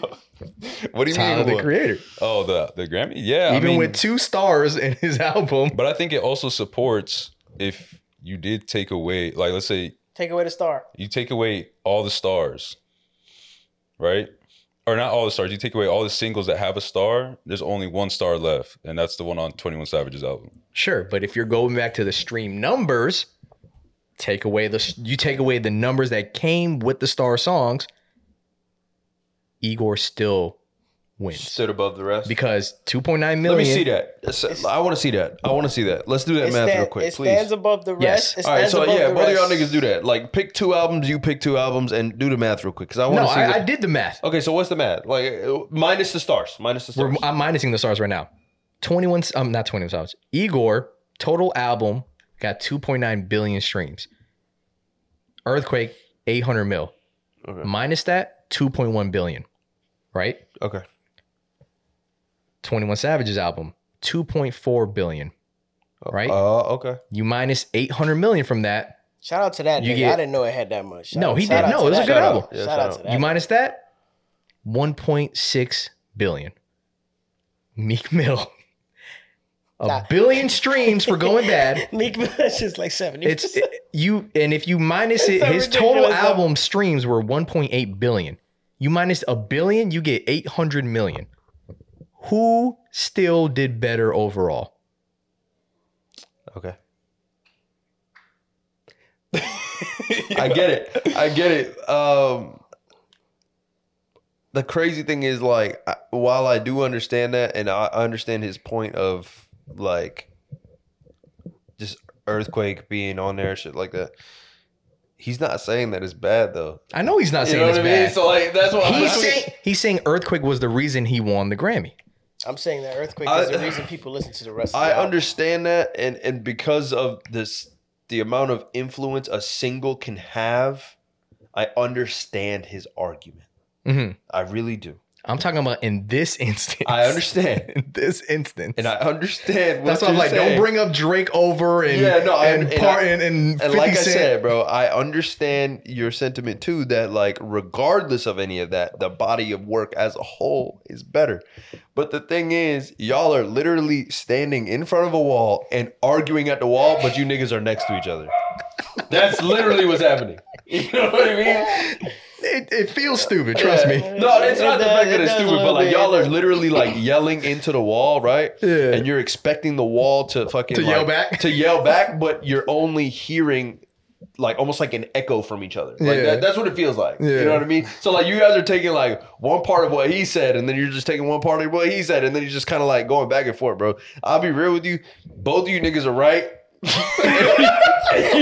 Speaker 2: what do you
Speaker 1: Tyler
Speaker 2: mean?
Speaker 1: the
Speaker 2: what-
Speaker 1: Creator.
Speaker 2: oh, the the Grammy. Yeah,
Speaker 1: Even
Speaker 2: I mean,
Speaker 1: with two stars in his album.
Speaker 2: But I think it also supports if you did take away, like, let's say
Speaker 4: Take away the star.
Speaker 2: you take away all the stars, right? Or not all the stars. You take away all the singles that have a star. There's only one star left, and that's the one on Twenty One Savage's album.
Speaker 1: Sure, but if you're going back to the stream numbers, take away the you take away the numbers that came with the star songs, Igor still wins
Speaker 3: Stood above the rest.
Speaker 1: because 2.9 million.
Speaker 3: Let me see that. That's- I want to see that. I want to see that. Let's do that
Speaker 4: It
Speaker 3: math
Speaker 4: stand-
Speaker 3: real quick,
Speaker 4: It stands
Speaker 3: please.
Speaker 4: above the
Speaker 1: Yes.
Speaker 4: rest. It
Speaker 3: All right,
Speaker 4: stands
Speaker 3: so
Speaker 4: above
Speaker 3: yeah,
Speaker 4: the
Speaker 3: both of y'all
Speaker 4: rest.
Speaker 3: niggas do that. Like, pick two albums, you pick two albums, and do the math real quick, because I want
Speaker 1: No,
Speaker 3: to see.
Speaker 1: I,
Speaker 3: the-
Speaker 1: I did the math.
Speaker 3: Okay, so what's the math? Like, uh, minus the stars, minus the
Speaker 1: We're,
Speaker 3: stars.
Speaker 1: I'm minusing the stars right now. 21, um, not 21 songs. Igor total album got 2.9 billion streams. Earthquake 800 mil.
Speaker 3: Okay.
Speaker 1: Minus that 2.1 billion, right?
Speaker 3: Okay,
Speaker 1: 21 Savage's album, 2.4 billion. Right?
Speaker 3: Uh, okay.
Speaker 1: you minus 800 million from that.
Speaker 4: Shout out to that
Speaker 1: You
Speaker 4: nigga.
Speaker 1: get-
Speaker 4: I didn't know it had that much. Shout
Speaker 1: No,
Speaker 4: out-
Speaker 1: he
Speaker 4: shout
Speaker 1: didn't.
Speaker 4: out
Speaker 1: No,
Speaker 4: to
Speaker 1: it was a
Speaker 4: that.
Speaker 1: good
Speaker 4: Shout
Speaker 1: album.
Speaker 4: out-
Speaker 3: Yeah,
Speaker 4: Shout out to that.
Speaker 1: You minus that, 1.6 billion. Meek Mill, a
Speaker 4: Nah.
Speaker 1: billion streams for going bad.
Speaker 4: Meek Mill is just like seventy.
Speaker 1: It's it- you, and if you minus it,
Speaker 4: It's a
Speaker 1: his total
Speaker 4: ridiculous number.
Speaker 1: album streams were 1.8 billion. You minus a billion, you get 800 million. Who still did better overall?
Speaker 3: Okay. I get it. I get it. Um, the crazy thing is, like, I, while I do understand that, and I I understand his point of like just earthquake being on there, shit like that. He's not saying that it's bad though.
Speaker 1: I know he's not
Speaker 3: You
Speaker 1: saying
Speaker 3: know what
Speaker 1: it's
Speaker 3: I mean?
Speaker 1: bad.
Speaker 3: So uh, like that's what
Speaker 1: he's,
Speaker 3: I'm
Speaker 1: saying, he's saying Earthquake was the reason he won the Grammy.
Speaker 4: I'm saying that earthquake
Speaker 3: I-
Speaker 4: is the reason people listen to the rest. of
Speaker 3: I
Speaker 4: the album.
Speaker 3: understand that, and and because of this, the amount of influence a single can have, I understand his argument.
Speaker 1: hmm
Speaker 3: I really do.
Speaker 1: I'm talking about in this instance.
Speaker 3: I understand,
Speaker 1: in this instance.
Speaker 3: and I understand. What
Speaker 1: That's why I'm
Speaker 3: you're
Speaker 1: like,
Speaker 3: saying.
Speaker 1: don't bring up Drake over and
Speaker 3: Yeah, no, I-
Speaker 1: and,
Speaker 3: and
Speaker 1: part
Speaker 3: I-
Speaker 1: and, and,
Speaker 3: And
Speaker 1: 50
Speaker 3: like I
Speaker 1: Cent.
Speaker 3: said, bro, I understand your sentiment too. That like, regardless of any of that, the body of work as a whole is better. But the thing is, y'all are literally standing in front of a wall and arguing at the wall, but you niggas are next to each other. That's literally what's happening. You know what I mean?
Speaker 1: it, it feels stupid. Trust me.
Speaker 3: No, it's not the
Speaker 4: does-
Speaker 3: fact
Speaker 4: it
Speaker 3: that it's
Speaker 4: does a
Speaker 3: stupid, but
Speaker 4: little
Speaker 3: like
Speaker 4: bit.
Speaker 3: y'all are literally like yelling into the wall, right?
Speaker 1: Yeah.
Speaker 3: And you're expecting the wall to fucking
Speaker 1: To yell
Speaker 3: like,
Speaker 1: back.
Speaker 3: to yell back, but you're only hearing like almost like an echo from each other. Like
Speaker 1: Yeah.
Speaker 3: that, that's what it feels like.
Speaker 1: Yeah.
Speaker 3: You know what I mean? So like you guys are taking like one part of what he said, and then you're just taking one part of what he said, and then you're just kind of like going back and forth, bro. I'll be real with you. Both of you niggas are right.
Speaker 6: you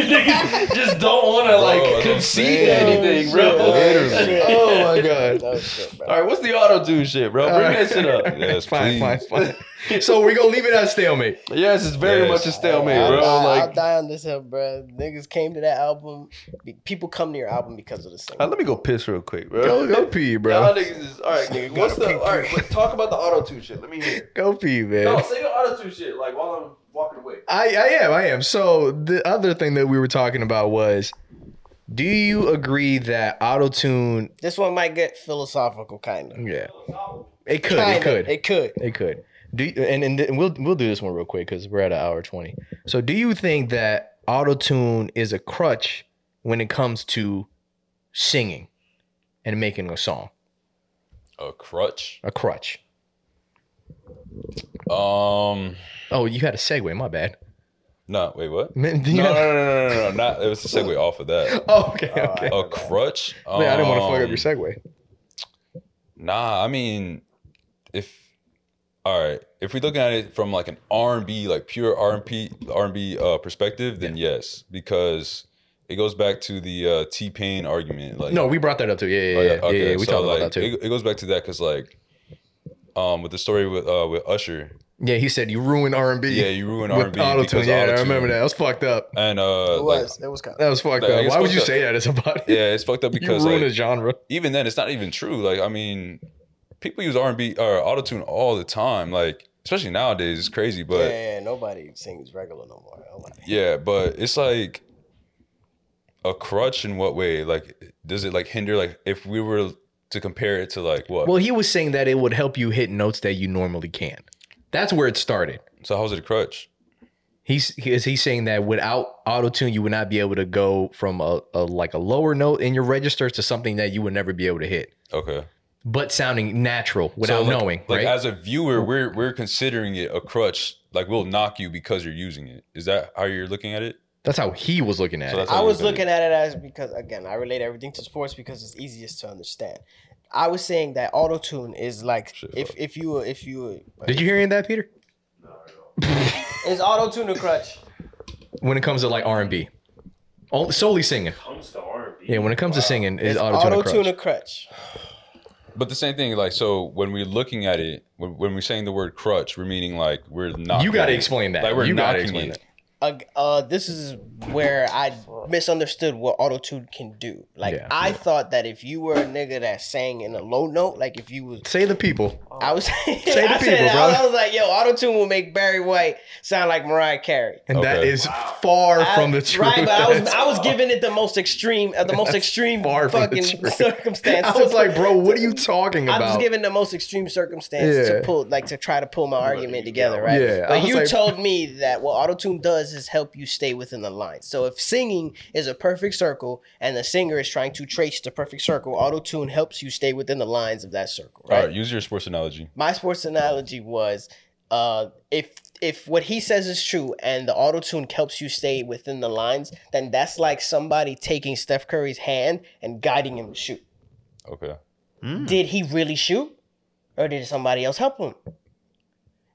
Speaker 6: niggas just don't want to
Speaker 2: Bro,
Speaker 6: like
Speaker 2: that's
Speaker 6: concede
Speaker 3: insane.
Speaker 6: anything, bro.
Speaker 4: Oh,
Speaker 3: Oh, Literally.
Speaker 4: shit.
Speaker 3: Oh my god.
Speaker 4: Oh, shit, bro.
Speaker 3: All right, what's the auto tune shit, bro? Bring that shit up.
Speaker 2: Yes,
Speaker 1: fine, fine,
Speaker 2: please.
Speaker 1: fine. So we're gonna leave it at stalemate.
Speaker 3: Yes, it's very
Speaker 2: Yes.
Speaker 3: much a stalemate,
Speaker 4: I'll,
Speaker 3: bro.
Speaker 4: die, I'll
Speaker 3: like,
Speaker 4: die on this hill, bro. Niggas came to that album. Be- People come to your album because of the single.
Speaker 3: Uh, let me go piss real quick, bro.
Speaker 1: Go, go pee,
Speaker 3: Y'all
Speaker 1: bro.
Speaker 3: niggas is all right.
Speaker 4: Nigga
Speaker 3: What's
Speaker 4: gotta
Speaker 3: the
Speaker 4: pee,
Speaker 3: all right? But talk about the auto tune shit. Let me hear.
Speaker 1: Go pee, man.
Speaker 3: No, say the auto tune shit like while I'm walking away.
Speaker 1: I, I am, I am. So the other thing that we were talking about was, do you agree that auto tune?
Speaker 4: This one might get philosophical, kind of.
Speaker 1: Yeah, it could, it could,
Speaker 4: It could.
Speaker 1: it could. Do you, and and th- we'll we'll do this one real quick because we're at an hour twenty. So do you think that auto tune is a crutch when it comes to singing and making a song?
Speaker 2: A crutch.
Speaker 1: A crutch.
Speaker 2: Um.
Speaker 1: Oh, you had a segue. My bad.
Speaker 2: No, wait, what?
Speaker 1: Man, do you
Speaker 2: No, no,
Speaker 1: have-
Speaker 2: no, no, no, no, no. Not, it was a segue off of that.
Speaker 1: Oh, okay,
Speaker 4: Oh,
Speaker 1: okay.
Speaker 2: A crutch. Um,
Speaker 1: Man, I didn't want to fuck up your segue.
Speaker 2: Nah, I mean, if all right, if we're looking at it from like an R and B, like pure R and B R and B uh, perspective, then yes, because it goes back to the uh, T Pain argument. Like,
Speaker 1: No, we brought that up too. Yeah, yeah, yeah.
Speaker 2: Oh, yeah,
Speaker 1: yeah,
Speaker 2: okay,
Speaker 1: yeah, We
Speaker 2: so,
Speaker 1: talked
Speaker 2: like,
Speaker 1: about that too.
Speaker 2: It, it goes back to that because like, um, with the story with uh with Usher,
Speaker 1: Yeah, he said you ruin R and B.
Speaker 2: yeah, you ruined R and
Speaker 1: with
Speaker 2: B
Speaker 1: auto
Speaker 2: because
Speaker 1: tune. Yeah, I
Speaker 2: auto-tune.
Speaker 1: remember that. That was fucked up.
Speaker 2: And uh,
Speaker 4: It
Speaker 2: like,
Speaker 4: was. It was kind of.
Speaker 1: That was fucked
Speaker 2: Like,
Speaker 1: up.
Speaker 2: it's
Speaker 1: Why would you
Speaker 2: fucked
Speaker 1: say that as somebody?
Speaker 2: yeah, it's fucked up
Speaker 1: you
Speaker 2: because
Speaker 1: ruined
Speaker 2: like,
Speaker 1: a genre.
Speaker 2: even then it's not even true like i mean people use r&b or uh, autotune all the time like especially nowadays it's crazy
Speaker 4: Yeah,
Speaker 2: but yeah,
Speaker 4: yeah, yeah, nobody sings regular no more. Oh, my.
Speaker 2: but it's like a crutch in what way like does it like hinder like if we were to compare it to like what
Speaker 1: Well, he was saying that it would help you hit notes that you normally can't. That's where it started.
Speaker 2: so how's it a crutch
Speaker 1: He's he, is he saying that without auto tune, you would not be able to go from a, a like a lower note in your registers to something that you would never be able to hit,
Speaker 2: okay
Speaker 1: but sounding natural
Speaker 2: So,
Speaker 1: without
Speaker 2: like-
Speaker 1: knowing,
Speaker 2: like
Speaker 1: right?
Speaker 2: as a viewer we're we're considering it a crutch like we'll knock you because you're using it is that how you're looking at it
Speaker 1: that's how he was looking at
Speaker 2: So
Speaker 1: it.
Speaker 2: that's-
Speaker 4: I was
Speaker 2: Absolutely.
Speaker 4: looking at it as because again, I relate everything to sports because it's easiest to understand. I was saying that auto tune is like
Speaker 2: Shit,
Speaker 4: if
Speaker 2: fuck.
Speaker 4: if you were if you were
Speaker 1: Did you hear any of that, Peter?
Speaker 4: is auto tune a crutch?
Speaker 1: When it comes to like R and B, solely singing. Yeah, when it comes to singing,
Speaker 4: Is
Speaker 1: is auto tune
Speaker 4: a
Speaker 1: a crutch?
Speaker 4: crutch?
Speaker 2: but the same thing like so when we're looking at it when, when we're saying the word crutch we're meaning like we're not
Speaker 1: You got to explain that.
Speaker 2: Like we're
Speaker 1: you
Speaker 2: not
Speaker 1: gotta
Speaker 2: explaining it.
Speaker 4: Uh, uh, this is where I misunderstood what auto tune can do. Like
Speaker 1: Yeah,
Speaker 4: I thought that if you were a nigga that sang in a low note, like if you was
Speaker 1: Say the people.
Speaker 4: I was I
Speaker 1: Say the
Speaker 4: said
Speaker 1: people,
Speaker 4: that,
Speaker 1: bro.
Speaker 4: I was like, yo, auto tune will make Barry White sound like Mariah Carey.
Speaker 1: And that
Speaker 2: Okay.
Speaker 1: is far
Speaker 4: I-
Speaker 1: from the truth.
Speaker 4: Right, but I was
Speaker 1: That's
Speaker 4: I was giving it the most extreme, uh, the most extreme
Speaker 1: far from the
Speaker 4: fucking
Speaker 1: truth.
Speaker 4: circumstance.
Speaker 1: I was like, bro, what are you talking
Speaker 4: I'm
Speaker 1: about?
Speaker 4: just giving the most extreme circumstance
Speaker 1: Yeah.
Speaker 4: to pull, like, to try to pull my argument together, right?
Speaker 1: Yeah, I
Speaker 4: But
Speaker 1: was
Speaker 4: you
Speaker 1: like-
Speaker 4: told me that what autotune does is help you stay within the line. So if singing is a perfect circle and the singer is trying to trace the perfect circle, autotune helps you stay within the lines of that circle,
Speaker 2: All
Speaker 4: right?
Speaker 2: right, use your sports analogy.
Speaker 4: my sports analogy was uh if if what he says is true and the auto tune helps you stay within the lines, then that's like somebody taking Steph Curry's hand and guiding him to shoot.
Speaker 2: Okay.
Speaker 4: Did he really shoot? Or did somebody else help him?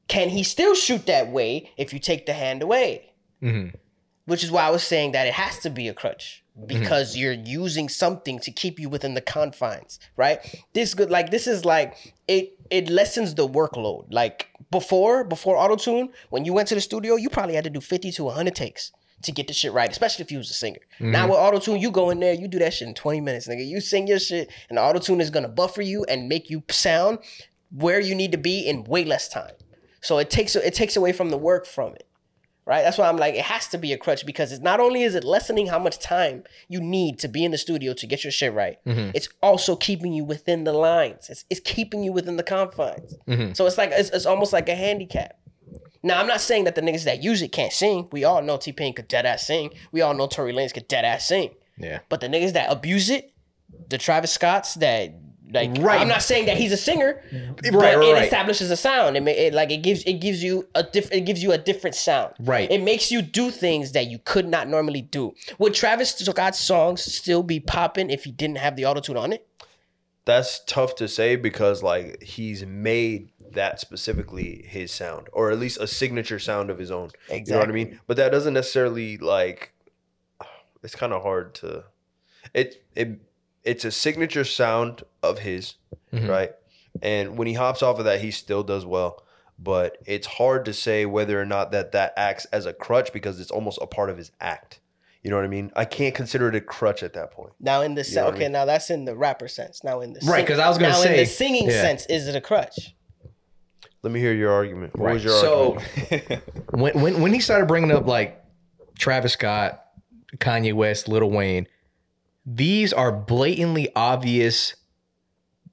Speaker 4: Can he still shoot that way if you take the hand away?
Speaker 1: Mhm.
Speaker 4: Which is why I was saying that it has to be a crutch because you're using something to keep you within the confines, right? This good like this is like it it lessens the workload. Like before before autotune, when you went to the studio, you probably had to do 50 to 100 takes to get the shit right, especially if you was a singer. Now with autotune, you go in there, you do that shit in 20 minutes, nigga. You sing your shit and the autotune is going to buffer you and make you sound where you need to be in way less time. So it takes it takes away from the work from it right? That's why I'm like, it has to be a crutch because it's not only is it lessening how much time you need to be in the studio to get your shit right,
Speaker 1: Mm-hmm.
Speaker 4: it's also keeping you within the lines. It's, it's keeping you within the confines.
Speaker 1: Mm-hmm.
Speaker 4: So it's like it's, it's almost like a handicap. Now I'm not saying that the niggas that use it can't sing. We all know T Pain could dead ass sing. We all know Tory Lanez could dead ass sing.
Speaker 1: yeah.
Speaker 4: But the niggas that abuse it, the Travis Scotts that like
Speaker 1: Right.
Speaker 4: I'm not saying that he's a singer, but
Speaker 1: right,
Speaker 4: it
Speaker 1: right.
Speaker 4: establishes a sound. It, ma- it like it gives it gives you a diff, it gives you a different sound.
Speaker 1: Right.
Speaker 4: It makes you do things that you could not normally do. Would Travis Scott's songs still be popping if he didn't have the autotune on it?
Speaker 3: that's tough to say because like he's made that specifically his sound or at least a signature sound of his own.
Speaker 4: Exactly.
Speaker 3: You know what I mean? But that doesn't necessarily like it's kind of hard to it it it's a signature sound of his,
Speaker 1: Mhm.
Speaker 3: right? And when he hops off of that, he still does well. But it's hard to say whether or not that that acts as a crutch because it's almost a part of his act. You know what I mean? I can't consider it a crutch at that point.
Speaker 4: Now in the
Speaker 3: know
Speaker 4: se-
Speaker 3: what I
Speaker 4: okay,
Speaker 3: mean?
Speaker 4: now that's in the rapper sense. Now in the
Speaker 1: Right, 'cause I was gonna
Speaker 4: now in
Speaker 1: say-
Speaker 4: the singing
Speaker 1: yeah.
Speaker 4: sense, is it a crutch?
Speaker 3: Let me hear your argument. What was
Speaker 1: Right.
Speaker 3: your
Speaker 1: So
Speaker 3: argument?
Speaker 1: when, when when he started bringing up like Travis Scott, Kanye West, Lil Wayne, these are blatantly obvious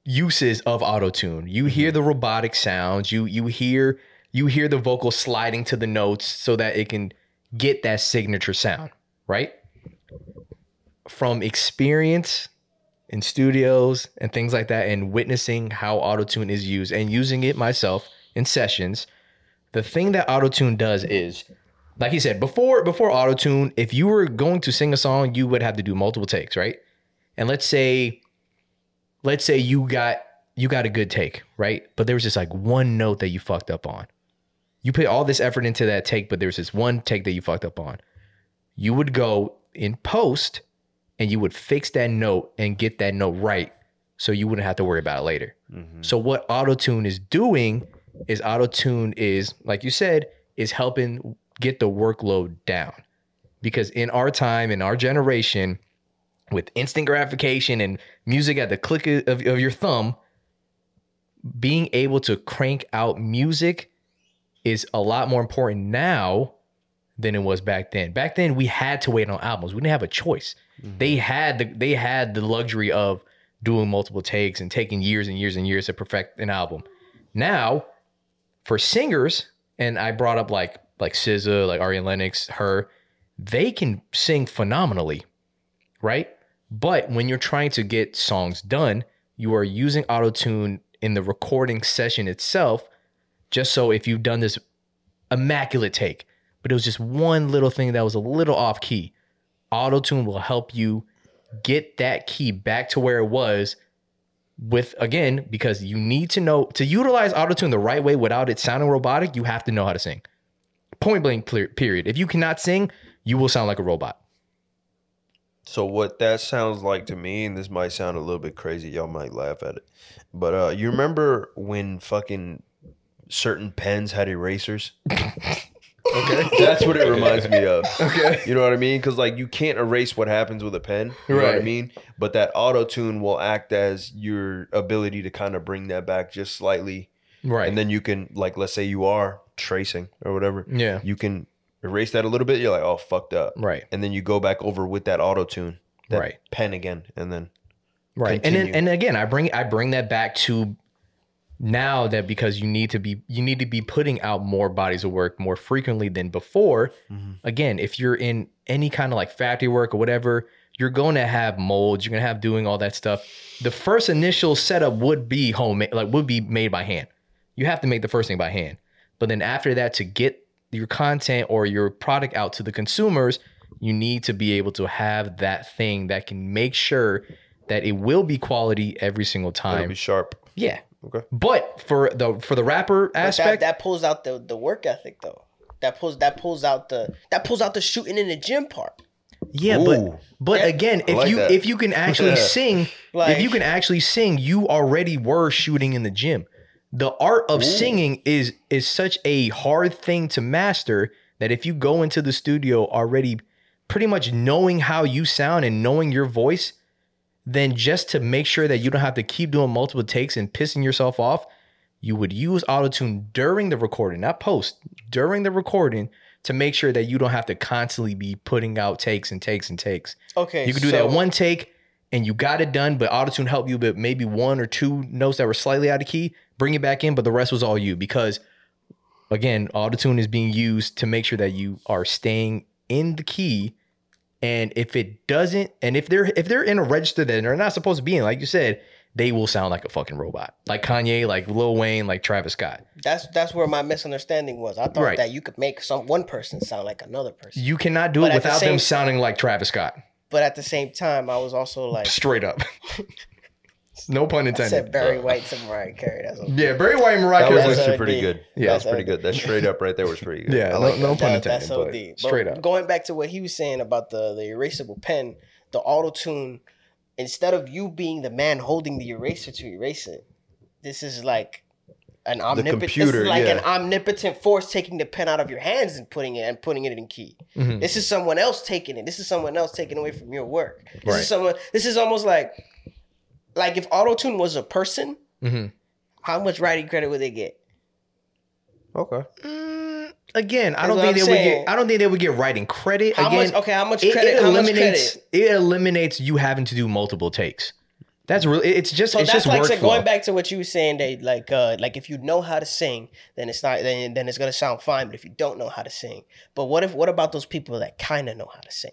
Speaker 1: uses of autotune.
Speaker 3: Mm-hmm.
Speaker 1: You hear the robotic sounds, you you hear you hear the vocal sliding to the notes so that it can get that signature sound, right? From experience in studios and things like that and witnessing how autotune is used and using it myself in sessions the thing that autotune does is like he said before before autotune if you were going to sing a song you would have to do multiple takes right and let's say let's say you got you got a good take right but there was just like one note that you fucked up on you put all this effort into that take but there was this one take that you fucked up on you would go in post and you would fix that note and get that note right so you wouldn't have to worry about it later so what autotune is doing is autotune is like you said is helping get the workload down because in our time in our generation with instant gratification and music at the click of, of your thumb being able to crank out music is a lot more important now than it was back then back then we had to wait on albums we didn't have a choice they had the they had the luxury of doing multiple takes and taking years and years and years to perfect an album now for singers, and I brought up like like SZA, like Ari Lennox, her, they can sing phenomenally, right? But when you're trying to get songs done, you are using autotune in the recording session itself, just so if you've done this immaculate take, but it was just one little thing that was a little off key. Autotune will help you get that key back to where it was with again because you need to know to utilize autotune the right way without it sounding robotic you have to know how to sing point blank ple- period if you cannot sing you will sound like a robot
Speaker 3: So what that sounds like to me, and this might sound a little bit crazy, y'all might laugh at it, but uh, you remember when fucking certain pens had erasers? okay, that's what it reminds me of.
Speaker 1: okay
Speaker 3: You know what I mean? Because like you can't erase what happens with a pen. You know what I
Speaker 1: Right.
Speaker 3: mean? But that auto tune will act as your ability to kind of bring that back just slightly,
Speaker 1: right
Speaker 3: and then you can like let's say you are tracing or whatever,
Speaker 1: yeah
Speaker 3: you can erase that a little bit. You're like, oh, fucked up
Speaker 1: right
Speaker 3: and then you go back over with that auto tune, that
Speaker 1: Right.
Speaker 3: Pen again, and then
Speaker 1: right and
Speaker 3: Continue.
Speaker 1: then, and again i bring i bring that back to now that because you need to be you need to be putting out more bodies of work more frequently than before again if you're in any kind of like factory work or whatever you're going to have molds you're going to have doing all that stuff the first initial setup would be homemade like would be made by hand you have to make the first thing by hand but then after that to get your content or your product out to the consumers you need to be able to have that thing that can make sure that it will be quality every single
Speaker 3: it'll
Speaker 1: time
Speaker 3: be sharp.
Speaker 1: yeah.
Speaker 3: Okay.
Speaker 1: But for the for the rapper
Speaker 4: But that,
Speaker 1: aspect,
Speaker 4: that pulls out the, the work ethic though. That pulls that pulls out the that pulls out the shooting in the gym part.
Speaker 1: yeah,
Speaker 3: Ooh.
Speaker 1: but but
Speaker 4: Yeah.
Speaker 1: again,
Speaker 3: I
Speaker 1: if
Speaker 3: like
Speaker 1: you
Speaker 3: that.
Speaker 1: if you can actually
Speaker 3: Yeah.
Speaker 1: sing,
Speaker 4: Like-
Speaker 1: if you can actually sing, you already were shooting in the gym. The art of singing is is such a hard thing to master that if you go into the studio already pretty much knowing how you sound and knowing your voice, then just to make sure that you don't have to keep doing multiple takes and pissing yourself off, you would use autotune during the recording, not post, during the recording to make sure that you don't have to constantly be putting out takes and takes and takes.
Speaker 4: Okay,
Speaker 1: You could do
Speaker 4: so-
Speaker 1: that one take and you got it done, but autotune helped you but maybe one or two notes that were slightly out of key, bring it back in, but the rest was all you because again, autotune is being used to make sure that you are staying in the key and if it doesn't and if they're if they're in a register that they're not supposed to be in, like you said, they will sound like a fucking robot. Like Kanye, like Lil Wayne, like Travis Scott.
Speaker 4: That's that's where my misunderstanding was. I thought
Speaker 1: Right.
Speaker 4: that you could make some one person sound like another person.
Speaker 1: You cannot do
Speaker 4: But
Speaker 1: it
Speaker 4: at the
Speaker 1: without them
Speaker 4: same-
Speaker 1: sounding like Travis Scott.
Speaker 4: But at the same time, I was also like
Speaker 1: Straight up. No pun
Speaker 4: I said
Speaker 1: intended.
Speaker 4: Barry White and Mariah Carey. That's what
Speaker 1: Yeah, Barry White and Mariah
Speaker 3: That
Speaker 1: Carey
Speaker 3: was
Speaker 1: was
Speaker 4: That's
Speaker 3: actually
Speaker 4: OD.
Speaker 3: pretty good.
Speaker 1: Yeah.
Speaker 3: that was pretty good. That straight up right there was pretty good.
Speaker 1: Yeah,
Speaker 3: I like
Speaker 1: no, no
Speaker 3: that.
Speaker 1: pun
Speaker 4: That-
Speaker 1: intended.
Speaker 4: that's
Speaker 1: but
Speaker 4: OD. But
Speaker 1: straight up.
Speaker 4: Going back to what he was saying about the, the erasable pen, the auto tune, instead of you being the man holding the eraser to erase it, this is like an omnipotent
Speaker 3: computer,
Speaker 4: like an
Speaker 3: yeah.
Speaker 4: omnipotent force taking the pen out of your hands and putting it and putting it in key.
Speaker 1: Mhm.
Speaker 4: This is someone else taking it. This is someone else taking away from your work. This
Speaker 1: Right.
Speaker 4: is someone this is almost like like if auto tune was a person,
Speaker 1: Mhm.
Speaker 4: how much writing credit would they get?
Speaker 3: Okay.
Speaker 1: Mm, Again, I
Speaker 4: That's
Speaker 1: don't
Speaker 4: what
Speaker 1: think
Speaker 4: I'm
Speaker 1: they would
Speaker 4: saying.
Speaker 1: get. I don't think they would get writing credit.
Speaker 4: How
Speaker 1: Again,
Speaker 4: much okay, how much
Speaker 1: it,
Speaker 4: credit
Speaker 1: it
Speaker 4: how much
Speaker 1: eliminates
Speaker 4: credit?
Speaker 1: it eliminates you having to do multiple takes. That's really it's just
Speaker 4: So
Speaker 1: it's
Speaker 4: that's
Speaker 1: just
Speaker 4: like so
Speaker 1: workflow.
Speaker 4: going back to what you were saying that like uh like if you know how to sing, then it's not then, then it's gonna sound fine. But if you don't know how to sing, but what if what about those people that kinda know how to sing?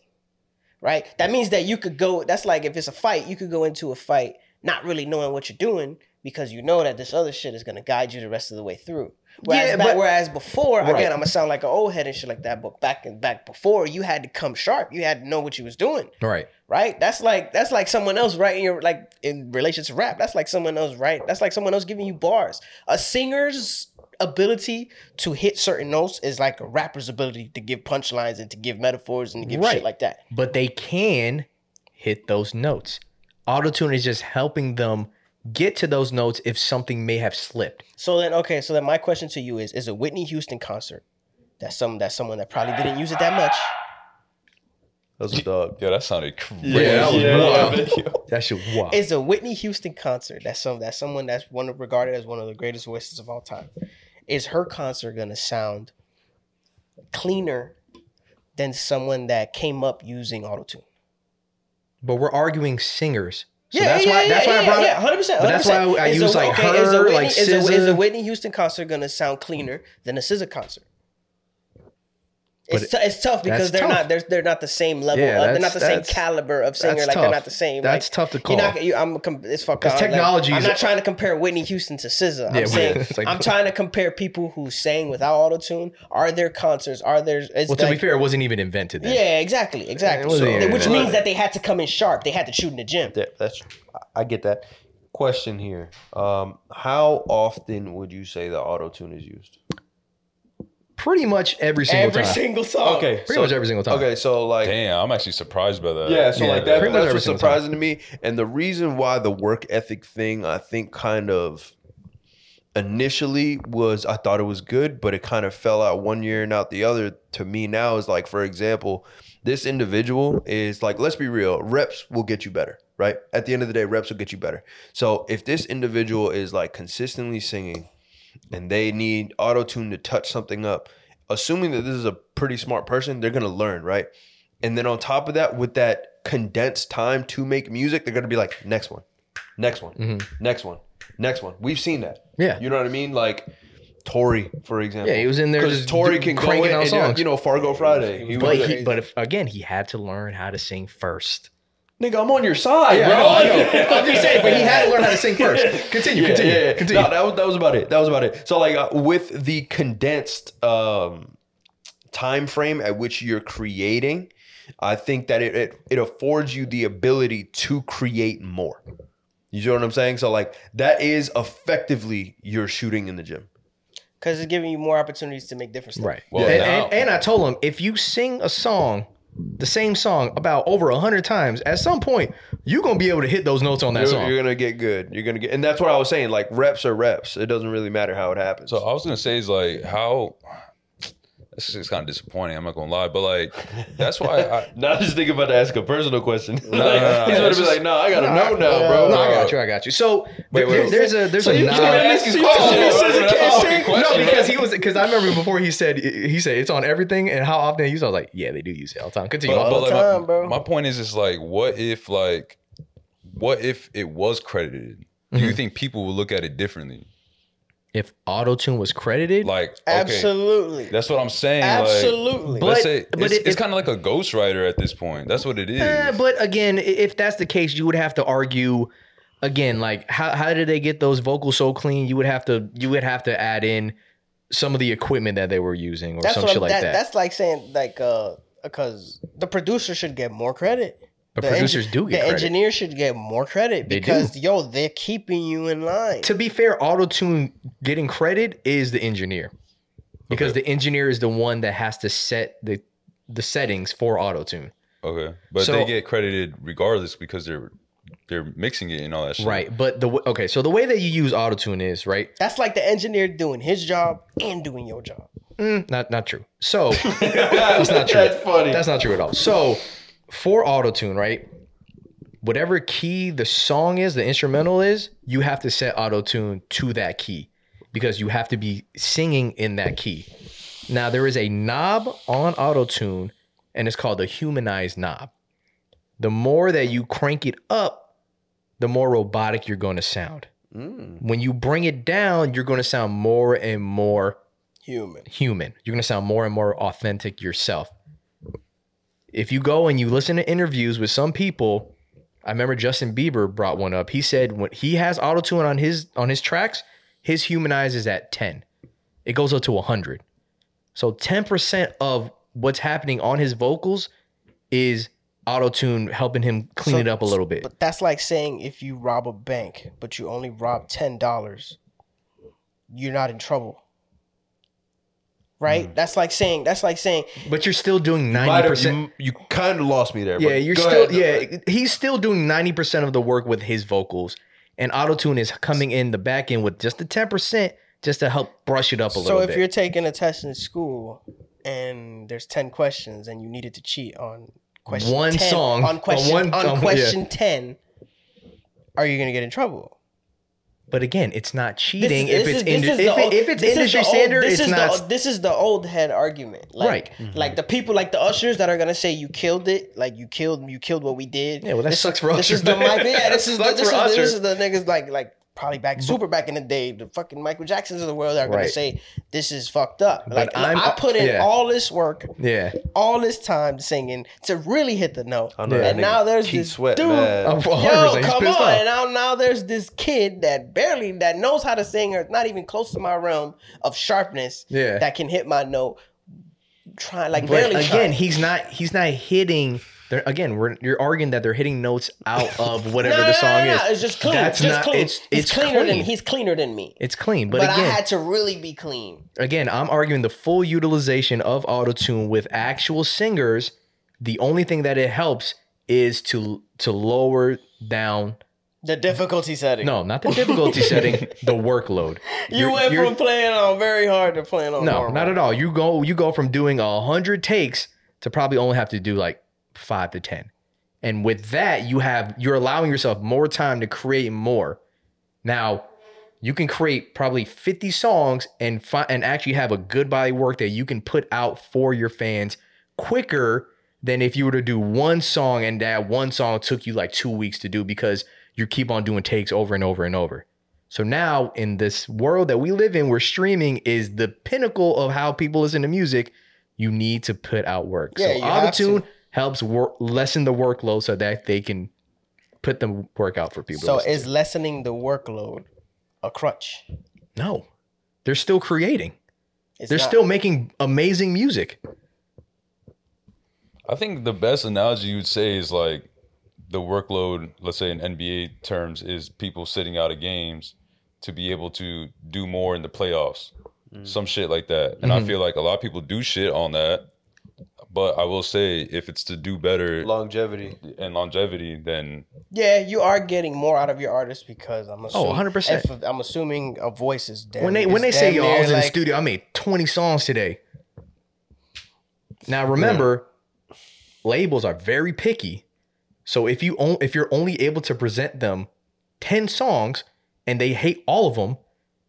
Speaker 4: Right? That means that you could go that's like if it's a fight, you could go into a fight not really knowing what you're doing because you know that this other shit is gonna guide you the rest of the way through. Whereas,
Speaker 1: Yeah,
Speaker 4: back-
Speaker 1: but-
Speaker 4: whereas before,
Speaker 1: Right.
Speaker 4: again, I'm gonna sound like an old head and shit like that. But back and back before, you had to come sharp. You had to know what you was doing
Speaker 1: right.
Speaker 4: right? That's like that's like someone else writing your like in relation to rap. That's like someone else right. That's like someone else giving you bars. A singer's ability to hit certain notes is like a rapper's ability to give punchlines and to give metaphors and to give
Speaker 1: Right.
Speaker 4: shit like that.
Speaker 1: But they can hit those notes. Autotune is just helping them get to those notes if something may have slipped.
Speaker 4: So then, okay, so then my question to you is: Is a Whitney Houston concert that's some that's someone that probably didn't use it that much?
Speaker 3: That was a dog.
Speaker 2: Yeah, that sounded crazy.
Speaker 1: that was
Speaker 6: yeah,
Speaker 1: wild.
Speaker 6: yeah.
Speaker 1: That shit wow.
Speaker 4: Is a Whitney Houston concert that's some that's someone that's one of, regarded as one of the greatest voices of all time? Is her concert gonna sound cleaner than someone that came up using autotune?
Speaker 1: but we're arguing singers. So that's why that's why I brought
Speaker 4: yeah, hundred percent.
Speaker 1: but that's why I- I use, like, her,
Speaker 4: Whitney,
Speaker 1: like,
Speaker 4: is a, is a
Speaker 1: SZA.
Speaker 4: Whitney Houston concert gonna sound cleaner than a SZA concert?
Speaker 1: But
Speaker 4: It's, t- it's tough because
Speaker 1: that's
Speaker 4: they're
Speaker 1: tough.
Speaker 4: not they're, they're not the same level.
Speaker 1: Yeah,
Speaker 4: of, they're not
Speaker 1: that's-
Speaker 4: the same
Speaker 1: that's-
Speaker 4: caliber of singer.
Speaker 1: that's
Speaker 4: Like they're
Speaker 1: tough.
Speaker 4: not the same.
Speaker 1: That's
Speaker 4: like,
Speaker 1: tough to call.
Speaker 4: You're not, you, I'm com- it's fucked
Speaker 1: 'Cause
Speaker 4: up.
Speaker 1: technology
Speaker 4: Like,
Speaker 1: is-
Speaker 4: I'm not trying to compare Whitney Houston to SZA. I'm
Speaker 1: Yeah, we-
Speaker 4: saying
Speaker 1: it's like-
Speaker 4: I'm trying to compare people who sang without autotune. Are there concerts? Are there? It's
Speaker 1: well, to be
Speaker 4: like-
Speaker 1: fair, it wasn't even invented then.
Speaker 4: yeah, exactly, exactly.
Speaker 1: wasn't
Speaker 4: So-
Speaker 1: even
Speaker 4: which
Speaker 1: that.
Speaker 4: means that they had to come in sharp. They had to shoot in the gym.
Speaker 3: Yeah, that's. I- I get that. Question here: um, How often would you say the auto tune is used?
Speaker 1: Pretty much every single
Speaker 4: Every
Speaker 1: time.
Speaker 4: single song.
Speaker 1: Pretty much every single time.
Speaker 3: Okay, so like
Speaker 2: Damn, I'm actually surprised by that.
Speaker 3: Yeah, so
Speaker 1: Yeah,
Speaker 3: like that,
Speaker 1: pretty much
Speaker 3: that's
Speaker 1: every
Speaker 3: what's
Speaker 1: single time.
Speaker 3: surprising to me. And the reason why the work ethic thing, I think, kind of initially was I thought it was good, but it kind of fell out one year and out the other. To me now is like, for example, this individual is like, let's be real, reps will get you better, right? At the end of the day, reps will get you better. So if this individual is like consistently singing and they need auto tune to touch something up, assuming that this is a pretty smart person, they're gonna learn, right? And then on top of that, with that condensed time to make music, they're gonna be like, next one, next one,
Speaker 1: Mhm.
Speaker 3: next one, next one. We've seen that.
Speaker 1: Yeah.
Speaker 3: You know what I mean? Like Tori, for example.
Speaker 1: Yeah, he was in there
Speaker 3: because
Speaker 1: just
Speaker 3: Tori
Speaker 1: do-
Speaker 3: can go
Speaker 1: cranking
Speaker 3: in
Speaker 1: out
Speaker 3: and, uh,
Speaker 1: songs.
Speaker 3: you know Fargo Friday. He
Speaker 1: But
Speaker 3: was
Speaker 1: he,
Speaker 3: like,
Speaker 1: but if, again, he had to learn how to sing first.
Speaker 3: nigga, I'm on your side,
Speaker 1: Yeah,
Speaker 3: bro.
Speaker 1: I know, I know. I'm just saying, but he had to learn how to sing first. Continue,
Speaker 3: Yeah,
Speaker 1: continue,
Speaker 3: yeah, yeah.
Speaker 1: continue.
Speaker 3: No, that was that was about it. That was about it. So like uh, with the condensed um, time frame at which you're creating, I think that it, it it affords you the ability to create more. You know what I'm saying? So like that is effectively your shooting in the gym.
Speaker 4: Because it's giving you more opportunities to make different stuff.
Speaker 1: Right.
Speaker 2: Well,
Speaker 1: and,
Speaker 2: now-
Speaker 1: and, and I told him if you sing a song, the same song about over a hundred times, at some point you're gonna be able to hit those notes on that
Speaker 3: You're,
Speaker 1: song.
Speaker 3: you're gonna get good. You're gonna get, and that's what I was saying. Like reps are reps. It doesn't really matter how it happens.
Speaker 2: So I was gonna say is like how this is kind of disappointing. I'm not gonna lie, but like that's why I,
Speaker 3: now this nigga about to ask a personal question. like,
Speaker 2: no, no,
Speaker 3: he's
Speaker 2: no,
Speaker 3: gonna
Speaker 2: it's
Speaker 3: be like,
Speaker 2: just-
Speaker 3: no, I gotta
Speaker 1: No,
Speaker 3: know now, bro.
Speaker 1: no, I got you. I got you. So
Speaker 2: Wait, wait,
Speaker 1: there- there's a there's a
Speaker 3: you
Speaker 1: nod.
Speaker 3: just gotta ask his
Speaker 1: Oh,
Speaker 3: question.
Speaker 1: he says it
Speaker 2: That's
Speaker 1: can't
Speaker 2: all
Speaker 1: sing?
Speaker 2: the question,
Speaker 1: No, because
Speaker 2: right?
Speaker 1: he was because I remember before he said he said it's on everything and how often he used. it. I was like, yeah, they do use it all the time. Continue.
Speaker 2: but, uh,
Speaker 1: my
Speaker 2: but,
Speaker 1: fault.
Speaker 2: like,
Speaker 4: time,
Speaker 2: my,
Speaker 4: bro.
Speaker 2: my point is, is like, what if like, what if it was credited? Do you think people would look at it differently?
Speaker 1: if auto tune was credited,
Speaker 2: Like, okay,
Speaker 4: Absolutely.
Speaker 2: that's what I'm saying. Like,
Speaker 4: Absolutely.
Speaker 1: But-
Speaker 2: let's say
Speaker 1: but
Speaker 2: it's,
Speaker 1: it-
Speaker 2: it's
Speaker 1: it-
Speaker 2: kind of like a ghostwriter at this point. That's what it is.
Speaker 1: Eh, but again, i- if that's the case, you would have to argue again, like how how did they get those vocals so clean? You would have to you would have to add in some of the equipment that they were using or
Speaker 4: that's
Speaker 1: some
Speaker 4: what
Speaker 1: shit
Speaker 4: I'm,
Speaker 1: like
Speaker 4: that,
Speaker 1: that.
Speaker 4: That's like saying like uh because the producer should get more credit.
Speaker 1: But
Speaker 4: The
Speaker 1: producers do
Speaker 4: The
Speaker 1: get credit.
Speaker 4: engineer should get more credit
Speaker 1: They do.
Speaker 4: because yo, they're keeping you in line.
Speaker 1: to be fair, auto tune getting credit is the engineer because the engineer is the one that has to set the the settings for auto tune.
Speaker 2: Okay, but
Speaker 1: So-
Speaker 2: they get credited regardless because they're they're mixing it and all that shit.
Speaker 1: Right. But the w- okay, so the way that you use auto tune is right.
Speaker 4: That's like the engineer doing his job and doing your job.
Speaker 1: Mm, not not true. So
Speaker 3: That's
Speaker 1: not true.
Speaker 3: That's funny.
Speaker 1: that's not true at all. So for auto tune, right? Whatever key the song is, the instrumental is, you have to set auto tune to that key because you have to be singing in that key. Now there is a knob on auto tune, and it's called the humanized knob. The more that you crank it up, the more robotic you're going to sound.
Speaker 3: Mm.
Speaker 1: When you bring it down, you're going to sound more and more
Speaker 4: Human.
Speaker 1: human. You're going to sound more and more authentic yourself. If you go and you listen to interviews with some people, I remember Justin Bieber brought one up. He said when he has auto tune on his on his tracks, his humanize is at 10. It goes up to 100. So 10% of what's happening on his vocals is auto tune helping him clean
Speaker 4: So-
Speaker 1: it up a little bit.
Speaker 4: But that's like saying if you rob a bank, but you only rob ten dollars, you're not in trouble.
Speaker 1: Mm-hmm.
Speaker 4: Right? That's like saying that's like saying
Speaker 1: But you're still doing
Speaker 3: Might
Speaker 1: 90%.
Speaker 3: have- You, kind of lost me there.
Speaker 1: Yeah,
Speaker 3: but
Speaker 1: you're
Speaker 3: go
Speaker 1: still
Speaker 3: ahead.
Speaker 1: yeah, he's still doing 90% of the work with his vocals and autotune is coming in the back end with just the 10% just to help brush it up a
Speaker 4: so
Speaker 1: little
Speaker 4: if
Speaker 1: bit.
Speaker 4: you're taking a test in school and there's ten questions and you needed to cheat on question
Speaker 1: One
Speaker 4: 10
Speaker 1: song,
Speaker 4: on
Speaker 1: on
Speaker 4: question
Speaker 1: one-
Speaker 4: on
Speaker 1: on- yeah.
Speaker 4: question ten, are you gonna get in trouble?
Speaker 1: but again, it's not
Speaker 4: This
Speaker 1: cheating
Speaker 4: is-
Speaker 1: if
Speaker 4: this
Speaker 1: it's
Speaker 4: is- this
Speaker 1: indu-
Speaker 4: is the
Speaker 1: if,
Speaker 4: old-
Speaker 1: it, if it's
Speaker 4: this is the
Speaker 1: industry
Speaker 4: old-
Speaker 1: standard,
Speaker 4: this
Speaker 1: it's
Speaker 4: is
Speaker 1: not
Speaker 4: The, this is the old head argument, like,
Speaker 1: Right. Mm-hmm.
Speaker 4: Like the people, like the ushers that are gonna say you killed it, like you killed, you killed what we did.
Speaker 1: Yeah, well, that
Speaker 4: this,
Speaker 1: sucks for
Speaker 4: This
Speaker 1: ushers,
Speaker 4: is the
Speaker 1: man.
Speaker 4: mic. Yeah, this is the,
Speaker 1: Sucks
Speaker 4: this, is
Speaker 1: for
Speaker 4: the, this
Speaker 1: ushers.
Speaker 4: is the niggas like like probably back super back in the day. The fucking Michael Jacksons of the world are gonna
Speaker 1: Right.
Speaker 4: say this is fucked up.
Speaker 1: But
Speaker 4: Like
Speaker 1: I'm-
Speaker 4: I put in
Speaker 1: yeah.
Speaker 4: all this work,
Speaker 1: yeah.
Speaker 4: all this time singing to really hit the note,
Speaker 3: I
Speaker 4: and
Speaker 3: know that nigga
Speaker 4: now there's
Speaker 3: Keith
Speaker 4: this
Speaker 3: Sweat,
Speaker 4: dude.
Speaker 3: man.
Speaker 1: Oh,
Speaker 4: Yo,
Speaker 1: 100%, he's
Speaker 4: come
Speaker 1: pissed
Speaker 4: on!
Speaker 1: off.
Speaker 4: And now, now there's this kid that barely that knows how to sing, or is not even close to my realm of sharpness,
Speaker 1: Yeah.
Speaker 4: that can hit my note. Trying like
Speaker 1: But
Speaker 4: barely
Speaker 1: again,
Speaker 4: trying.
Speaker 1: he's not he's not hitting they're, again, we're, you're arguing that they're hitting notes out of whatever
Speaker 4: No, no,
Speaker 1: the
Speaker 4: no,
Speaker 1: song
Speaker 4: no, no,
Speaker 1: is.
Speaker 4: It's just clean.
Speaker 1: That's
Speaker 4: just
Speaker 1: not-
Speaker 4: clean.
Speaker 1: it's- it's
Speaker 4: he's cleaner
Speaker 1: clean.
Speaker 4: than he's cleaner than me.
Speaker 1: It's clean, but,
Speaker 4: But, I
Speaker 1: again,
Speaker 4: had to really be clean.
Speaker 1: again, I'm arguing the full utilization of autotune with actual singers. The only thing that it helps is to to lower down.
Speaker 4: The difficulty setting.
Speaker 1: No, not the difficulty setting, the workload.
Speaker 4: you
Speaker 1: You're-
Speaker 4: went
Speaker 1: you're-
Speaker 4: from playing on very hard to playing on
Speaker 1: no,
Speaker 4: normal.
Speaker 1: not at all. You go you go from doing a hundred takes to probably only have to do like five to ten, and with that you have you're allowing yourself more time to create more. Now, you can create probably fifty songs and fi- and actually have a good body work that you can put out for your fans quicker than if you were to do one song and that one song took you like two weeks to do because you keep on doing takes over and over and over. So now in this world that we live in where streaming is the pinnacle of how people listen to music, you need to put out work.
Speaker 4: Yeah,
Speaker 1: so
Speaker 4: you have
Speaker 1: autotune helps wor- lessen the workload so that they can put the work out for people. to
Speaker 4: So
Speaker 1: listen
Speaker 4: is
Speaker 1: to.
Speaker 4: lessening the workload a crutch?
Speaker 1: no. They're still creating.
Speaker 4: It's
Speaker 1: They're
Speaker 4: not.
Speaker 1: still making amazing music.
Speaker 2: I think the best analogy you'd say is like the workload, let's say in NBA terms, is people sitting out of games to be able to do more in the playoffs.
Speaker 1: Mm.
Speaker 2: Some shit like that. And I
Speaker 1: Mhm.
Speaker 2: feel like a lot of people do shit on that. But I will say if it's to do better
Speaker 3: Longevity.
Speaker 2: and longevity, then
Speaker 4: Yeah, you are getting more out of your artist because I'm
Speaker 1: Oh,
Speaker 4: assuming.
Speaker 1: 100%.
Speaker 4: if- I'm assuming a voice is damn.
Speaker 1: when they
Speaker 4: is
Speaker 1: when they say
Speaker 4: damn
Speaker 1: yo,
Speaker 4: near
Speaker 1: I was in the
Speaker 4: like-
Speaker 1: studio, I made 20 songs today. Now remember, labels are very picky. So if you on, if you're only able to present them 10 songs and they hate all of them,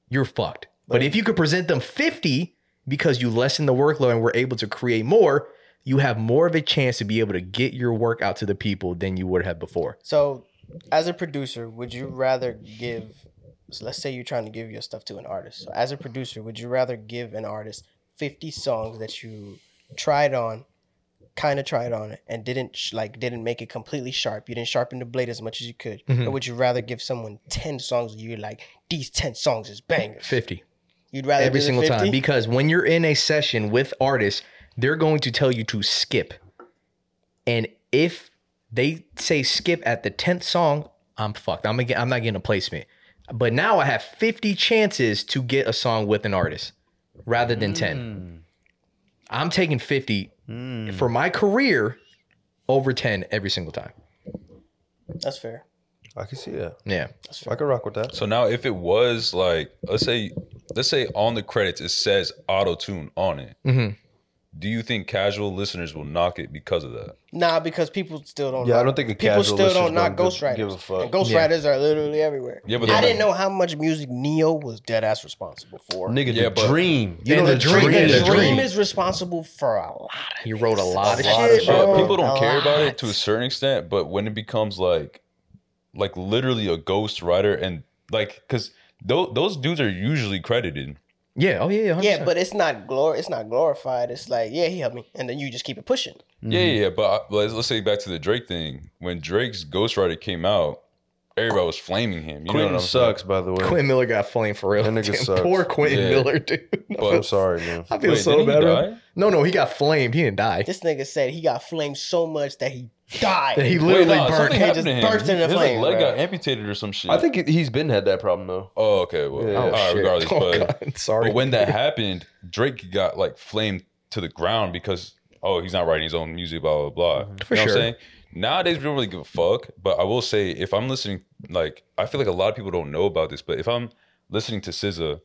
Speaker 1: you're fucked. But if you could present them 50 because you lessen the workload and were able to create more, you have more of a chance to be able to get your work out to the people than you would have before.
Speaker 4: So, as a producer, would you rather give? So let's say you're trying to give your stuff to an artist. So as a producer, would you rather give an artist 50 songs that you tried on, kind of tried on, and didn't sh- like didn't make it completely sharp? You didn't sharpen the blade as much as you could.
Speaker 1: Mhm.
Speaker 4: Or would you rather give someone 10 songs and you're like, these 10 songs is bangers?
Speaker 1: 50.
Speaker 4: You'd rather
Speaker 1: every
Speaker 4: do the
Speaker 1: single
Speaker 4: 50?
Speaker 1: time because when you're in a session with artists, they're going to tell you to skip. And if They say skip at the tenth song. I'm fucked. I'm gonna get, I'm not getting a placement. But now I have 50 chances to get a song with an artist rather than 10.
Speaker 4: Hmm.
Speaker 1: I'm taking 50 for my career over 10 every single time.
Speaker 4: That's fair.
Speaker 3: I can see that.
Speaker 1: Yeah.
Speaker 3: I can rock with that.
Speaker 2: So now, if it was like, let's say, let's say on the credits it says auto tune on it.
Speaker 1: Mhm.
Speaker 2: Do you think casual listeners will knock it because of that?
Speaker 4: Nah, because people still don't.
Speaker 3: Yeah, I
Speaker 4: knock-
Speaker 3: don't think a
Speaker 4: people
Speaker 3: casual
Speaker 4: still
Speaker 3: listener's
Speaker 4: don't knock
Speaker 3: gonna
Speaker 4: ghostwriters.
Speaker 3: give a fuck.
Speaker 4: And ghostwriters are literally everywhere.
Speaker 2: Yeah, but
Speaker 4: I
Speaker 2: they're
Speaker 4: didn't
Speaker 2: not-
Speaker 4: know how much music Neo was dead ass responsible for.
Speaker 3: Nigga,
Speaker 2: Yeah,
Speaker 3: the
Speaker 2: but-
Speaker 3: dream. You
Speaker 1: And
Speaker 3: know
Speaker 1: the
Speaker 3: the
Speaker 1: dream-
Speaker 3: dream.
Speaker 1: and
Speaker 4: the
Speaker 1: the
Speaker 4: dream,
Speaker 1: dream.
Speaker 4: is responsible for a lot.
Speaker 1: He wrote a lot of
Speaker 4: A lot
Speaker 1: shit.
Speaker 4: of
Speaker 1: bro.
Speaker 4: shit.
Speaker 2: But people don't
Speaker 4: a
Speaker 2: care about
Speaker 4: lot.
Speaker 2: it to a certain extent, but when it becomes like, like literally a ghost writer and like, because those those dudes are usually credited.
Speaker 1: Yeah. Oh, yeah. yeah, 100%.
Speaker 4: Yeah, but it's not glor. It's not glorified. It's like, yeah, he helped me, and then you just keep it pushing.
Speaker 2: Mm-hmm. Yeah, yeah, yeah. But I, let's let's say back to the Drake thing. When Drake's ghostwriter came out, everybody was flaming him. You know
Speaker 3: Quentin
Speaker 2: what I'm
Speaker 3: sucks, by the way.
Speaker 1: Quentin Miller got flamed for real.
Speaker 3: That nigga
Speaker 1: Damn,
Speaker 3: sucks.
Speaker 1: Poor Quentin
Speaker 2: Yeah.
Speaker 1: Miller, dude.
Speaker 2: But-
Speaker 3: I'm sorry, man.
Speaker 1: I
Speaker 2: saying?
Speaker 1: feel
Speaker 2: Wait,
Speaker 1: so
Speaker 2: didn't he
Speaker 1: bad. bro.
Speaker 2: die?
Speaker 1: No, no, he got flamed. He didn't die.
Speaker 4: This nigga said he got flamed so much that he died.
Speaker 1: He literally
Speaker 2: Wait, nah,
Speaker 1: burnt.
Speaker 2: something happened
Speaker 4: just
Speaker 2: to him.
Speaker 4: burst into
Speaker 2: His like,
Speaker 4: flames,
Speaker 2: leg
Speaker 4: bro.
Speaker 2: got amputated or some shit.
Speaker 3: I think he's been had that problem though.
Speaker 2: Oh, okay. Well,
Speaker 3: Yeah.
Speaker 2: all right.
Speaker 1: shit.
Speaker 2: Regardless,
Speaker 1: Oh,
Speaker 2: but,
Speaker 1: God, sorry.
Speaker 2: but when that happened, Drake got like flamed to the ground because oh, he's not writing his own music, blah blah blah.
Speaker 1: For
Speaker 2: you
Speaker 1: sure.
Speaker 2: know what I'm saying? Nowadays, we don't really give a fuck. But I will say, if I'm listening, like I feel like a lot of people don't know about this, but if I'm listening to SZA,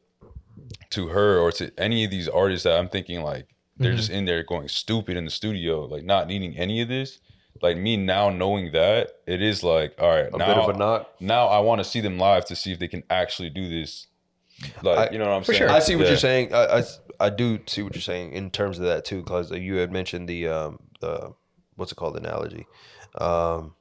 Speaker 2: to her or to any of these artists that I'm thinking like they're just in there going stupid in the studio, like not needing any of this. Like me now knowing that it is like all right
Speaker 3: A
Speaker 2: now
Speaker 3: bit of a knock.
Speaker 2: now I want to see them live to see if they can actually do this. Like,
Speaker 3: I-
Speaker 2: you know what I'm
Speaker 1: For
Speaker 2: saying?
Speaker 1: sure.
Speaker 3: I see what
Speaker 2: Yeah.
Speaker 3: you're saying. I, I I do see what you're saying in terms of that too, because you had mentioned the um the what's it called analogy. Um,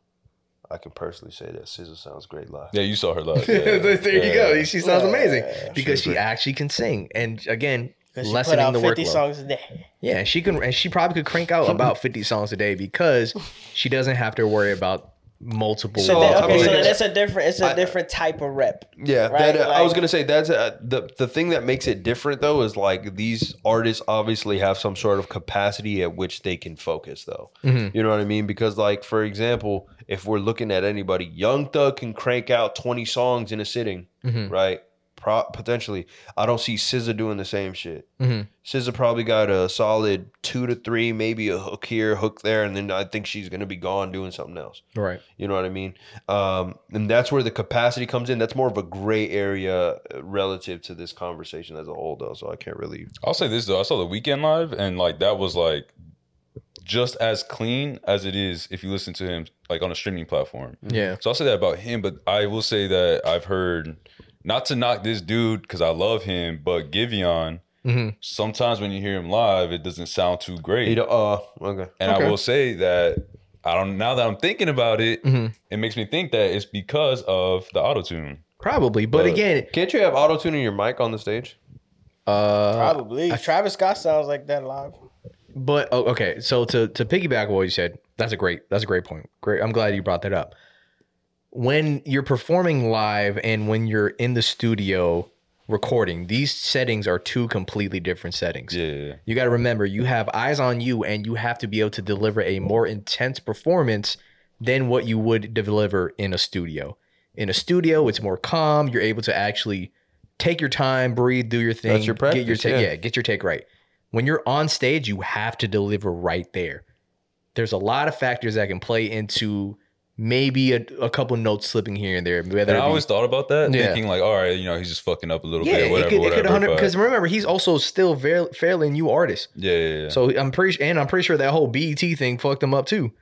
Speaker 3: I can personally say that Scissor sounds great live.
Speaker 2: Yeah, you saw her live. Yeah.
Speaker 1: there you go.
Speaker 2: Yeah.
Speaker 1: She sounds amazing
Speaker 4: Yeah.
Speaker 1: because she
Speaker 3: Super.
Speaker 1: actually can sing. And again,
Speaker 4: 'Cause she put
Speaker 1: lessening
Speaker 4: out
Speaker 1: the
Speaker 4: 50
Speaker 1: workload.
Speaker 4: songs a day.
Speaker 1: Yeah, she can, and she probably could crank out about fifty songs a day because she doesn't have to worry about multiple.
Speaker 4: So
Speaker 3: Well,
Speaker 4: that-
Speaker 3: I
Speaker 4: okay,
Speaker 3: mean,
Speaker 4: so
Speaker 3: it's-
Speaker 4: that's a different. It's a
Speaker 3: I-
Speaker 4: different type of rep.
Speaker 3: Yeah,
Speaker 4: Right,
Speaker 3: that, uh, I was
Speaker 4: like-
Speaker 3: gonna say that's uh, the the thing that makes it different though is like these artists obviously have some sort of capacity at which they can focus though.
Speaker 1: Mhm.
Speaker 3: You know what I mean? Because like for example, if we're looking at anybody, Young Thug can crank out twenty songs in a sitting,
Speaker 1: Mhm.
Speaker 3: right? Pro- potentially, I don't see SZA doing the same shit.
Speaker 1: Mhm.
Speaker 3: SZA probably got a solid two to three, maybe a hook here, hook there, and then I think she's gonna be gone doing something else.
Speaker 1: right,
Speaker 3: You know what I mean? Um, and that's where the capacity comes in. That's more of a gray area uh, relative to this conversation as a whole, though. So I can't really.
Speaker 2: I'll say this though. I saw the weekend live and like that was like just as clean as it is if you listen to him like on a streaming platform.
Speaker 1: yeah,
Speaker 2: So I'll say that about him, but I will say that I've heard not to knock this dude because I love him, but Giveon,
Speaker 1: Mhm.
Speaker 2: sometimes when you hear him live, it doesn't sound too great.
Speaker 3: You know, uh, okay.
Speaker 2: And
Speaker 1: Okay.
Speaker 2: I will say that I don't. Now that I'm thinking about it,
Speaker 1: Mhm.
Speaker 2: it makes me think that it's because of the auto tune.
Speaker 1: probably. But
Speaker 2: But-
Speaker 1: again,
Speaker 3: Can't you have auto tune in your mic on the stage?
Speaker 1: uh,
Speaker 4: Probably. Travis Scott sounds like that live.
Speaker 1: But oh, okay, so to to piggyback on what you said, that's a great that's a great point. Great, I'm glad you brought that up. When you're performing live and when you're in the studio recording, these settings are two completely different settings.
Speaker 2: Yeah,
Speaker 1: You got to remember, you have eyes on you, and you have to be able to deliver a more intense performance than what you would deliver in a studio. In a studio, it's more calm. You're able to actually take your time, breathe, do your thing.
Speaker 3: That's your
Speaker 1: Get your
Speaker 3: practice,
Speaker 1: take,
Speaker 3: yeah.
Speaker 1: yeah, get your take right. When you're on stage, you have to deliver right there. There's a lot of factors that can play into maybe a, a couple notes slipping here and there. Whether
Speaker 2: and I
Speaker 1: it be-
Speaker 2: always thought about that,
Speaker 1: Yeah.
Speaker 2: thinking like, all right, you know, he's just fucking up a little
Speaker 1: yeah,
Speaker 2: bit, whatever,
Speaker 1: it could, it could
Speaker 2: whatever.
Speaker 1: 100
Speaker 2: but-
Speaker 1: because remember he's also still very, fairly new artist.
Speaker 2: yeah, yeah, yeah.
Speaker 1: So I'm pretty, and I'm pretty sure that whole BET thing fucked them up too.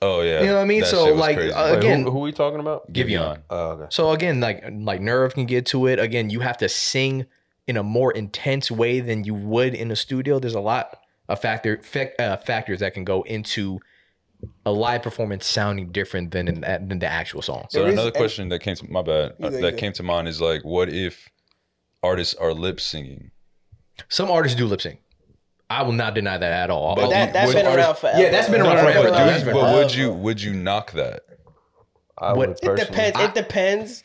Speaker 2: oh yeah,
Speaker 1: you know what I mean?
Speaker 2: That
Speaker 1: So,
Speaker 2: shit was
Speaker 1: like,
Speaker 2: crazy.
Speaker 1: uh, Again-
Speaker 3: who, who we talking about?
Speaker 1: Give you on.
Speaker 3: Oh, okay.
Speaker 1: So again, like like nerve can get to it. Again, you have to sing in a more intense way than you would in a studio. There's a lot of factor fac- uh, factors that can go into a live performance sounding different than in, than the actual song.
Speaker 2: so
Speaker 4: There is-
Speaker 2: another question that came to my bad
Speaker 4: You
Speaker 2: uh,
Speaker 4: good, you
Speaker 2: that
Speaker 4: good.
Speaker 2: came to mind is like, what if artists are lip singing?
Speaker 1: Some artists do lip sync. I will not deny that at all. Oh,
Speaker 2: But
Speaker 1: I'll-
Speaker 4: That, that's
Speaker 2: would
Speaker 4: been around
Speaker 2: artists-
Speaker 4: forever.
Speaker 1: Yeah, that's been
Speaker 4: No,
Speaker 1: around
Speaker 4: no, no,
Speaker 1: forever,
Speaker 4: no,
Speaker 1: dude.
Speaker 4: no,
Speaker 1: That's
Speaker 4: that's
Speaker 2: But
Speaker 1: been
Speaker 4: been
Speaker 1: forever.
Speaker 2: would
Speaker 4: around.
Speaker 2: you would you knock that?
Speaker 3: I
Speaker 1: What-
Speaker 3: would
Speaker 1: It
Speaker 4: It
Speaker 3: personally-
Speaker 4: depends.
Speaker 1: I-
Speaker 4: it depends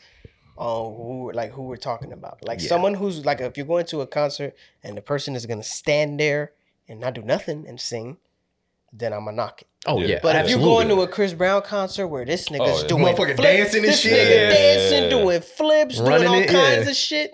Speaker 4: on who, like who we're talking about. Like
Speaker 1: Yeah.
Speaker 4: someone who's like, if you're going to a concert and the person is gonna stand there and not do nothing and sing, then I'm gonna knock it.
Speaker 1: Oh
Speaker 2: Yeah.
Speaker 1: yeah,
Speaker 4: But if
Speaker 1: absolutely.
Speaker 4: you're going to a Chris Brown concert where this nigga's
Speaker 2: Oh, yeah.
Speaker 4: doing
Speaker 1: Motherfucker
Speaker 4: flips,
Speaker 1: dancing and
Speaker 4: this
Speaker 1: shit.
Speaker 4: nigga
Speaker 1: Yeah.
Speaker 4: dancing, doing flips,
Speaker 1: Running
Speaker 4: doing all
Speaker 1: it,
Speaker 4: kinds
Speaker 1: yeah.
Speaker 4: of shit,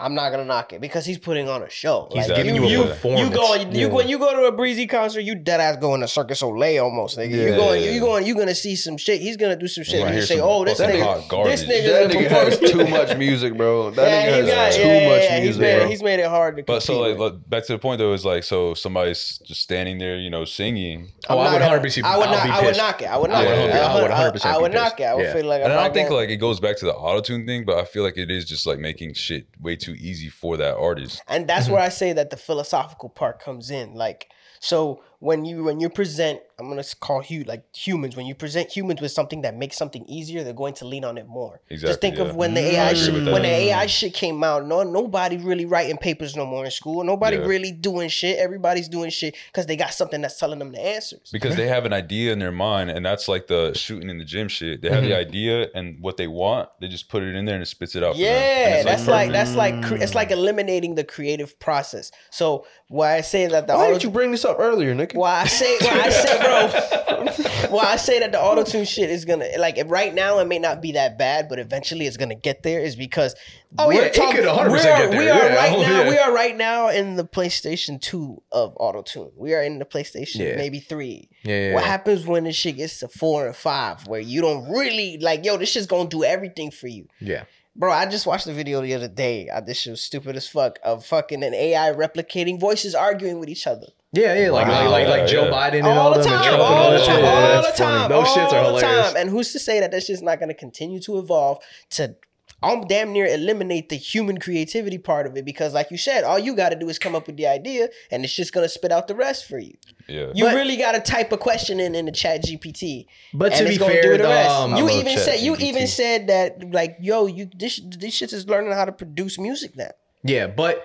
Speaker 4: I'm not gonna knock it because he's putting on a show.
Speaker 2: He's
Speaker 4: like,
Speaker 2: giving
Speaker 4: you,
Speaker 2: you a
Speaker 4: you,
Speaker 1: performance.
Speaker 4: you going, you
Speaker 1: Yeah.
Speaker 4: when you go to a breezy concert, you dead ass going to Circus Olay almost, nigga. You
Speaker 2: Yeah.
Speaker 4: going, you going, you gonna see some shit. He's gonna do some shit.
Speaker 2: Right.
Speaker 4: and You say,
Speaker 2: Hear some
Speaker 4: oh, this
Speaker 2: fucking
Speaker 4: nigga,
Speaker 2: hot garbage.
Speaker 4: this nigga,
Speaker 3: That nigga has too much music, bro. That
Speaker 4: yeah,
Speaker 3: nigga
Speaker 4: he got-
Speaker 3: has too
Speaker 4: yeah,
Speaker 3: much
Speaker 4: yeah, yeah, He's
Speaker 3: music,
Speaker 4: made,
Speaker 3: bro.
Speaker 4: he's made it hard to.
Speaker 2: But so
Speaker 4: compete
Speaker 2: like
Speaker 4: with.
Speaker 2: look, back to the point though is like so somebody's just standing there, you know, singing.
Speaker 4: I'm
Speaker 1: oh, I
Speaker 4: not
Speaker 1: would
Speaker 4: gonna-
Speaker 1: 100.
Speaker 4: I would
Speaker 1: I'll
Speaker 4: not.
Speaker 1: be
Speaker 4: I would
Speaker 1: pissed.
Speaker 4: knock it. I would
Speaker 2: I
Speaker 4: knock
Speaker 2: would
Speaker 4: it.
Speaker 2: hundred-
Speaker 1: I would 100%
Speaker 4: I would
Speaker 1: be pissed.
Speaker 4: knock it. I would
Speaker 1: Yeah.
Speaker 4: feel like.
Speaker 2: And I
Speaker 4: I'm
Speaker 2: don't think
Speaker 4: gonna-
Speaker 2: like it goes back to the auto tune thing, but I feel like it is just like making shit way too easy for that artist.
Speaker 4: and that's where I say that the philosophical part comes in. Like, so when you when you present, I'm gonna call you like humans. When you present humans with something that makes something easier, they're going to lean on it more. Just
Speaker 2: Exactly,
Speaker 4: think
Speaker 2: yeah.
Speaker 4: of when the
Speaker 2: Mm, I
Speaker 4: AI
Speaker 2: agree
Speaker 4: shit,
Speaker 2: with that.
Speaker 4: when the AI shit came out. No, nobody really writing papers no more in school. Nobody
Speaker 2: Yeah.
Speaker 4: really doing shit. Everybody's doing shit because they got something that's telling them the answers.
Speaker 2: Because they have an idea in their mind, and that's like the shooting in the gym shit. They have the
Speaker 1: Mm-hmm.
Speaker 2: idea and what they want, they just put it in there and it spits it out. for them. And
Speaker 4: Yeah,
Speaker 2: it's,
Speaker 4: that's like
Speaker 2: perfect.
Speaker 4: that's like cre- it's
Speaker 2: Mm.
Speaker 4: like eliminating the creative process. So why I say that the
Speaker 3: Why
Speaker 4: auto
Speaker 3: didn't you bring this up earlier, nigga?
Speaker 4: why I say why I say bro why I say that the auto tune shit is gonna like right now it may not be that bad, but eventually it's gonna get there is because
Speaker 1: Oh, yeah,
Speaker 4: we're
Speaker 1: it could 100%
Speaker 4: we are,
Speaker 1: get there.
Speaker 4: we are
Speaker 1: Yeah,
Speaker 4: right
Speaker 1: oh,
Speaker 4: now
Speaker 1: yeah.
Speaker 4: we are right now in the PlayStation two of auto tune. We are in the PlayStation
Speaker 1: Yeah.
Speaker 4: maybe three.
Speaker 1: Yeah, yeah,
Speaker 4: What
Speaker 1: yeah.
Speaker 4: happens when this shit gets to four and five where you don't really like yo this shit's gonna do everything for you.
Speaker 1: Yeah.
Speaker 4: Bro, I just watched the video the other day. I, this shit was stupid as fuck of fucking an AI replicating voices arguing with each other.
Speaker 1: Yeah, yeah, like
Speaker 2: Wow.
Speaker 1: like, like, like
Speaker 2: Yeah,
Speaker 1: Joe
Speaker 2: yeah.
Speaker 1: Biden and
Speaker 4: all,
Speaker 1: all,
Speaker 4: the
Speaker 1: them and
Speaker 4: time,
Speaker 1: Trump and
Speaker 4: all
Speaker 1: all
Speaker 4: the
Speaker 1: that
Speaker 4: time,
Speaker 1: shit. Yeah,
Speaker 4: all the
Speaker 1: that's funny.
Speaker 4: time, all
Speaker 1: Those shits are
Speaker 4: the time.
Speaker 1: hilarious.
Speaker 4: And who's to say that that shit's not going to continue to evolve to I'm damn near eliminate the human creativity part of it because, like you said, all you got to do is come up with the idea, and it's just going to spit out the rest for you.
Speaker 2: yeah.
Speaker 4: You
Speaker 1: But-
Speaker 4: really got to type a question in in the Chat GPT,
Speaker 1: But
Speaker 4: and
Speaker 1: to be
Speaker 4: it's gonna do
Speaker 1: fair,
Speaker 4: the
Speaker 1: the,
Speaker 4: rest.
Speaker 1: um,
Speaker 4: you
Speaker 3: love
Speaker 4: even
Speaker 3: Chat
Speaker 4: said you
Speaker 3: GPT.
Speaker 4: even said that like, yo, you this this shit is learning how to produce music now.
Speaker 1: Yeah, but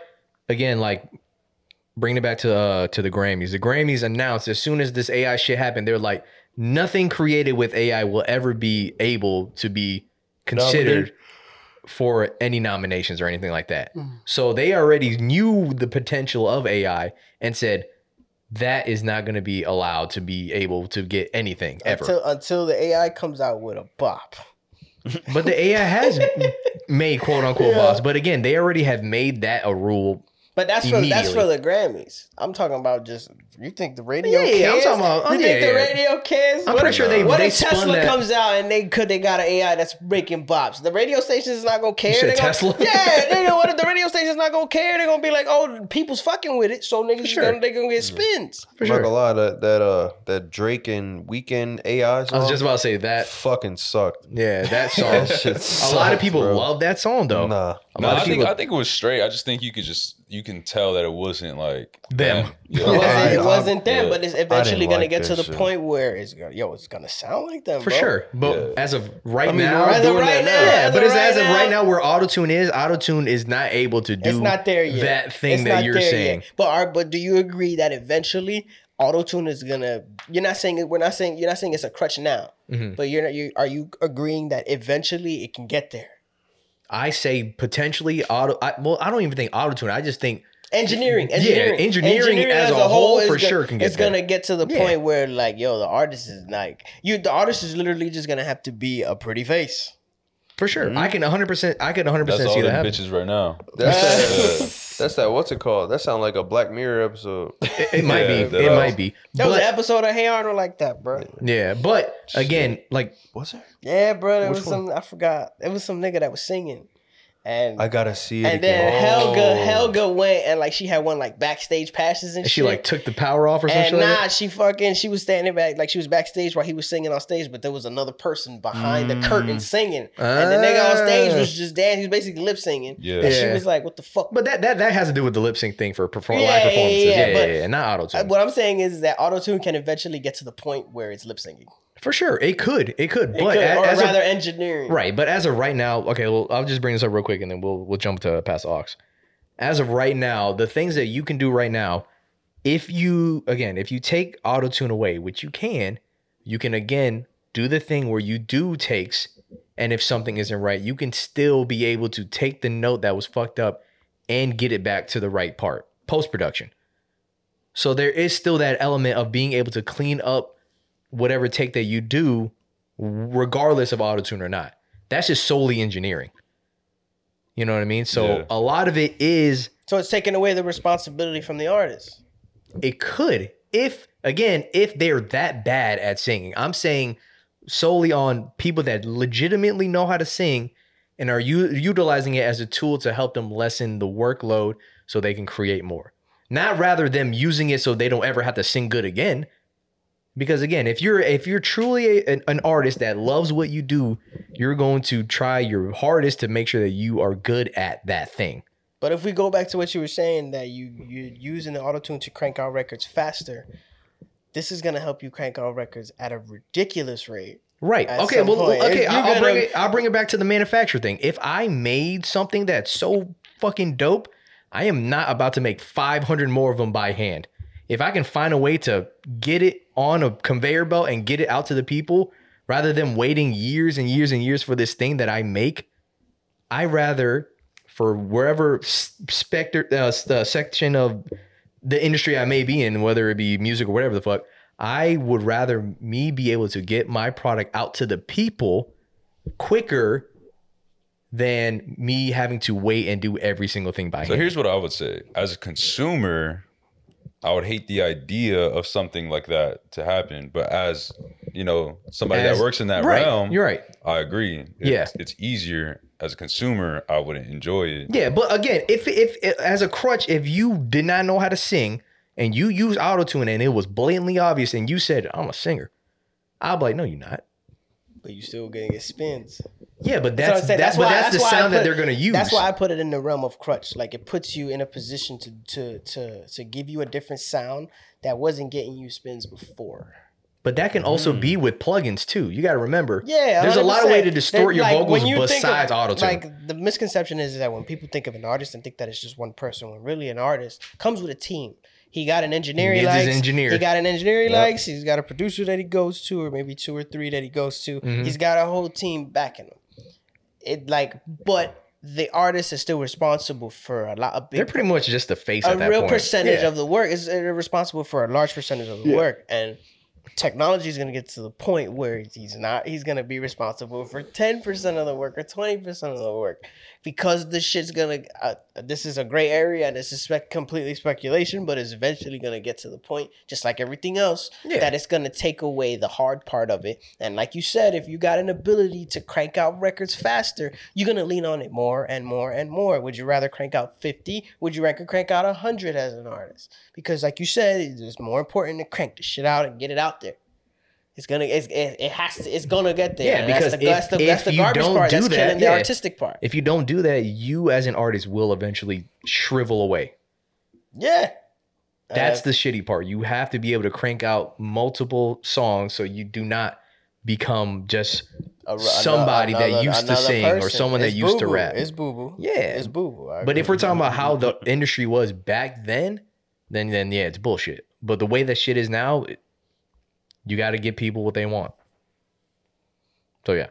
Speaker 1: again, like bringing it back to uh, to the Grammys. The Grammys announced as soon as this AI shit happened, they're like, nothing created with AI will ever be able to be considered for any nominations or anything like that. So they already knew the potential of AI and said that is not going to be allowed to be able to get anything ever.
Speaker 4: Until until the AI comes out with a bop.
Speaker 1: But the AI has made quote unquote boss. But again, they already have made that a rule.
Speaker 4: But that's for that's for
Speaker 1: Immediately.
Speaker 4: the Grammys. I'm talking about just you think the radio
Speaker 1: Yeah,
Speaker 4: cares?
Speaker 1: yeah, I'm talking about-
Speaker 4: you
Speaker 1: yeah,
Speaker 4: think the
Speaker 1: yeah.
Speaker 4: radio cares?
Speaker 1: I'm
Speaker 4: What
Speaker 1: pretty
Speaker 4: if-
Speaker 1: sure they-
Speaker 4: What
Speaker 1: they
Speaker 4: if
Speaker 1: spun
Speaker 4: Tesla
Speaker 1: that-
Speaker 4: comes out and they could they got an AI that's breaking bops? The radio station's not gonna care.
Speaker 1: said
Speaker 4: They gonna-
Speaker 1: Tesla?
Speaker 4: yeah, they know what if the radio station's not gonna care? They're gonna be like, oh, people's fucking with it, so niggas
Speaker 1: sure. Mm.
Speaker 4: gonna, they gonna get spins.
Speaker 1: For
Speaker 3: I'm not gonna lie, that that uh that Drake and Weekend AI song
Speaker 1: I was just about to say that.
Speaker 3: fucking sucked.
Speaker 1: Yeah, that song.
Speaker 3: That shit
Speaker 1: a lot of
Speaker 3: sucked,
Speaker 1: people
Speaker 3: bro.
Speaker 1: love that song though.
Speaker 3: Nah.
Speaker 1: A
Speaker 2: No,
Speaker 1: lot
Speaker 2: I
Speaker 1: of
Speaker 2: think
Speaker 1: people.
Speaker 2: I think it was straight. I just think you could just you can tell that it wasn't like
Speaker 1: Them.
Speaker 2: that. Yeah.
Speaker 4: It wasn't,
Speaker 3: I-
Speaker 4: it
Speaker 3: I-
Speaker 4: wasn't them, but it's eventually gonna
Speaker 3: like
Speaker 4: get to
Speaker 3: that
Speaker 4: the
Speaker 3: shit.
Speaker 4: point where it's gonna yo, it's gonna sound like them
Speaker 1: for
Speaker 4: bro.
Speaker 1: sure, but as of right
Speaker 3: mean,
Speaker 1: now,
Speaker 3: we're
Speaker 4: As of
Speaker 3: doing
Speaker 4: right
Speaker 3: that
Speaker 4: now,
Speaker 3: now.
Speaker 1: yeah,
Speaker 4: as
Speaker 1: but
Speaker 4: of
Speaker 1: it's
Speaker 4: right
Speaker 1: as of
Speaker 4: now-
Speaker 1: right now where autotune is, autotune is not able to do
Speaker 4: It's not there yet.
Speaker 1: that thing
Speaker 4: It's
Speaker 1: that
Speaker 4: not
Speaker 1: you're
Speaker 4: there
Speaker 1: saying.
Speaker 4: yet. But are, but do you agree that eventually autotune is gonna? You're not saying it. We're not saying you're not saying it's a crutch now.
Speaker 1: Mhm.
Speaker 4: But you're not. You are you agreeing that eventually it can get there?
Speaker 1: I say potentially auto I, well, I don't even think autotune. I just think
Speaker 4: Engineering,
Speaker 1: Yeah,
Speaker 4: engineering,
Speaker 1: engineering as a whole
Speaker 4: is
Speaker 1: for
Speaker 4: gonna-
Speaker 1: sure can get
Speaker 4: It's
Speaker 1: there.
Speaker 4: gonna get to the
Speaker 1: Yeah.
Speaker 4: point where like, yo, the artist is like, you. The artist is literally just gonna have to be a pretty face.
Speaker 1: for sure. I
Speaker 4: Mm-hmm.
Speaker 1: can 100% I can 100%
Speaker 2: That's all
Speaker 1: see that
Speaker 2: them
Speaker 1: happen.
Speaker 2: bitches right now.
Speaker 3: That's
Speaker 2: Yeah.
Speaker 3: that, that's that what's it called? That sound like a Black Mirror episode.
Speaker 1: It, it might
Speaker 2: Yeah,
Speaker 1: be.
Speaker 2: that
Speaker 1: It
Speaker 2: was-
Speaker 1: might be.
Speaker 4: That was
Speaker 1: But-
Speaker 4: an episode of Hey Arnold like that, bro.
Speaker 1: yeah, but again, like
Speaker 3: Was it?
Speaker 4: Yeah, bro. There
Speaker 1: Which
Speaker 4: was
Speaker 1: one?
Speaker 4: some. I forgot. It was some nigga that was singing, and
Speaker 3: I gotta see it.
Speaker 4: And then
Speaker 3: again.
Speaker 4: Helga,
Speaker 3: Oh.
Speaker 4: Helga went and like she had one like backstage passes and,
Speaker 1: she
Speaker 4: shit.
Speaker 1: like took the power off or
Speaker 4: and
Speaker 1: something.
Speaker 4: nah, she fucking she was standing back like she was backstage while he was singing on stage, but there was another person behind the curtain
Speaker 1: Mm.
Speaker 4: singing, and the nigga on stage
Speaker 1: Ah.
Speaker 4: was just dancing. He was basically lip singing.
Speaker 2: Yeah.
Speaker 4: and she
Speaker 1: Yeah.
Speaker 4: was like, "What the fuck?"
Speaker 1: But that that that has to do with the lip sync thing for perform-
Speaker 4: Yeah,
Speaker 1: live
Speaker 4: yeah,
Speaker 1: performances.
Speaker 4: yeah,
Speaker 1: Yeah, yeah,
Speaker 4: but-
Speaker 1: yeah, not auto
Speaker 4: Uh,
Speaker 1: tune.
Speaker 4: what I'm saying is that auto tune can eventually get to the point where it's lip singing,
Speaker 1: For sure, it could, it could,
Speaker 4: It
Speaker 1: but
Speaker 4: could,
Speaker 1: a-
Speaker 4: or
Speaker 1: as a-
Speaker 4: rather engineering.
Speaker 1: right, but as of right now, okay, well, I'll just bring this up real quick, and then we'll we'll jump to past ox. As of right now, the things that you can do right now, if you again, if you take auto tune away, which you can, you can again do the thing where you do takes, and if something isn't right, you can still be able to take the note that was fucked up and get it back to the right part post production. So there is still that element of being able to clean up whatever take that you do, regardless of autotune or not. That's just solely engineering. You know what I mean? So
Speaker 2: Yeah.
Speaker 1: a lot of it is
Speaker 4: So it's taking away the responsibility from the artist.
Speaker 1: it could if again if they're that bad at singing i'm saying solely on people that legitimately know how to sing and are u- utilizing it as a tool to help them lessen the workload so they can create more not rather them using it so they don't ever have to sing good again because again if you're if you're truly a- an, an artist that loves what you do you're going to try your hardest to make sure that you are good at that thing
Speaker 4: But if we go back to what you were saying, that you you're using the autotune to crank out records faster, this is gonna help you crank out records at a ridiculous rate.
Speaker 1: Right.
Speaker 4: at
Speaker 1: okay.
Speaker 4: some
Speaker 1: Well.
Speaker 4: point.
Speaker 1: Okay.
Speaker 4: If
Speaker 1: I'll,
Speaker 4: you're
Speaker 1: I'll bring
Speaker 4: gonna-
Speaker 1: it. I'll bring it back to the manufacturer thing. If I made something that's so fucking dope, I am not about to make 500 more of them by hand. If I can find a way to get it on a conveyor belt and get it out to the people, rather than waiting years and years and years for this thing that I make, I rather for wherever s- specter uh, s- the section of the industry I may be in, whether it be music or whatever the fuck, I would rather me be able to get my product out to the people quicker than me having to wait and do every single thing by
Speaker 2: So
Speaker 1: hand.
Speaker 2: here's what I would say. As a consumer, I would hate the idea of something like that to happen. But as, you know, somebody
Speaker 1: As-
Speaker 2: that works in that
Speaker 1: right.
Speaker 2: realm,
Speaker 1: You're right.
Speaker 2: I agree. It's,
Speaker 1: Yeah.
Speaker 2: It's easier. As a consumer, I wouldn't enjoy it.
Speaker 1: Yeah, but again, if, if if as a crutch, if you did not know how to sing and you use autotune and it was blatantly obvious and you said, I'm a singer, I'll be like, no, you're not.
Speaker 4: But you still gonna get spins.
Speaker 1: Yeah, but
Speaker 4: That's what
Speaker 1: that's,
Speaker 4: I'm
Speaker 1: that's,
Speaker 4: saying. That's
Speaker 1: but
Speaker 4: why-
Speaker 1: that's,
Speaker 4: that's
Speaker 1: the
Speaker 4: why I
Speaker 1: sound that
Speaker 4: put-
Speaker 1: they're gonna use.
Speaker 4: That's why I put it in the realm of crutch. Like it puts you in a position to to to to give you a different sound that wasn't getting you spins before.
Speaker 1: But that can also be with plugins too. You got to remember.
Speaker 4: Mm. Yeah,
Speaker 1: There's a lot of
Speaker 4: 100%.
Speaker 1: way to distort
Speaker 4: They-
Speaker 1: your
Speaker 4: like,
Speaker 1: vocals
Speaker 4: when you think
Speaker 1: besides
Speaker 4: of-
Speaker 1: autotune.
Speaker 4: Like the misconception is, that when people think of an artist and think that it's just one person, when really an artist comes with a team. He got an engineer he,
Speaker 1: He needs
Speaker 4: likes.
Speaker 1: his engineer.
Speaker 4: He got an engineer he
Speaker 1: Yep.
Speaker 4: likes. He's got a producer that he goes to, or maybe two or three that he goes to.
Speaker 1: Mhm.
Speaker 4: He's got a whole team backing him. It like, but the artist is still responsible for a lot. A big
Speaker 1: They're pretty much just the face
Speaker 4: a
Speaker 1: at that
Speaker 4: real
Speaker 1: point.
Speaker 4: percentage
Speaker 1: Yeah.
Speaker 4: of the work is they're responsible for a large percentage of the work and technology is going to get to the point where he's not he's going to be responsible for 10% of the work or 20% of the work because this shit's going to uh, this is a gray area and this is spec- completely speculation but it's eventually going to get to the point just like everything else
Speaker 1: Yeah.
Speaker 4: that it's going to take away the hard part of it and like you said if you got an ability to crank out records faster you're gonna lean on it more and more and more. Would you rather crank out 50? Would you rather crank out 100 as an artist? Because, like you said, it's just more important to crank the shit out and get it out there. It's gonna, it's, it, it has to, it's gonna get there.
Speaker 1: Yeah,
Speaker 4: And
Speaker 1: because
Speaker 4: that's the,
Speaker 1: if-
Speaker 4: that's the, that's
Speaker 1: if
Speaker 4: the
Speaker 1: you
Speaker 4: garbage
Speaker 1: don't
Speaker 4: part.
Speaker 1: do
Speaker 4: that's
Speaker 1: that,
Speaker 4: killing the
Speaker 1: yeah.
Speaker 4: artistic part.
Speaker 1: If you don't do that, you as an artist will eventually shrivel away.
Speaker 4: Yeah,
Speaker 1: That's
Speaker 4: Uh,
Speaker 1: the shitty part. You have to be able to crank out multiple songs so you do not become just
Speaker 3: Oh,
Speaker 4: a-
Speaker 1: somebody that used to sing or someone that
Speaker 4: It's
Speaker 1: used to
Speaker 4: boo-boo.
Speaker 1: rap.
Speaker 4: It's boo boo.
Speaker 1: Yeah.
Speaker 4: it's boo boo.
Speaker 1: But if we're talking about how the industry was back then, then then yeah, it's bullshit. But the way that shit is now, it- you got to give people what they want. So yeah,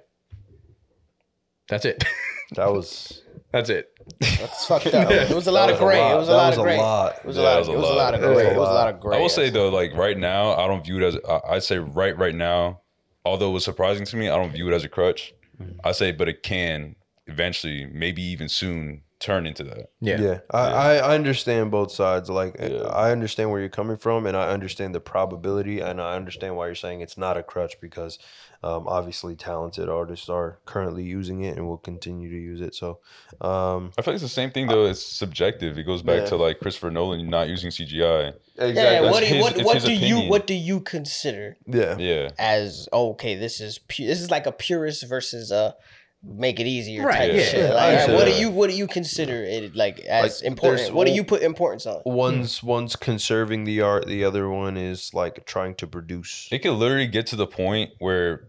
Speaker 1: that's it.
Speaker 3: That was
Speaker 1: that's it.
Speaker 4: that's fucked up. It was a lot
Speaker 3: that
Speaker 4: of gray. It was a
Speaker 3: That
Speaker 4: lot of gray. It was a
Speaker 2: Yeah,
Speaker 4: lot.
Speaker 2: that
Speaker 4: of-
Speaker 2: was a
Speaker 4: It was a
Speaker 2: lot.
Speaker 4: lot of
Speaker 3: That was
Speaker 4: gray.
Speaker 3: a
Speaker 4: It was a
Speaker 3: lot.
Speaker 4: lot of gray.
Speaker 2: I will say though, like right now, I don't view it as. I- I'd say right right now, although it was surprising to me, I don't view it as a crutch.
Speaker 1: Mm-hmm.
Speaker 2: I say, but it can eventually, maybe even soon, turn into that.
Speaker 1: Yeah.
Speaker 3: Yeah, I, I understand both sides. Like,
Speaker 2: Yeah.
Speaker 3: I understand where you're coming from, and I understand the probability, and I understand why you're saying it's not a crutch because, um, obviously, talented artists are currently using it and will continue to use it. So, um,
Speaker 2: I feel like it's the same thing
Speaker 1: Uh,
Speaker 2: though. It's subjective. It goes back
Speaker 3: Yeah.
Speaker 2: to like Christopher Nolan not using CGI.
Speaker 4: Yeah, what
Speaker 2: That's
Speaker 4: do you,
Speaker 2: his-
Speaker 4: what,
Speaker 2: it's
Speaker 4: what
Speaker 2: his
Speaker 4: do you
Speaker 2: opinion.
Speaker 4: what do you consider
Speaker 3: Yeah,
Speaker 2: Yeah,
Speaker 4: as okay? This is pu- this is like a purist versus a make it easier
Speaker 1: Right,
Speaker 4: type
Speaker 1: yeah,
Speaker 4: shit. Like,
Speaker 3: yeah, I
Speaker 4: what do
Speaker 2: understand.
Speaker 4: you what do you consider it like as
Speaker 3: Like,
Speaker 4: important?
Speaker 3: there's
Speaker 4: What do
Speaker 3: w-
Speaker 4: you put importance on?
Speaker 3: One's one's conserving the art, the other one is like trying to produce.
Speaker 2: it could literally get to the point where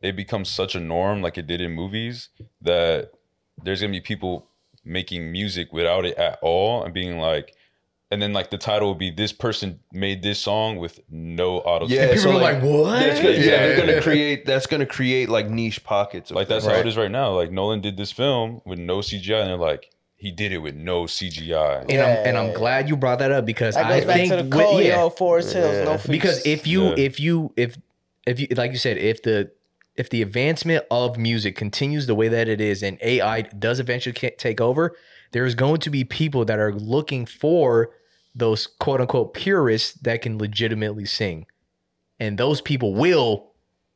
Speaker 2: it becomes such a norm, like it did in movies, that there's gonna be people making music without it at all and being like, and then like the title would be this person made this song with no auto.
Speaker 3: Yeah,
Speaker 1: People
Speaker 3: so,
Speaker 1: are like, what?
Speaker 3: That's gonna, yeah,
Speaker 2: Yeah,
Speaker 3: they're gonna
Speaker 2: yeah.
Speaker 3: create. That's gonna create like niche pockets. Of
Speaker 2: Like that's
Speaker 3: things.
Speaker 2: how it is right now. Like Nolan did this film with no CGI, and they're like, he did it with no CGI.
Speaker 1: And I'm and I'm
Speaker 4: Yeah.
Speaker 1: glad you brought that up because
Speaker 4: That
Speaker 1: I
Speaker 4: goes back
Speaker 1: think
Speaker 4: to the
Speaker 1: with-
Speaker 4: Cole,
Speaker 1: yeah,
Speaker 4: yo, Forest Hills, no
Speaker 3: Yeah.
Speaker 4: fees.
Speaker 1: because if you
Speaker 2: Yeah.
Speaker 1: if you if if you like you said if the if the advancement of music continues the way that it is and AI does eventually ca- take over, there's going to be people that are looking for those quote unquote purists that can legitimately sing, and those people will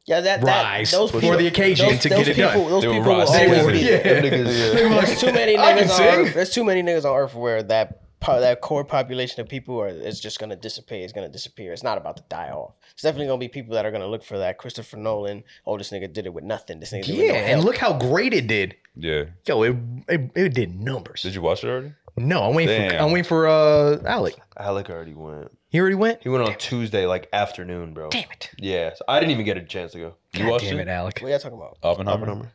Speaker 4: yeah, that, that
Speaker 1: rise
Speaker 4: those
Speaker 1: for
Speaker 4: people,
Speaker 1: the occasion
Speaker 4: those,
Speaker 1: to
Speaker 4: those
Speaker 1: get it
Speaker 4: people,
Speaker 1: done.
Speaker 4: Those
Speaker 2: They will
Speaker 4: people will
Speaker 2: rise.
Speaker 4: always
Speaker 2: They will-
Speaker 4: be.
Speaker 1: yeah.
Speaker 3: Them niggas-
Speaker 4: There's too many
Speaker 1: I can
Speaker 4: niggas on
Speaker 1: sing.
Speaker 4: Earth. There's too many niggas on Earth where that po- that core population of people are is just gonna dissipate. It's gonna disappear. It's not about to die off. It's definitely gonna be people that are gonna look for that. Christopher Nolan, oh this nigga did it with nothing. This nigga did it with
Speaker 1: Yeah,
Speaker 4: no
Speaker 1: and
Speaker 4: help.
Speaker 1: look how great it did.
Speaker 2: Yeah.
Speaker 1: Yo, it it, it did numbers.
Speaker 2: Did you watch it already?
Speaker 1: No, I'm waiting. For,
Speaker 2: Damn.
Speaker 1: I'm waiting for uh Alec.
Speaker 3: Alec already went.
Speaker 1: He already went.
Speaker 3: He went on Tuesday, like afternoon, bro.
Speaker 1: Damn it!
Speaker 3: Yeah, so I didn't even get a chance to go.
Speaker 2: You
Speaker 1: God
Speaker 2: watched
Speaker 1: damn
Speaker 2: it?
Speaker 1: it, Alec.
Speaker 4: What y'all talking about?
Speaker 2: Oppenheimer?
Speaker 3: Oppenheimer.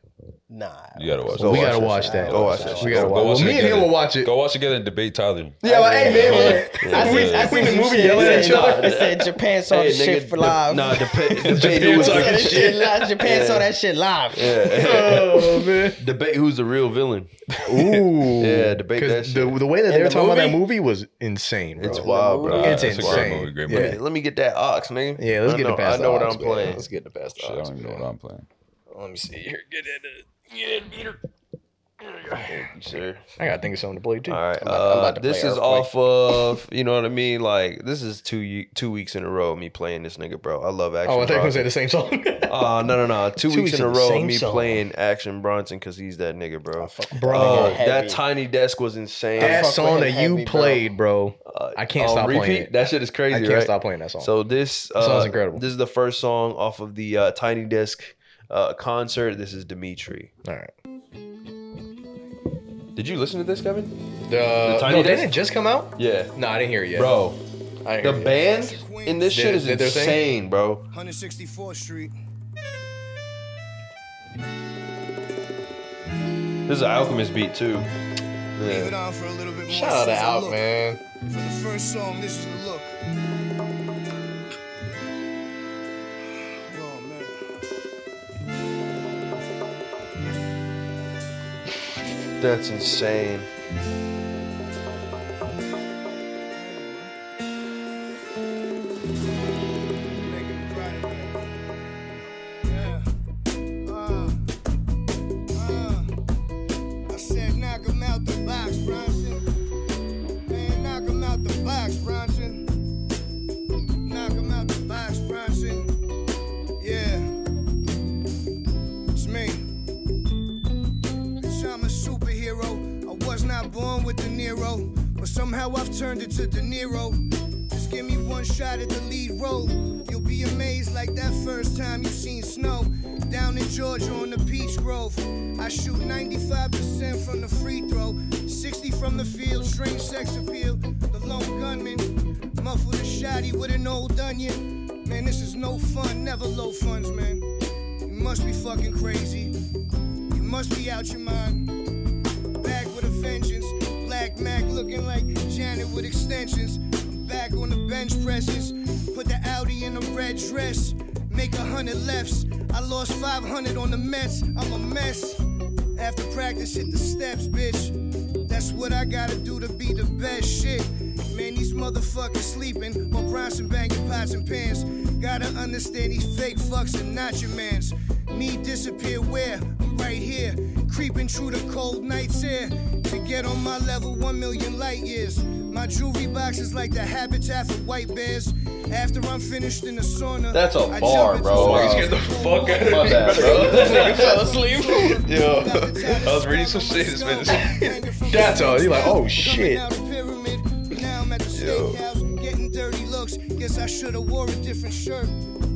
Speaker 4: Nah.
Speaker 2: You gotta watch
Speaker 3: Go
Speaker 1: we
Speaker 2: it.
Speaker 3: watch
Speaker 1: gotta
Speaker 3: it.
Speaker 1: watch that.
Speaker 3: Go watch that.
Speaker 1: We gotta
Speaker 2: Go
Speaker 1: watch.
Speaker 2: watch
Speaker 1: Well,
Speaker 2: it
Speaker 1: me and him
Speaker 2: together.
Speaker 1: will watch it.
Speaker 2: Go watch it together and debate Tyler.
Speaker 1: Yeah, well, hey man, man.
Speaker 3: Yeah.
Speaker 4: I seen, I
Speaker 1: We
Speaker 4: seen
Speaker 1: in the
Speaker 4: some
Speaker 1: movie
Speaker 4: shit.
Speaker 1: yelling
Speaker 4: It
Speaker 1: at each
Speaker 4: said-
Speaker 1: other.
Speaker 4: It said Japan saw this shit for live.
Speaker 3: No, debate, debate,
Speaker 1: Japan
Speaker 3: who was
Speaker 1: talking
Speaker 4: That
Speaker 3: the,
Speaker 1: shit.
Speaker 4: shit live. Japan
Speaker 3: Yeah.
Speaker 4: saw that shit live.
Speaker 3: yeah.
Speaker 1: Oh man.
Speaker 3: debate who's the real villain.
Speaker 1: Ooh.
Speaker 3: Yeah, debate
Speaker 1: 'Cause
Speaker 3: that
Speaker 1: The,
Speaker 3: shit.
Speaker 1: the way that they
Speaker 4: In
Speaker 1: were
Speaker 4: the
Speaker 1: talking about that
Speaker 4: movie?
Speaker 1: movie was insane, bro.
Speaker 3: It's wild,
Speaker 4: movie?
Speaker 3: bro.
Speaker 1: It's
Speaker 2: That's a great
Speaker 1: insane.
Speaker 2: movie, great
Speaker 1: Yeah.
Speaker 2: movie.
Speaker 3: Let me- Let me get that ox, nigga.
Speaker 1: Yeah, let's
Speaker 3: I
Speaker 1: get it
Speaker 3: know,
Speaker 1: past
Speaker 3: I know
Speaker 1: the
Speaker 3: what
Speaker 1: ox,
Speaker 3: I'm
Speaker 1: man.
Speaker 3: playing.
Speaker 1: Let's
Speaker 3: get the best
Speaker 2: Shit, I don't even know what I'm playing.
Speaker 3: Let me see here. Get in it. Sure.
Speaker 1: I gotta think of something to play too.
Speaker 3: All right.
Speaker 4: I'm about- I'm about
Speaker 3: uh,
Speaker 4: to
Speaker 3: this
Speaker 4: play
Speaker 3: is off of you know what I mean. Like this is two ye- two weeks in a row of me playing this nigga, bro. I love action.
Speaker 1: Oh, I thought you were gonna
Speaker 3: Bronson.
Speaker 1: say the same song.
Speaker 3: Uh, no, no, no. Two, weeks, in a
Speaker 1: the
Speaker 3: row of
Speaker 1: same
Speaker 3: me
Speaker 1: song.
Speaker 3: playing Action Bronson because he's that nigga, bro.
Speaker 1: bro,
Speaker 3: Bro,
Speaker 4: nigga heavy.
Speaker 3: that tiny desk was insane.
Speaker 1: that
Speaker 4: fuck
Speaker 1: song
Speaker 4: with
Speaker 1: that
Speaker 4: him
Speaker 1: you
Speaker 4: heavy, bro.
Speaker 1: played, bro.
Speaker 3: Uh,
Speaker 1: I can't
Speaker 3: on
Speaker 1: stop playing
Speaker 3: repeat?
Speaker 1: it.
Speaker 3: That shit is crazy,
Speaker 1: I can't
Speaker 3: right?
Speaker 1: stop playing that song.
Speaker 3: So this uh,
Speaker 1: That song's incredible.
Speaker 3: This is the first song off of the uh, Tiny Desk uh, concert. This is Dimitri.
Speaker 1: All right.
Speaker 3: Did you listen to this, Kevin?
Speaker 1: The,
Speaker 3: Tiny
Speaker 1: no,
Speaker 3: Desk?
Speaker 1: didn't it just come out?
Speaker 3: Yeah,
Speaker 1: No, I didn't hear it yet.
Speaker 3: bro.
Speaker 1: I didn't
Speaker 3: The
Speaker 1: hear it yet.
Speaker 3: band in this shit
Speaker 1: Did-
Speaker 3: is
Speaker 1: did their thing?
Speaker 3: insane, bro.
Speaker 7: 164th Street.
Speaker 3: This is an Alchemist beat too.
Speaker 7: Leave it
Speaker 3: Yeah.
Speaker 7: on for a little bit more.
Speaker 1: Shout out to
Speaker 7: This is a
Speaker 1: Out,
Speaker 7: look.
Speaker 1: man.
Speaker 7: For the first song, this is a look. Oh, man.
Speaker 3: That's insane.
Speaker 7: Making me cry today. Yeah. Uh, uh. I said, knock 'em out the box, Bronson. Man, knock 'em out the box, Bronson. Knock 'em out the box, Bronson. Yeah. It's me. Bitch, I'm a superhero. I was not born with De Niro, but somehow I've turned into De Niro. Just give me one shot at the lead role. You'll be amazed like that first time you seen snow. Down in Georgia on the Peach Grove. I shoot 95% from the free throw, 60 from the field, strange sex appeal. The lone gunman, muffled a shotty with an old onion. Man, this is no fun, never low funds, man. You must be fucking crazy. You must be out your mind. Back with a vengeance. Black Mac looking like Janet with extensions. Back on the bench presses. Put the Audi in a red dress. Make a hundred lefts. I lost 500 on the Mets. I'm a mess. After practice, hit the steps, bitch. That's what I gotta do to be the best shit. Man, these motherfuckers sleeping while Bronson banging pots and pans. Gotta understand these fake fucks are not your mans. Me disappear where? I'm right here, creeping through the cold night's air. To get on my level, one million light years. My jewelry box is like the habitat for white bears. After I'm finished in the sauna,
Speaker 3: That's a
Speaker 7: I
Speaker 3: bar,
Speaker 7: jump into
Speaker 3: bro.
Speaker 7: some-
Speaker 3: Marcus, get
Speaker 2: the fuck out of
Speaker 3: My bad,
Speaker 2: Yo, I was reading some shit this minute.
Speaker 1: That's all. You're like, oh, shit.
Speaker 7: Now I'm at the steakhouse, getting dirty looks. Guess I should've wore a different shirt.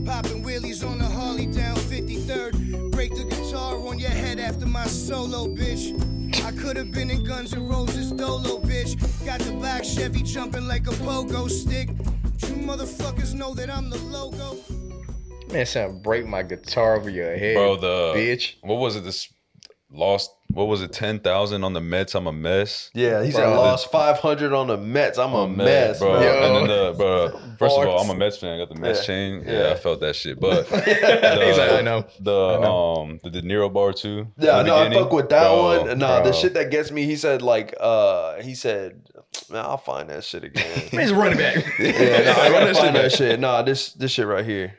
Speaker 7: Popping wheelies on the Harley down 53rd. Break the guitar on your head after my solo, bitch. I could've been in Guns N' Roses Dolo, bitch. Got the black Chevy jumping like a pogo stick. But you motherfuckers know that I'm the logo.
Speaker 1: Man, son, break my guitar over your head,
Speaker 2: Bro, the
Speaker 1: bitch.
Speaker 2: What was it? This lost what was it, ten thousand on the Mets? I'm a mess.
Speaker 3: Yeah, he said
Speaker 2: Bro,
Speaker 3: lost 500 on the Mets. I'm a
Speaker 2: Met,
Speaker 3: mess,
Speaker 2: bro.
Speaker 3: bro.
Speaker 2: And then the, bro, first of all,
Speaker 3: Barks.
Speaker 2: I'm a Mets fan. I got the Mets
Speaker 3: Yeah.
Speaker 2: chain. Yeah,
Speaker 3: Yeah.
Speaker 2: I felt that shit. But
Speaker 1: He's like, I know.
Speaker 2: the um the De Niro bar too. in
Speaker 3: Yeah,
Speaker 2: the
Speaker 3: no, I
Speaker 2: beginning.
Speaker 3: fuck with that
Speaker 2: Bro,
Speaker 3: one. Nah, the
Speaker 2: bro.
Speaker 3: shit that gets me, he said like uh he said, man, I'll find that shit again. yeah,
Speaker 1: He's a running back.
Speaker 3: nah, I gotta
Speaker 2: Run that
Speaker 3: find that
Speaker 2: shit back.
Speaker 3: shit. Nah, this this shit right here.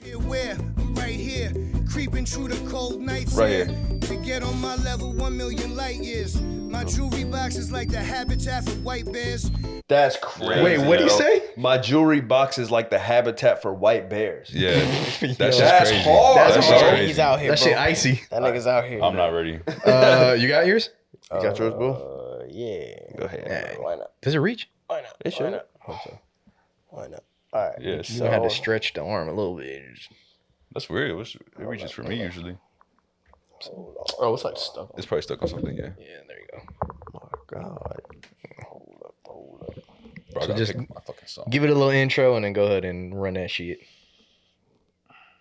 Speaker 7: Be aware, I'm right here, creeping through the cold nights.
Speaker 3: Right
Speaker 7: here.
Speaker 3: here.
Speaker 7: To get on my level, one million light years. My jewelry box is like the habitat for white bears.
Speaker 3: That's crazy.
Speaker 1: Wait, what do you
Speaker 3: bro.
Speaker 1: say?
Speaker 3: My jewelry box is like the habitat for white bears.
Speaker 2: Yeah, that's,
Speaker 3: That's
Speaker 2: crazy.
Speaker 3: hard.
Speaker 2: That's,
Speaker 1: That's
Speaker 2: just
Speaker 1: hard.
Speaker 2: crazy.
Speaker 4: He's out here,
Speaker 1: That
Speaker 4: bro.
Speaker 1: shit icy.
Speaker 4: that nigga's out here.
Speaker 2: I'm not ready.
Speaker 1: Uh, you got yours?
Speaker 3: You got yours, bro?
Speaker 4: Uh, yeah.
Speaker 3: Go ahead.
Speaker 1: Nah.
Speaker 4: Why not?
Speaker 1: Does it reach?
Speaker 4: Why not?
Speaker 3: It
Speaker 4: Why
Speaker 3: should.
Speaker 4: not? Why not? All right.
Speaker 2: Yeah,
Speaker 1: You had to stretch the arm a little bit.
Speaker 2: that's weird. It, was, it reaches for me usually.
Speaker 3: Oh, it's like stuck.
Speaker 2: It's probably stuck on something. Yeah,
Speaker 1: Yeah, there you go.
Speaker 3: God.
Speaker 2: bro, I
Speaker 1: So
Speaker 2: gotta
Speaker 1: just-
Speaker 2: pick my fucking song.
Speaker 1: Give it a little intro and then go ahead and run that shit.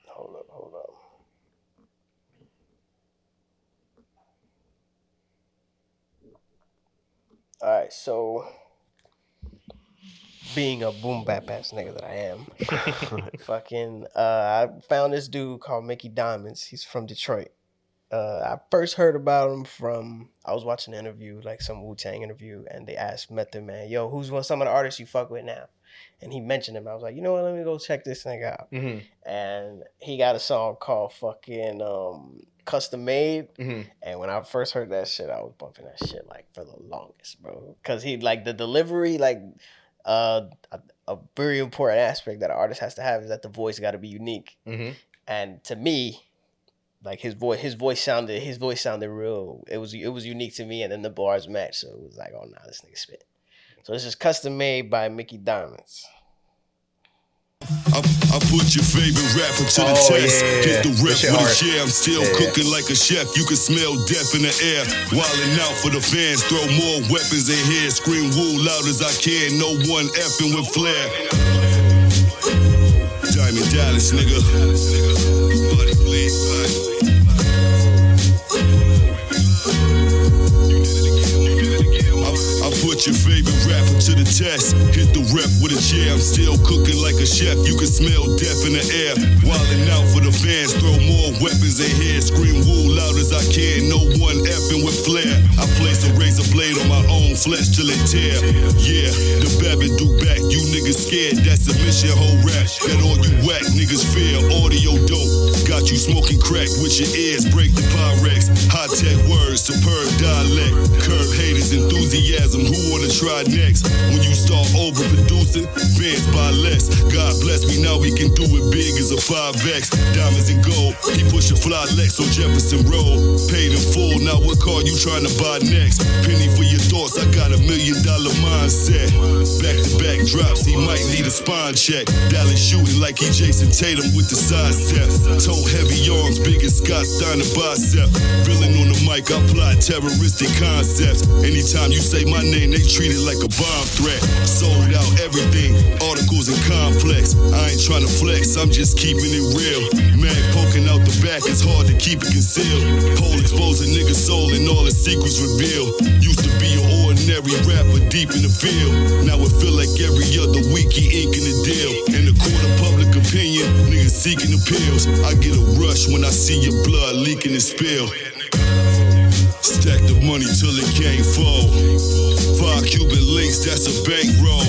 Speaker 4: Hold up, hold up. All right, so being a boom bap ass nigga that I am, fucking, uh, I found this dude called Mickey Diamonds. He's from Detroit. Uh, I first heard about him from I was watching an interview, like some Wu Tang interview, and they asked Method Man, "Yo, who's one some of the artists you fuck with now?" And he mentioned him. I was like, you know what? Let me go check this nigga out
Speaker 1: Mm-hmm.
Speaker 4: and he got a song called fucking um custom made
Speaker 1: Mhm.
Speaker 4: and when i first heard that shit i was bumping that shit like for the longest bro because he like the delivery like uh a, a very important aspect that an artist has to have is that the voice got to be unique
Speaker 1: Mm-hmm.
Speaker 4: and to me like his voice his voice sounded his voice sounded real it was it was unique to me and then the bars matched so it was like oh nah this nigga spit so this is custom made by mickey diamonds
Speaker 8: I, I put your favorite rapper to the
Speaker 1: Oh,
Speaker 8: test.
Speaker 1: yeah, yeah,
Speaker 8: Hit the
Speaker 1: yeah.
Speaker 8: rep
Speaker 1: This shit
Speaker 8: with a
Speaker 1: hard.
Speaker 8: chair. I'm still
Speaker 1: Yeah, yeah.
Speaker 8: cooking like a chef. You can smell death in the air. Wildin' out for the fans. Throw more weapons in here. Scream woo loud as I can. No one effing with flair. Diamond Dallas, nigga. Body, please. Body. I, I put your favorite rapper to the test. Hit the rep with a chair. I'm still cooking like a chef. You can smell death in the air. Wildin' out for the fans. Throw more weapons in here. Scream woo loud as I can. No one effing with flair. I place a razor blade on my own flesh till it tear. Yeah, the Babbitt do back. You niggas scared. That's a mission whole rap. That all you whack niggas fear. Audio dope. Got you smoking crack with your ears. Break the Pyrex. High tech words. Superb dialect. Curb haters. Enthusiasm. Who wanna try next? When you start overproducing, fans buy less. God bless me. Now we can do it big as a 5X. Diamonds and gold. He push a fly Lex on Jefferson Road. Paid in full. Now what car you trying to buy next? Penny for your thoughts. I got a million dollar mindset. Back to back drops. He might need a spine check. Dallas shooting like he Jason Tatum with the side step. Toe heavy arms. Big as Scott Steiner bicep. Villain on the mic. I plot terroristic concepts. Anytime you say my name, they treat it like a bomb threat. Sold out everything. Articles and complex. I ain't trying to flex. I'm just keeping it real. Mag poking out the back. It's hard to keep it concealed. Pole exposing niggas' soul and all his secrets revealed. Used to be an ordinary rapper deep in the field. Now it feel like every other week he inking a deal. In the court of public opinion, niggas seeking appeals. I get a rush when I see your blood leaking and spill. Stack the money till it can't fall. Five Cuban links, that's a bankroll.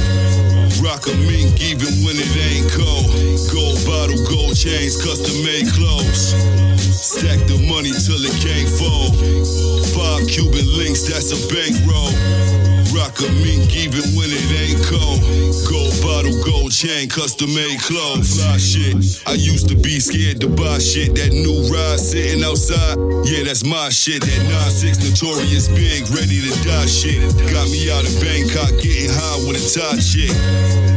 Speaker 8: Rock a mink even when it ain't cold. Gold bottle, gold chains, custom made clothes. Stack the money till it can't fold. Five Cuban links, that's a bankroll. Rock a mink even when it ain't cold. Gold bottle, gold chain, custom made clothes. Fly shit. I used to be scared to buy shit. That new ride sitting outside. Yeah, that's my shit. That 9-6 notorious big, ready to die shit. Got me out in Bangkok, getting high with a tie chick.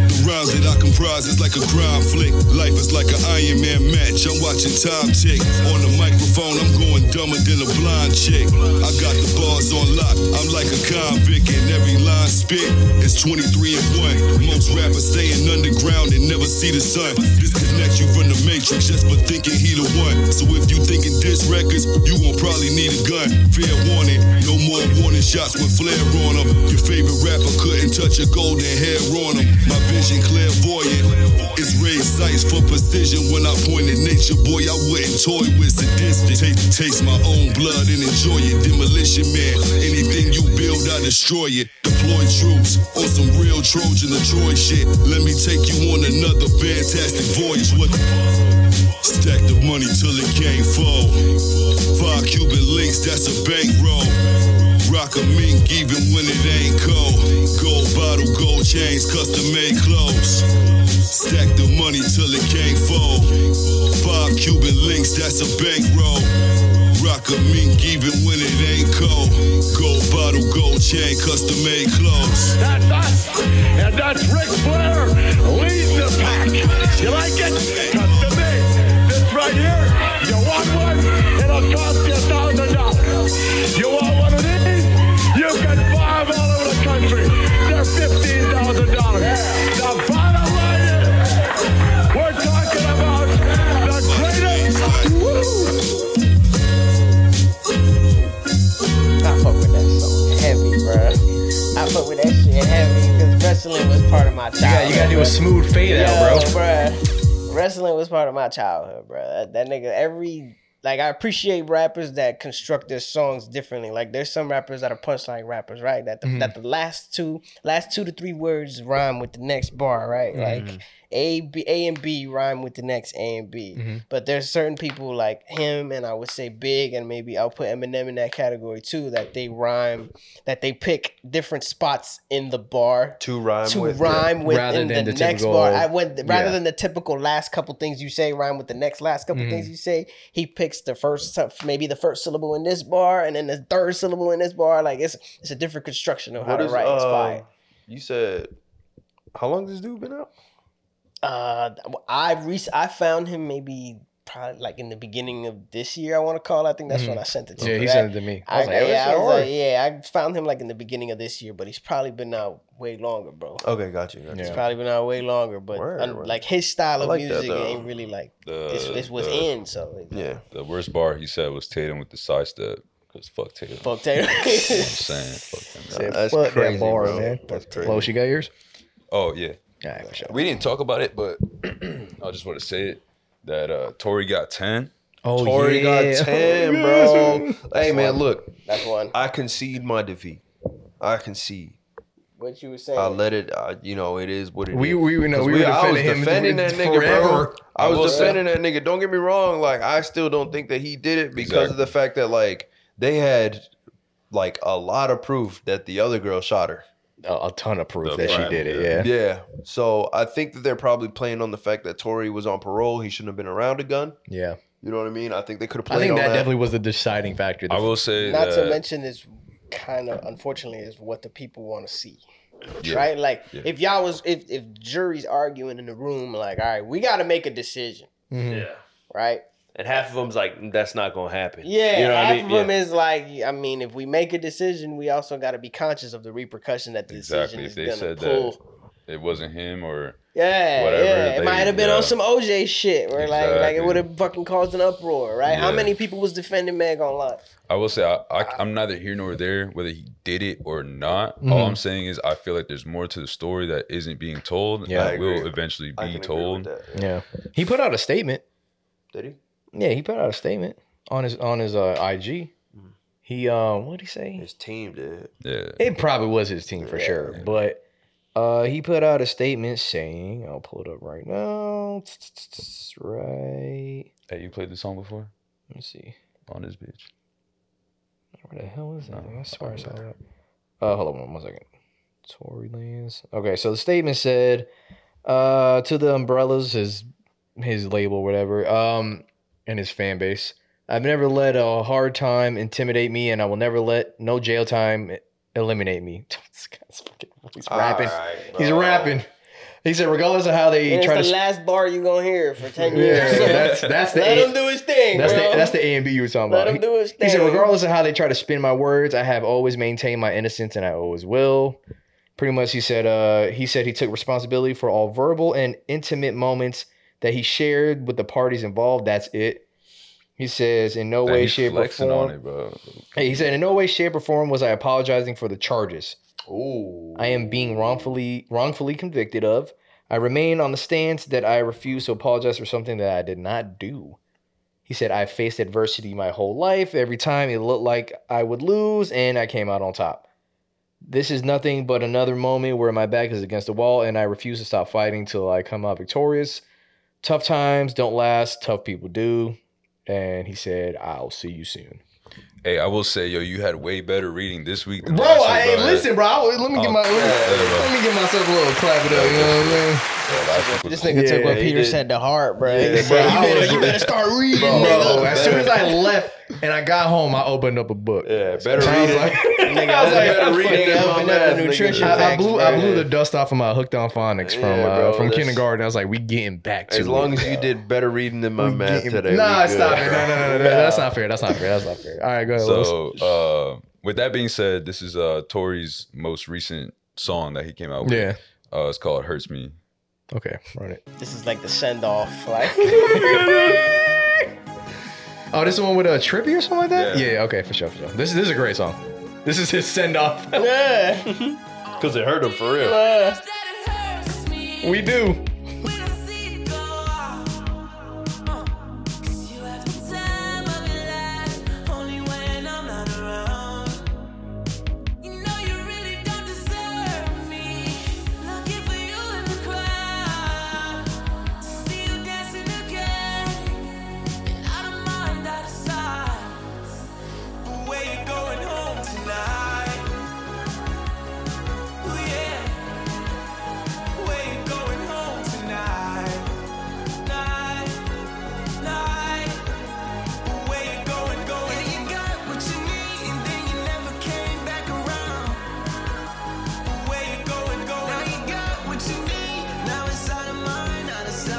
Speaker 8: The rhymes that I comprise is like a crime flick. Life is like an Iron Man match. watch, I'm watching time tick. On the microphone, I'm going dumber than a blind chick. I got the bars on lock, I'm like a convict, and every line spit is 23 and 1. Most rappers staying underground and never see the sun. Disconnect you from the matrix just for thinking he the one. So if you thinking diss records, you gon' probably need a gun. Fair warning, no more warning shots with flare on them. Your favorite rapper couldn't touch a golden hair on him. My vision clairvoyant. It's raised sights for precision when I point at nature, boy. I wouldn't toy with sadistic. Taste, taste my own blood and enjoy it. Demolition man, anything you build, I destroy it. Deploy troops on some real Trojan or Troy shit. Let me take you on another fantastic voyage. What? Stack the money till it can't fold. Five Cuban links, that's a bankroll. Rock a mink even when it ain't cold. Gold bottle, gold chains, custom made clothes. Stack the money till it can't fold. Five Cuban links, that's a bankroll. Rock a mink even when it ain't cold. Gold bottle, gold chain, custom made clothes.
Speaker 9: That's us. And that's Ric Flair. Leads the pack. You like it? Come to me. This right here. You want one? It'll cost you a thousand dollars. You want one of these? You can buy them all over the country. They're fifteen thousand dollars. The bottom line is, we're talking about the greatest.
Speaker 4: I fuck with that so heavy, bruh. I fuck with that shit heavy because wrestling was part of my
Speaker 1: Yeah,
Speaker 4: childhood.
Speaker 1: you gotta do a smooth fade out, bro.
Speaker 4: bruh. Wrestling was part of my childhood, bruh. That, that nigga, every like, I appreciate rappers that construct their songs differently. Like, there's some rappers that are punchline rappers, right? That the,
Speaker 1: Mm-hmm.
Speaker 4: that the last two, last two to three words rhyme with the next bar, right?
Speaker 1: Mm-hmm.
Speaker 4: Like A B A and B rhyme with the next A and B.
Speaker 1: Mm-hmm.
Speaker 3: Mm-hmm.
Speaker 4: But there's certain people like him, and I would say Big, and maybe I'll put Eminem in that category too. That they rhyme, that they pick different spots in the bar
Speaker 3: to rhyme
Speaker 4: to
Speaker 3: with yeah.
Speaker 4: rhyme with
Speaker 1: Rather
Speaker 4: in
Speaker 1: than
Speaker 4: the,
Speaker 1: the
Speaker 4: next
Speaker 1: typical-
Speaker 4: bar. I went rather
Speaker 1: yeah.
Speaker 4: than the typical last couple things you say rhyme with the next last couple
Speaker 1: Mm-hmm.
Speaker 4: things you say. He picks the first sy- maybe the first syllable in this bar and then the third syllable in this bar. Like it's it's a different construction of how
Speaker 3: What
Speaker 4: to
Speaker 3: is,
Speaker 4: write. it's
Speaker 3: uh,
Speaker 4: fire.
Speaker 3: You said how long this dude been out?
Speaker 4: Uh, I rec- I found him maybe probably like in the beginning of this year. I want to call. it. I think
Speaker 3: Mm-hmm.
Speaker 4: that's when I sent it to.
Speaker 1: Yeah,
Speaker 4: you,
Speaker 1: he
Speaker 4: right?
Speaker 1: sent it to me. I was
Speaker 4: I-
Speaker 1: like, oh,
Speaker 4: yeah,
Speaker 1: yeah,
Speaker 4: I was like, yeah, I found him like in the beginning of this year, but he's probably been out way longer, bro.
Speaker 3: Okay, got you. Got you.
Speaker 1: Yeah.
Speaker 4: It's probably been out way longer, but
Speaker 3: Word,
Speaker 4: un-
Speaker 3: word.
Speaker 4: like his style
Speaker 3: I
Speaker 4: of
Speaker 3: like that,
Speaker 4: music
Speaker 3: though. Uh,
Speaker 4: ain't really like
Speaker 2: The,
Speaker 4: it's, it's what's
Speaker 2: the,
Speaker 4: in. So it-
Speaker 3: Yeah.
Speaker 2: the worst bar he said was Tatum with the sidestep. Because fuck Tatum.
Speaker 4: fuck Taylor.
Speaker 2: I'm saying. Fuck him.
Speaker 1: Yeah,
Speaker 3: That's
Speaker 1: fuck that
Speaker 3: crazy,
Speaker 1: bar,
Speaker 3: bro.
Speaker 1: man.
Speaker 3: That's crazy.
Speaker 1: Low, she got yours?
Speaker 2: Oh yeah.
Speaker 1: Yeah, for sure.
Speaker 2: We didn't talk about it, but I just want to say it that uh Tory got ten.
Speaker 1: Oh,
Speaker 3: Tory got ten, bro. hey man, look,
Speaker 4: That's one.
Speaker 3: I concede my defeat. I concede.
Speaker 4: What you were saying?
Speaker 3: I let it. I, you know, it is what it is.
Speaker 1: We- we- we know,
Speaker 3: 'Cause
Speaker 1: we were
Speaker 3: I was
Speaker 1: defending him
Speaker 3: defending that nigga, bro.
Speaker 1: forever.
Speaker 3: I
Speaker 2: I will
Speaker 3: was
Speaker 2: say-
Speaker 3: defending that nigga. Don't get me wrong. Like, I still don't think that he did it because of the fact that like they had like a lot of proof that the other girl shot her.
Speaker 1: A, a ton of proof
Speaker 2: The
Speaker 1: that she
Speaker 2: prime,
Speaker 1: did it,
Speaker 2: yeah.
Speaker 1: yeah.
Speaker 3: Yeah. So I think that they're probably playing on the fact that Tory was on parole. He shouldn't have been around a gun.
Speaker 1: Yeah.
Speaker 3: You know what I mean? I think they could have
Speaker 1: I
Speaker 3: played
Speaker 1: think
Speaker 3: on
Speaker 1: that
Speaker 3: that.
Speaker 1: definitely was the deciding factor. The
Speaker 2: I will say
Speaker 4: Not
Speaker 2: that
Speaker 4: to mention is kind of unfortunately is what the people want to see.
Speaker 2: Yeah.
Speaker 4: Right? Like
Speaker 2: Yeah.
Speaker 4: if y'all was if if juries arguing in the room, like, all right, we gotta make a decision,
Speaker 1: Mhm.
Speaker 6: Yeah.
Speaker 4: right?
Speaker 6: And half of them's like, that's not gonna happen.
Speaker 4: Yeah,
Speaker 6: You know what
Speaker 4: half
Speaker 6: I mean?
Speaker 4: of them is like, I mean, if we make a decision, we also gotta be conscious of the repercussion that the
Speaker 2: Exactly,
Speaker 4: decision
Speaker 2: if
Speaker 4: is
Speaker 2: they
Speaker 4: gonna
Speaker 2: said that,
Speaker 4: pull.
Speaker 2: it wasn't him or
Speaker 4: Yeah,
Speaker 2: whatever
Speaker 4: yeah. It
Speaker 2: they-
Speaker 4: might have been
Speaker 2: yeah.
Speaker 4: on some OJ shit where like like it
Speaker 2: Exactly.
Speaker 4: would have fucking caused an uproar, right? How
Speaker 2: Yeah.
Speaker 4: many people was defending Meg online?
Speaker 2: I will say I, I I'm neither here nor there whether he did it or not.
Speaker 3: Mm-hmm.
Speaker 2: All I'm saying is I feel like there's more to the story that isn't being told.
Speaker 1: Yeah,
Speaker 2: Yeah,
Speaker 3: I
Speaker 2: that will
Speaker 3: agree.
Speaker 2: eventually
Speaker 3: I
Speaker 2: be
Speaker 3: can agree with
Speaker 2: told.
Speaker 3: that.
Speaker 1: Yeah. He put out a statement.
Speaker 3: Did he?
Speaker 1: Yeah, he put out a statement on his on his uh, IG. He um, what did he say?
Speaker 3: His team did.
Speaker 2: Yeah,
Speaker 1: It probably was his team for sure, but uh, he put out a statement saying, "I'll pull it up right now." Right.
Speaker 2: hey, you played this song before
Speaker 1: Let me see.
Speaker 2: on this bitch.
Speaker 1: Where the hell is that?
Speaker 2: No,
Speaker 1: I swear I
Speaker 2: okay.
Speaker 1: saw that. Uh, hold on one, one second. Tory Lanez. Okay, so the statement said, uh, to the umbrellas, his his label, whatever, um, and his fan base. I've never let a hard time intimidate me, and I will never let no jail time eliminate me. This guy's fucking- he's rapping.
Speaker 3: All right,
Speaker 1: he's
Speaker 3: bro.
Speaker 1: rapping. He said, regardless of how they
Speaker 4: And it's
Speaker 1: try
Speaker 4: the
Speaker 1: to. sp-
Speaker 4: last bar you gonna hear for ten
Speaker 1: yeah,
Speaker 4: years.
Speaker 1: that's that's the
Speaker 4: Let
Speaker 1: A-
Speaker 4: him do his thing,
Speaker 1: that's
Speaker 4: bro.
Speaker 1: the that's the A and B you were talking
Speaker 4: Let
Speaker 1: about.
Speaker 4: him do his
Speaker 1: He said,
Speaker 4: thing.
Speaker 1: regardless of how they try to spin my words, I have always maintained my innocence and I always will. Pretty much he said uh he said he took responsibility for all verbal and intimate moments that he shared with the parties involved. That's it. He says in no
Speaker 2: Damn,
Speaker 1: way,
Speaker 2: he's
Speaker 1: shape, or
Speaker 2: flexing on
Speaker 1: form.
Speaker 2: it, bro.
Speaker 1: Hey, he said in no way, shape, or form was I apologizing for the charges.
Speaker 3: Ooh.
Speaker 1: I am being wrongfully wrongfully convicted of. I remain on the stance that I refuse to apologize for something that I did not do. He said, I faced adversity my whole life. Every time it looked like I would lose, and I came out on top. This is nothing but another moment where my back is against the wall and I refuse to stop fighting till I come out victorious. Tough times don't last, tough people do. And he said, I'll see you soon.
Speaker 2: Hey, I will say, yo, you had way better reading this week. Than
Speaker 1: Bro,
Speaker 2: last
Speaker 1: I
Speaker 2: week,
Speaker 1: ain't listen, bro. I- let me get
Speaker 2: Oh,
Speaker 1: my let me,
Speaker 2: yeah, bro.
Speaker 1: let me get myself a little clap it up. You know what I'm saying?
Speaker 2: Yeah, last week was
Speaker 4: This
Speaker 2: cool.
Speaker 4: nigga took
Speaker 1: Yeah,
Speaker 4: what
Speaker 1: he
Speaker 4: Peter
Speaker 1: did.
Speaker 4: said to heart, bro. He
Speaker 1: Bro,
Speaker 4: said,
Speaker 1: I
Speaker 4: you, better,
Speaker 1: was-
Speaker 4: you better start reading,
Speaker 1: Bro,
Speaker 4: nigga.
Speaker 1: as soon as I left and I got home, I opened up a book.
Speaker 3: Yeah,
Speaker 1: And
Speaker 3: better
Speaker 1: I was
Speaker 3: read
Speaker 1: like,
Speaker 3: it.
Speaker 1: nigga, I was
Speaker 3: that's
Speaker 1: like,
Speaker 3: better
Speaker 1: I
Speaker 3: reading
Speaker 1: fucking
Speaker 3: than my
Speaker 1: opened up
Speaker 3: math,
Speaker 1: the
Speaker 3: nigga.
Speaker 1: nutrition.
Speaker 3: I- I
Speaker 1: I, blew, I
Speaker 3: bro.
Speaker 1: blew the dust off of my hooked on phonics from
Speaker 3: Yeah,
Speaker 1: uh,
Speaker 3: bro,
Speaker 1: from
Speaker 3: that's-
Speaker 1: kindergarten. I was like, we getting back to
Speaker 3: As long
Speaker 1: it.
Speaker 3: as you did better reading than my math
Speaker 1: Getting-
Speaker 3: today.
Speaker 1: Nah,
Speaker 3: we good,
Speaker 1: stop it. No,
Speaker 3: bro.
Speaker 1: no, no, no, no. That's not fair. That's not fair. That's not fair. All right, go ahead. Los.
Speaker 2: So, uh, with that being said, this is uh, Tori's most recent song that he came out with.
Speaker 1: yeah.
Speaker 2: Uh, it's called "Hurts Me."
Speaker 1: Okay, run it.
Speaker 4: This is like the send off. Like,
Speaker 1: Oh, this is the one with a uh, trippy or something like that.
Speaker 2: Yeah.
Speaker 1: Yeah. okay, for sure, for sure. This this is a great song. This is his send off.
Speaker 4: yeah.
Speaker 3: Because it hurt him for real.
Speaker 4: Uh,
Speaker 1: we do.
Speaker 10: uh, Going home tonight. Ooh, yeah. Where you going home tonight? Night, night. Where you going, going? you got what you need, and then you never came back around. Where you going, going? Now you got what you need. Now it's out of mind, out of sight.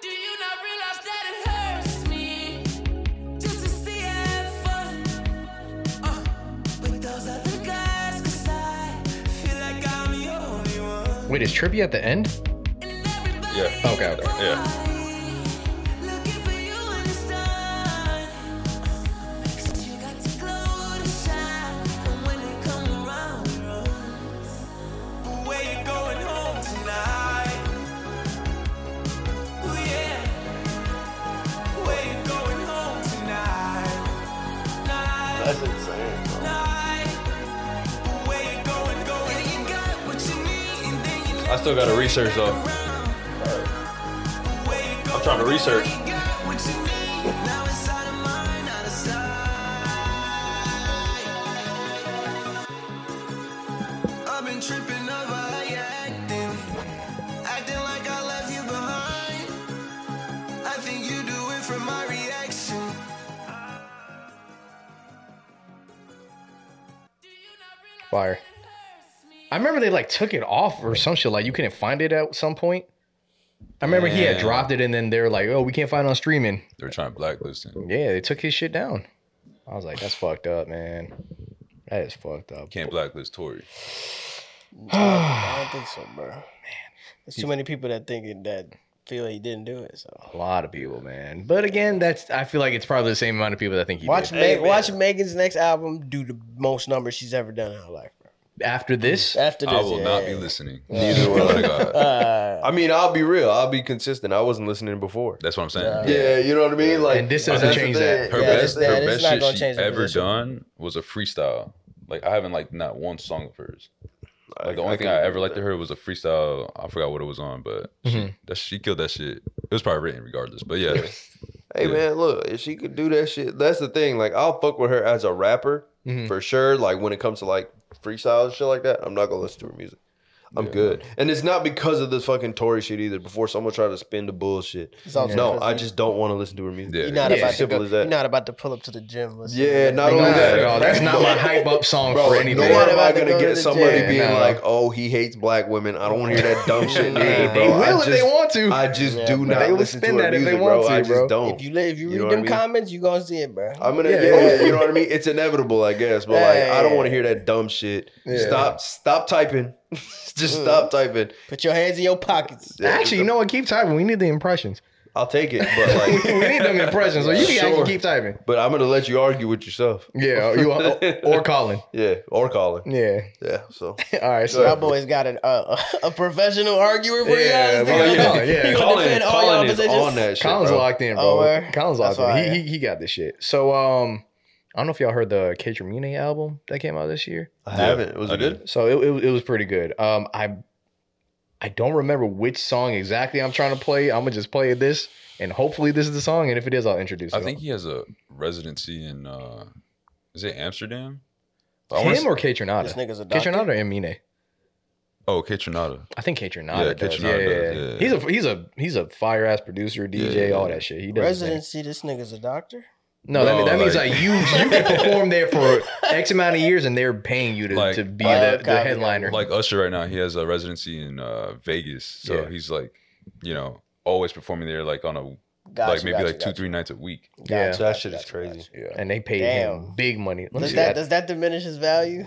Speaker 10: Do you not realize that it hurts me just to see you have fun? Uh, But those other guys, 'cause I feel like I'm the only one.
Speaker 1: Wait, is trippy at the end?
Speaker 10: And everybody
Speaker 2: Yeah.
Speaker 1: Okay, okay.
Speaker 2: Yeah.
Speaker 10: looking for you and it's done. Uh, 'cause you got to glow to shine. And when they come around, it runs. But where you going home tonight? Ooh, yeah. Where you going home tonight? Night.
Speaker 3: That's insane. bro. I still got to research, though. I'm trying to research.
Speaker 10: I've been tripping over how you acting, acting like I left you behind. I think you do it from my reaction.
Speaker 1: Fire. I remember they like took it off or some shit. Like you couldn't find it at some point. I remember he had
Speaker 2: Damn.
Speaker 1: dropped it and then they were like, "Oh, we can't find it on streaming."
Speaker 2: They're trying to blacklist him.
Speaker 1: Yeah, they took his shit down. I was like, "That's fucked up, man. That is fucked up."
Speaker 2: Can't blacklist Tory.
Speaker 4: I don't think so, bro. Man, there's too many people that think it- that feel he didn't do it. So
Speaker 1: A lot of people, man. But again, that's I feel like it's probably the same amount of people that think he
Speaker 4: watch,
Speaker 1: did.
Speaker 4: Meg, watch Megan's next album do the most numbers she's ever done in her life. Bro.
Speaker 1: after this.
Speaker 4: After this,
Speaker 2: I will
Speaker 4: yeah,
Speaker 2: not
Speaker 4: yeah.
Speaker 2: be listening.
Speaker 3: Neither will
Speaker 2: Swear to
Speaker 3: I.
Speaker 2: God.
Speaker 4: Uh,
Speaker 3: I mean, I'll be real. I'll be consistent. I wasn't listening before.
Speaker 2: That's what I'm saying.
Speaker 3: Yeah, you know what I mean? Like,
Speaker 1: And this
Speaker 3: that's
Speaker 1: doesn't
Speaker 3: the
Speaker 1: change
Speaker 3: thing.
Speaker 1: that.
Speaker 2: Her
Speaker 4: Yeah,
Speaker 2: best,
Speaker 4: it's- yeah,
Speaker 2: her
Speaker 4: it's
Speaker 2: best
Speaker 4: not
Speaker 2: shit
Speaker 4: gonna
Speaker 2: she
Speaker 4: change the
Speaker 2: ever
Speaker 4: position.
Speaker 2: done was a freestyle. Like I haven't like not one song of hers. Like the only thing
Speaker 3: can
Speaker 2: I
Speaker 3: agree
Speaker 2: ever
Speaker 3: with
Speaker 2: liked to her was a freestyle. I forgot what it was on, but she, that she killed that shit. It was probably written regardless, but yeah,
Speaker 3: Hey
Speaker 2: Yeah.
Speaker 3: man, look, if she could do that shit, that's the thing. Like, I'll fuck with her as a rapper
Speaker 1: Mhm.
Speaker 3: for sure. Like when it comes to like freestyle and shit like that, I'm not gonna listen to her music. I'm good. And it's not because of this fucking Tory shit either. Before someone tried to spin the bullshit.
Speaker 4: It's also
Speaker 3: No,
Speaker 4: because
Speaker 3: I
Speaker 4: they-
Speaker 3: just don't want to listen to her music.
Speaker 2: Yeah.
Speaker 4: You're not
Speaker 1: Yeah,
Speaker 4: about to
Speaker 3: simple
Speaker 4: go,
Speaker 3: as that.
Speaker 4: You're not about to pull up to the gym. listen to
Speaker 3: Yeah,
Speaker 4: that.
Speaker 3: not
Speaker 4: They
Speaker 3: only
Speaker 1: Nah,
Speaker 3: that.
Speaker 1: dog, that's not my hype up song
Speaker 3: Bro,
Speaker 1: for
Speaker 3: like,
Speaker 1: anything.
Speaker 3: nor
Speaker 4: Nobody
Speaker 3: am I
Speaker 4: about to
Speaker 3: gonna
Speaker 4: go to
Speaker 3: get
Speaker 4: the
Speaker 3: somebody
Speaker 4: gym.
Speaker 3: being
Speaker 1: Nah.
Speaker 3: like, "Oh, he hates black women." I don't want to hear that dumb shit.
Speaker 4: Nah.
Speaker 3: Neither, bro.
Speaker 1: They will
Speaker 3: I
Speaker 1: if
Speaker 3: just,
Speaker 1: they want to.
Speaker 3: I just
Speaker 4: Yeah,
Speaker 3: do
Speaker 4: but
Speaker 3: not
Speaker 1: they will
Speaker 3: listen
Speaker 1: spin
Speaker 3: to her
Speaker 1: that if they
Speaker 3: music,
Speaker 1: want
Speaker 3: bro. I
Speaker 1: to,
Speaker 3: just
Speaker 1: bro.
Speaker 3: don't.
Speaker 4: If you li- if you
Speaker 3: You
Speaker 4: read
Speaker 3: know what
Speaker 4: them
Speaker 3: I mean?
Speaker 4: comments, you gonna see it, bro.
Speaker 3: I'm gonna,
Speaker 1: Yeah,
Speaker 3: yeah,
Speaker 1: yeah, yeah.
Speaker 3: you know what I mean. It's inevitable, I guess. But like,
Speaker 4: Yeah,
Speaker 3: I don't
Speaker 4: yeah,
Speaker 3: want to hear that dumb shit.
Speaker 1: Yeah.
Speaker 3: Stop, stop typing. just
Speaker 4: Mm.
Speaker 3: stop typing.
Speaker 4: Put your hands in your pockets.
Speaker 3: Yeah,
Speaker 1: Actually, you know what? Keep typing. We need the impressions.
Speaker 3: I'll take it, but like,
Speaker 1: we need them impressions. So you guys can
Speaker 3: Sure.
Speaker 1: keep typing.
Speaker 3: but I'm gonna let you argue with yourself.
Speaker 1: Yeah, uh, you or Colin.
Speaker 3: Yeah, or Colin.
Speaker 1: Yeah.
Speaker 3: Yeah, so
Speaker 1: All right.
Speaker 4: Y'all
Speaker 1: So
Speaker 4: boys got an, uh, a professional arguer for
Speaker 1: Yeah,
Speaker 4: y'all.
Speaker 1: well, yeah, yeah.
Speaker 4: You gonna
Speaker 6: Colin-
Speaker 4: defend all
Speaker 6: Colin
Speaker 4: y'all
Speaker 6: is
Speaker 4: positions?
Speaker 3: on that shit,
Speaker 1: Colin's
Speaker 3: bro.
Speaker 1: locked in, bro.
Speaker 4: Oh, where?
Speaker 1: Colin's locked
Speaker 4: That's why,
Speaker 1: in. He,
Speaker 4: yeah.
Speaker 1: he he got this shit. So um, I don't know if y'all heard the K. Mune album that came out this year.
Speaker 3: I haven't. Was
Speaker 2: I
Speaker 3: it good?
Speaker 1: So it, it, it was pretty good. Um, I I don't remember which song exactly I'm trying to play. I'm gonna just play this, and hopefully this is the song. And if it is, I'll introduce.
Speaker 2: I
Speaker 1: it.
Speaker 2: think he has a residency in uh is it Amsterdam? I wanna
Speaker 1: him or K.
Speaker 4: This
Speaker 1: Tronada.
Speaker 4: nigga's a
Speaker 1: K.
Speaker 4: doctor.
Speaker 1: Tronada and Mine.
Speaker 2: Oh, Catronada.
Speaker 1: I think K.
Speaker 2: Yeah,
Speaker 1: Tronada
Speaker 2: K.
Speaker 1: does.
Speaker 2: Tronada
Speaker 1: Yeah, yeah,
Speaker 2: does,
Speaker 1: yeah.
Speaker 2: yeah.
Speaker 1: He's a he's a he's a fire ass producer, DJ,
Speaker 2: Yeah.
Speaker 1: all that shit. He does. his thing.
Speaker 4: Residency. This nigga's a doctor.
Speaker 1: No, that,
Speaker 2: No,
Speaker 1: that means
Speaker 2: like-
Speaker 1: like you you can perform there for X amount of years and they're paying you to,
Speaker 2: Like-
Speaker 1: to be
Speaker 4: Oh,
Speaker 1: the,
Speaker 4: copy,
Speaker 1: the
Speaker 4: copy.
Speaker 1: headliner.
Speaker 2: Like Usher right now, he has a residency in uh Vegas. So
Speaker 1: Yeah.
Speaker 2: he's like, you know, always performing there like on a
Speaker 4: Gotcha,
Speaker 2: like maybe
Speaker 4: gotcha,
Speaker 2: like two,
Speaker 4: gotcha.
Speaker 2: three nights a week.
Speaker 1: yeah.
Speaker 3: That shit is crazy.
Speaker 1: And they paid him
Speaker 4: Damn.
Speaker 1: big money. Let me
Speaker 4: Does
Speaker 1: see
Speaker 4: that
Speaker 1: that.
Speaker 4: does that diminish his value?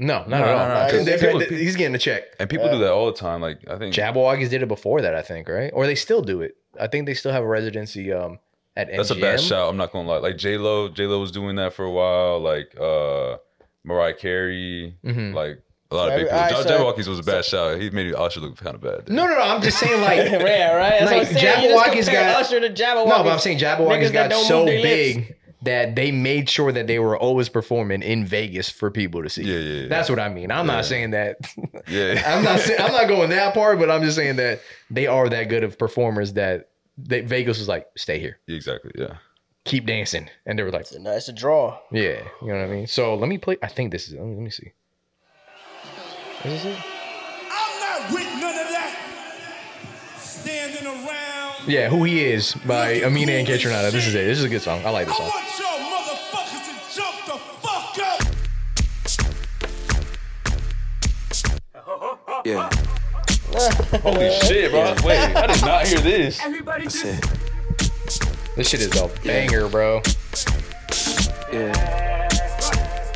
Speaker 1: no, not
Speaker 2: No,
Speaker 1: at
Speaker 2: no,
Speaker 1: all.
Speaker 2: no, no,
Speaker 1: 'Cause they
Speaker 2: people- Mm.
Speaker 1: paid- he's getting a check.
Speaker 2: And people do that all the time. Like I think
Speaker 1: Jabberwockies did it before that, I think, right? Or they still do it. I think they still have a residency um at NGM.
Speaker 2: that's a bad shout. I'm not gonna lie. Like J Lo, J Lo was doing that for a while. Like uh Mariah Carey,
Speaker 1: Mhm.
Speaker 2: like a
Speaker 4: Mm. So
Speaker 2: lot of big
Speaker 4: every-
Speaker 2: people.
Speaker 4: alright, so-
Speaker 2: Jabberwockies was a bad shout. He made Usher look kind of bad.
Speaker 1: No, no, no. I'm just saying,
Speaker 4: yeah,
Speaker 1: like,
Speaker 4: right. That's
Speaker 1: Like,
Speaker 4: what I'm saying. You
Speaker 1: Jabberwockies
Speaker 4: just compare
Speaker 1: got-
Speaker 4: Usher to Jabberwockies.
Speaker 1: no, but I'm saying Jabberwockies
Speaker 4: Niggas that
Speaker 1: got
Speaker 4: don't
Speaker 1: so
Speaker 4: move their lips.
Speaker 1: big that they made sure that they were always performing in Vegas for people to see.
Speaker 2: Yeah, yeah, yeah.
Speaker 1: That's what I mean. I'm not saying that
Speaker 2: Yeah.
Speaker 1: I'm not say- I'm not going that part, but I'm just saying that they are that good of performers that they, Vegas was like, stay here,
Speaker 2: exactly. Yeah.
Speaker 1: keep dancing, and they were like,
Speaker 4: No, it's a draw.
Speaker 1: yeah, you know what I mean. So let me play. I think this is. Let me, let me see. Is this it?
Speaker 9: I'm not with none of that. Standing around.
Speaker 1: Yeah, who he is by Amina and Catronata. This is it. This is a good song. I like this
Speaker 9: I
Speaker 1: song.
Speaker 9: want y'all motherfuckers to jump the fuck up.
Speaker 6: Holy shit, bro. Wait, I did not hear this.
Speaker 9: Everybody just
Speaker 1: This shit is a banger, bro.
Speaker 11: Yeah.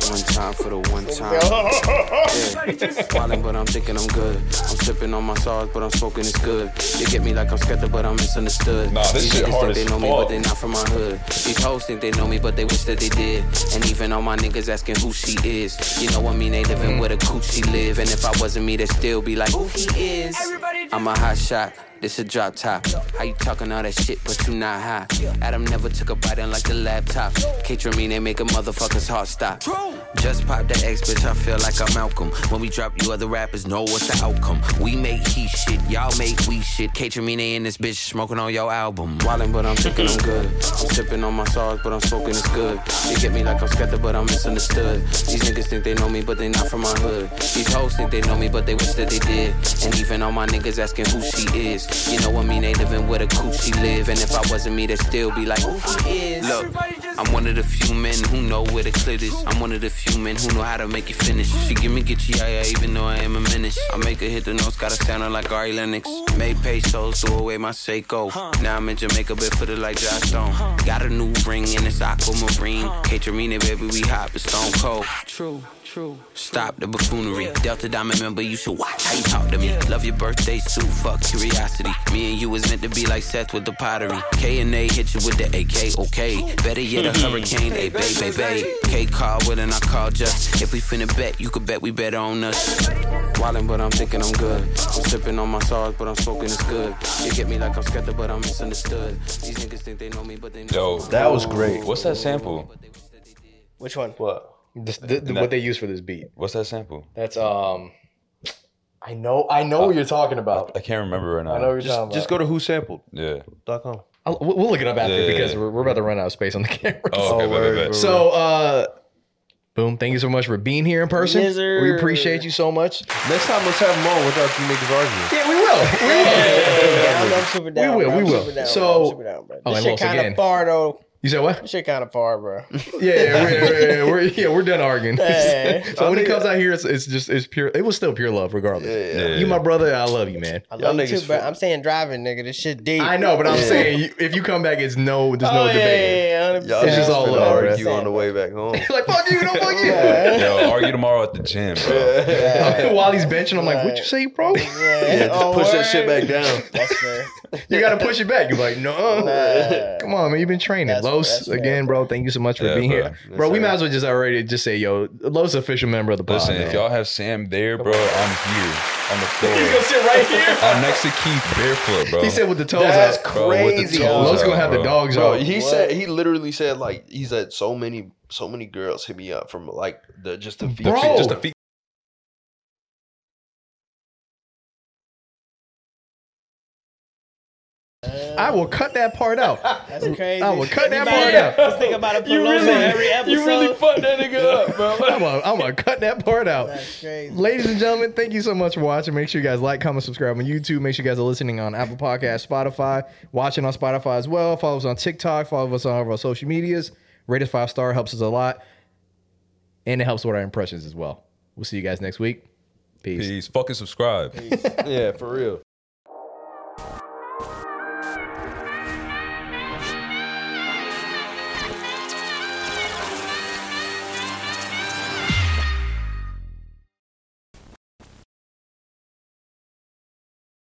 Speaker 11: One time for the one time. Yeah. Wildin', but I'm thinking I'm good. I'm slipping on my sauce, but I'm smoking it's good. They get me like I'm skeptic, but I'm misunderstood.
Speaker 2: Nah, this
Speaker 11: These
Speaker 2: shit
Speaker 11: niggas
Speaker 2: hard
Speaker 11: think
Speaker 2: as
Speaker 11: they know me,
Speaker 2: fuck.
Speaker 11: but they not from my hood. These hoes think they know me, but they wish that they did. And even all my niggas asking who she is. You know what I mean? They
Speaker 2: Mm.
Speaker 11: living where the coochie live. And if I wasn't me, they'd still be like, who he is. I'm a hot shot. This a drop top. How you talking all that shit, but you not high? Adam never took a bite unlike the laptop. Catramine, they make a motherfucker's heart stop. Just pop the X, bitch. I feel like I'm Malcolm. When we drop you other rappers, know what's the outcome. We make he shit, y'all make we shit. Catramine in this bitch, smoking on your album. Wildin', but I'm thinking I'm good. I'm sipping on my sauce, but I'm smoking it's good. They get me like I'm skeptic, but I'm misunderstood. These niggas think they know me, but they not from my hood. These hoes think they know me, but they wish that they did. And even all my niggas asking who she is. You know what I mean? They living where the coochie live. And if I wasn't me, they'd still be like, who he is. Look, I'm one of the few men who know where the clit is. I'm one of the few men who know how to make it finish. She give me get ya, yeah, even though I am a menace. I make her hit the notes, gotta sound her like Ari Lennox. Made pesos, threw away my Seiko. Now I'm in Jamaica, but put it like Josh Stone. Got a new ring and it's aquamarine. Katerina, baby, we hot, but stone cold. True, true. Stop the buffoonery. Delta Diamond member, you should watch how you talk to me. Love your birthday suit, fuck curiosity. Me and you was meant to be like Seth with the pottery. K and A hit you with the AK, okay. Better yet, a hurricane, a bay, bay, bay. K call with and I call just. If we finna bet, you could bet we bet on us. Wildin', but I'm thinking I'm good. I'm sipping on my sauce, but I'm smoking it's good. They get me like I'm skeptic, but I'm misunderstood. These niggas think they know me, but they know
Speaker 2: Yo,
Speaker 3: That was great.
Speaker 2: what's that sample?
Speaker 4: Which one?
Speaker 3: What?
Speaker 1: This, th- th- what they use for this beat.
Speaker 2: What's that sample?
Speaker 1: That's um. I know. I know what you're talking about.
Speaker 2: I can't remember right now.
Speaker 1: I know what you're talking
Speaker 3: Just,
Speaker 1: about.
Speaker 3: just go to who sampled.
Speaker 2: Yeah.
Speaker 3: dot com.
Speaker 1: I'll- we'll we'll look it up after
Speaker 2: Yeah, yeah,
Speaker 1: because
Speaker 2: yeah.
Speaker 4: Oh,
Speaker 1: We're, we're about to run out of space on the camera.
Speaker 2: Oh, okay, bet, bet, bet.
Speaker 1: So uh Boom. Thank you so much for being here in person.
Speaker 3: Yes, sir.
Speaker 1: We appreciate you so much.
Speaker 3: Next time, let's have them on without you niggas arguing.
Speaker 1: Yeah, we will. We will.
Speaker 4: down,
Speaker 1: we will.
Speaker 4: bro.
Speaker 1: we
Speaker 4: I'm
Speaker 1: will.
Speaker 4: super down, bro. I'm
Speaker 1: so,
Speaker 4: super down, bro.
Speaker 1: oh,
Speaker 4: This
Speaker 1: and
Speaker 4: shit
Speaker 1: once
Speaker 4: kinda
Speaker 1: again,
Speaker 4: far though.
Speaker 1: you said what?
Speaker 4: This shit kind of far, bro.
Speaker 1: Yeah, yeah, we're, yeah, we're, yeah, we're done arguing.
Speaker 4: Hey.
Speaker 1: so when he comes out here, it's, it's just it's pure. It was still pure love, regardless.
Speaker 3: yeah, yeah.
Speaker 1: You my brother. I love you, man.
Speaker 4: I love you too, bro. I'm saying driving, nigga. This shit deep.
Speaker 1: I know, but I'm
Speaker 4: Yeah.
Speaker 1: saying you, if you come back, it's no, there's
Speaker 4: Oh,
Speaker 1: no
Speaker 4: yeah,
Speaker 1: debate.
Speaker 4: yeah, yeah, 100%.
Speaker 1: It's just all
Speaker 3: Finna
Speaker 1: love,
Speaker 3: argue
Speaker 1: bro.
Speaker 3: on the way back home.
Speaker 1: like fuck you, don't fuck you.
Speaker 2: Yo, argue tomorrow at the gym, bro.
Speaker 1: While he's benching, I'm like, what you say, bro?
Speaker 3: Yeah, just push that shit back down.
Speaker 4: Oh, That's fair.
Speaker 1: You gotta push it back. You're like, no. Come on, man. You've been training. Los, again, bro. Thank you so much for
Speaker 2: Yeah,
Speaker 1: being
Speaker 2: bro.
Speaker 1: here. Bro, we might as well just already just say, yo, Los official member of the pod.
Speaker 2: Listen, if y'all have Sam there, bro, I'm here on the floor.
Speaker 1: He's gonna sit right here.
Speaker 2: I'm next to Keith barefoot, bro.
Speaker 1: He said with the toes
Speaker 3: That's
Speaker 1: out.
Speaker 2: Bro, with the
Speaker 3: crazy.
Speaker 2: toes
Speaker 1: Los
Speaker 2: out,
Speaker 1: gonna have the
Speaker 2: bro.
Speaker 1: dogs
Speaker 3: Bro,
Speaker 1: out.
Speaker 3: he
Speaker 4: What?
Speaker 3: said he literally said like he's had so many so many girls hit me up from like the just the feet,
Speaker 1: Bro.
Speaker 3: just the
Speaker 2: feet.
Speaker 1: I will cut that part out.
Speaker 4: That's crazy.
Speaker 1: I will cut that part
Speaker 4: Everybody-
Speaker 1: out.
Speaker 4: Let's think about a Pelosi every episode.
Speaker 3: fucked that nigga up, bro.
Speaker 1: I'm gonna, I'm gonna cut that part out.
Speaker 4: That's crazy.
Speaker 1: Ladies and gentlemen, thank you so much for watching. Make sure you guys like, comment, subscribe on YouTube. Make sure you guys are listening on Apple Podcast, Spotify, watching on Spotify as well. Follow us on TikTok, follow us on all of our social medias. Rate us five star helps us a lot. And it helps with our impressions as well. We'll see you guys next week. Peace.
Speaker 2: Please fucking subscribe.
Speaker 3: yeah, for real.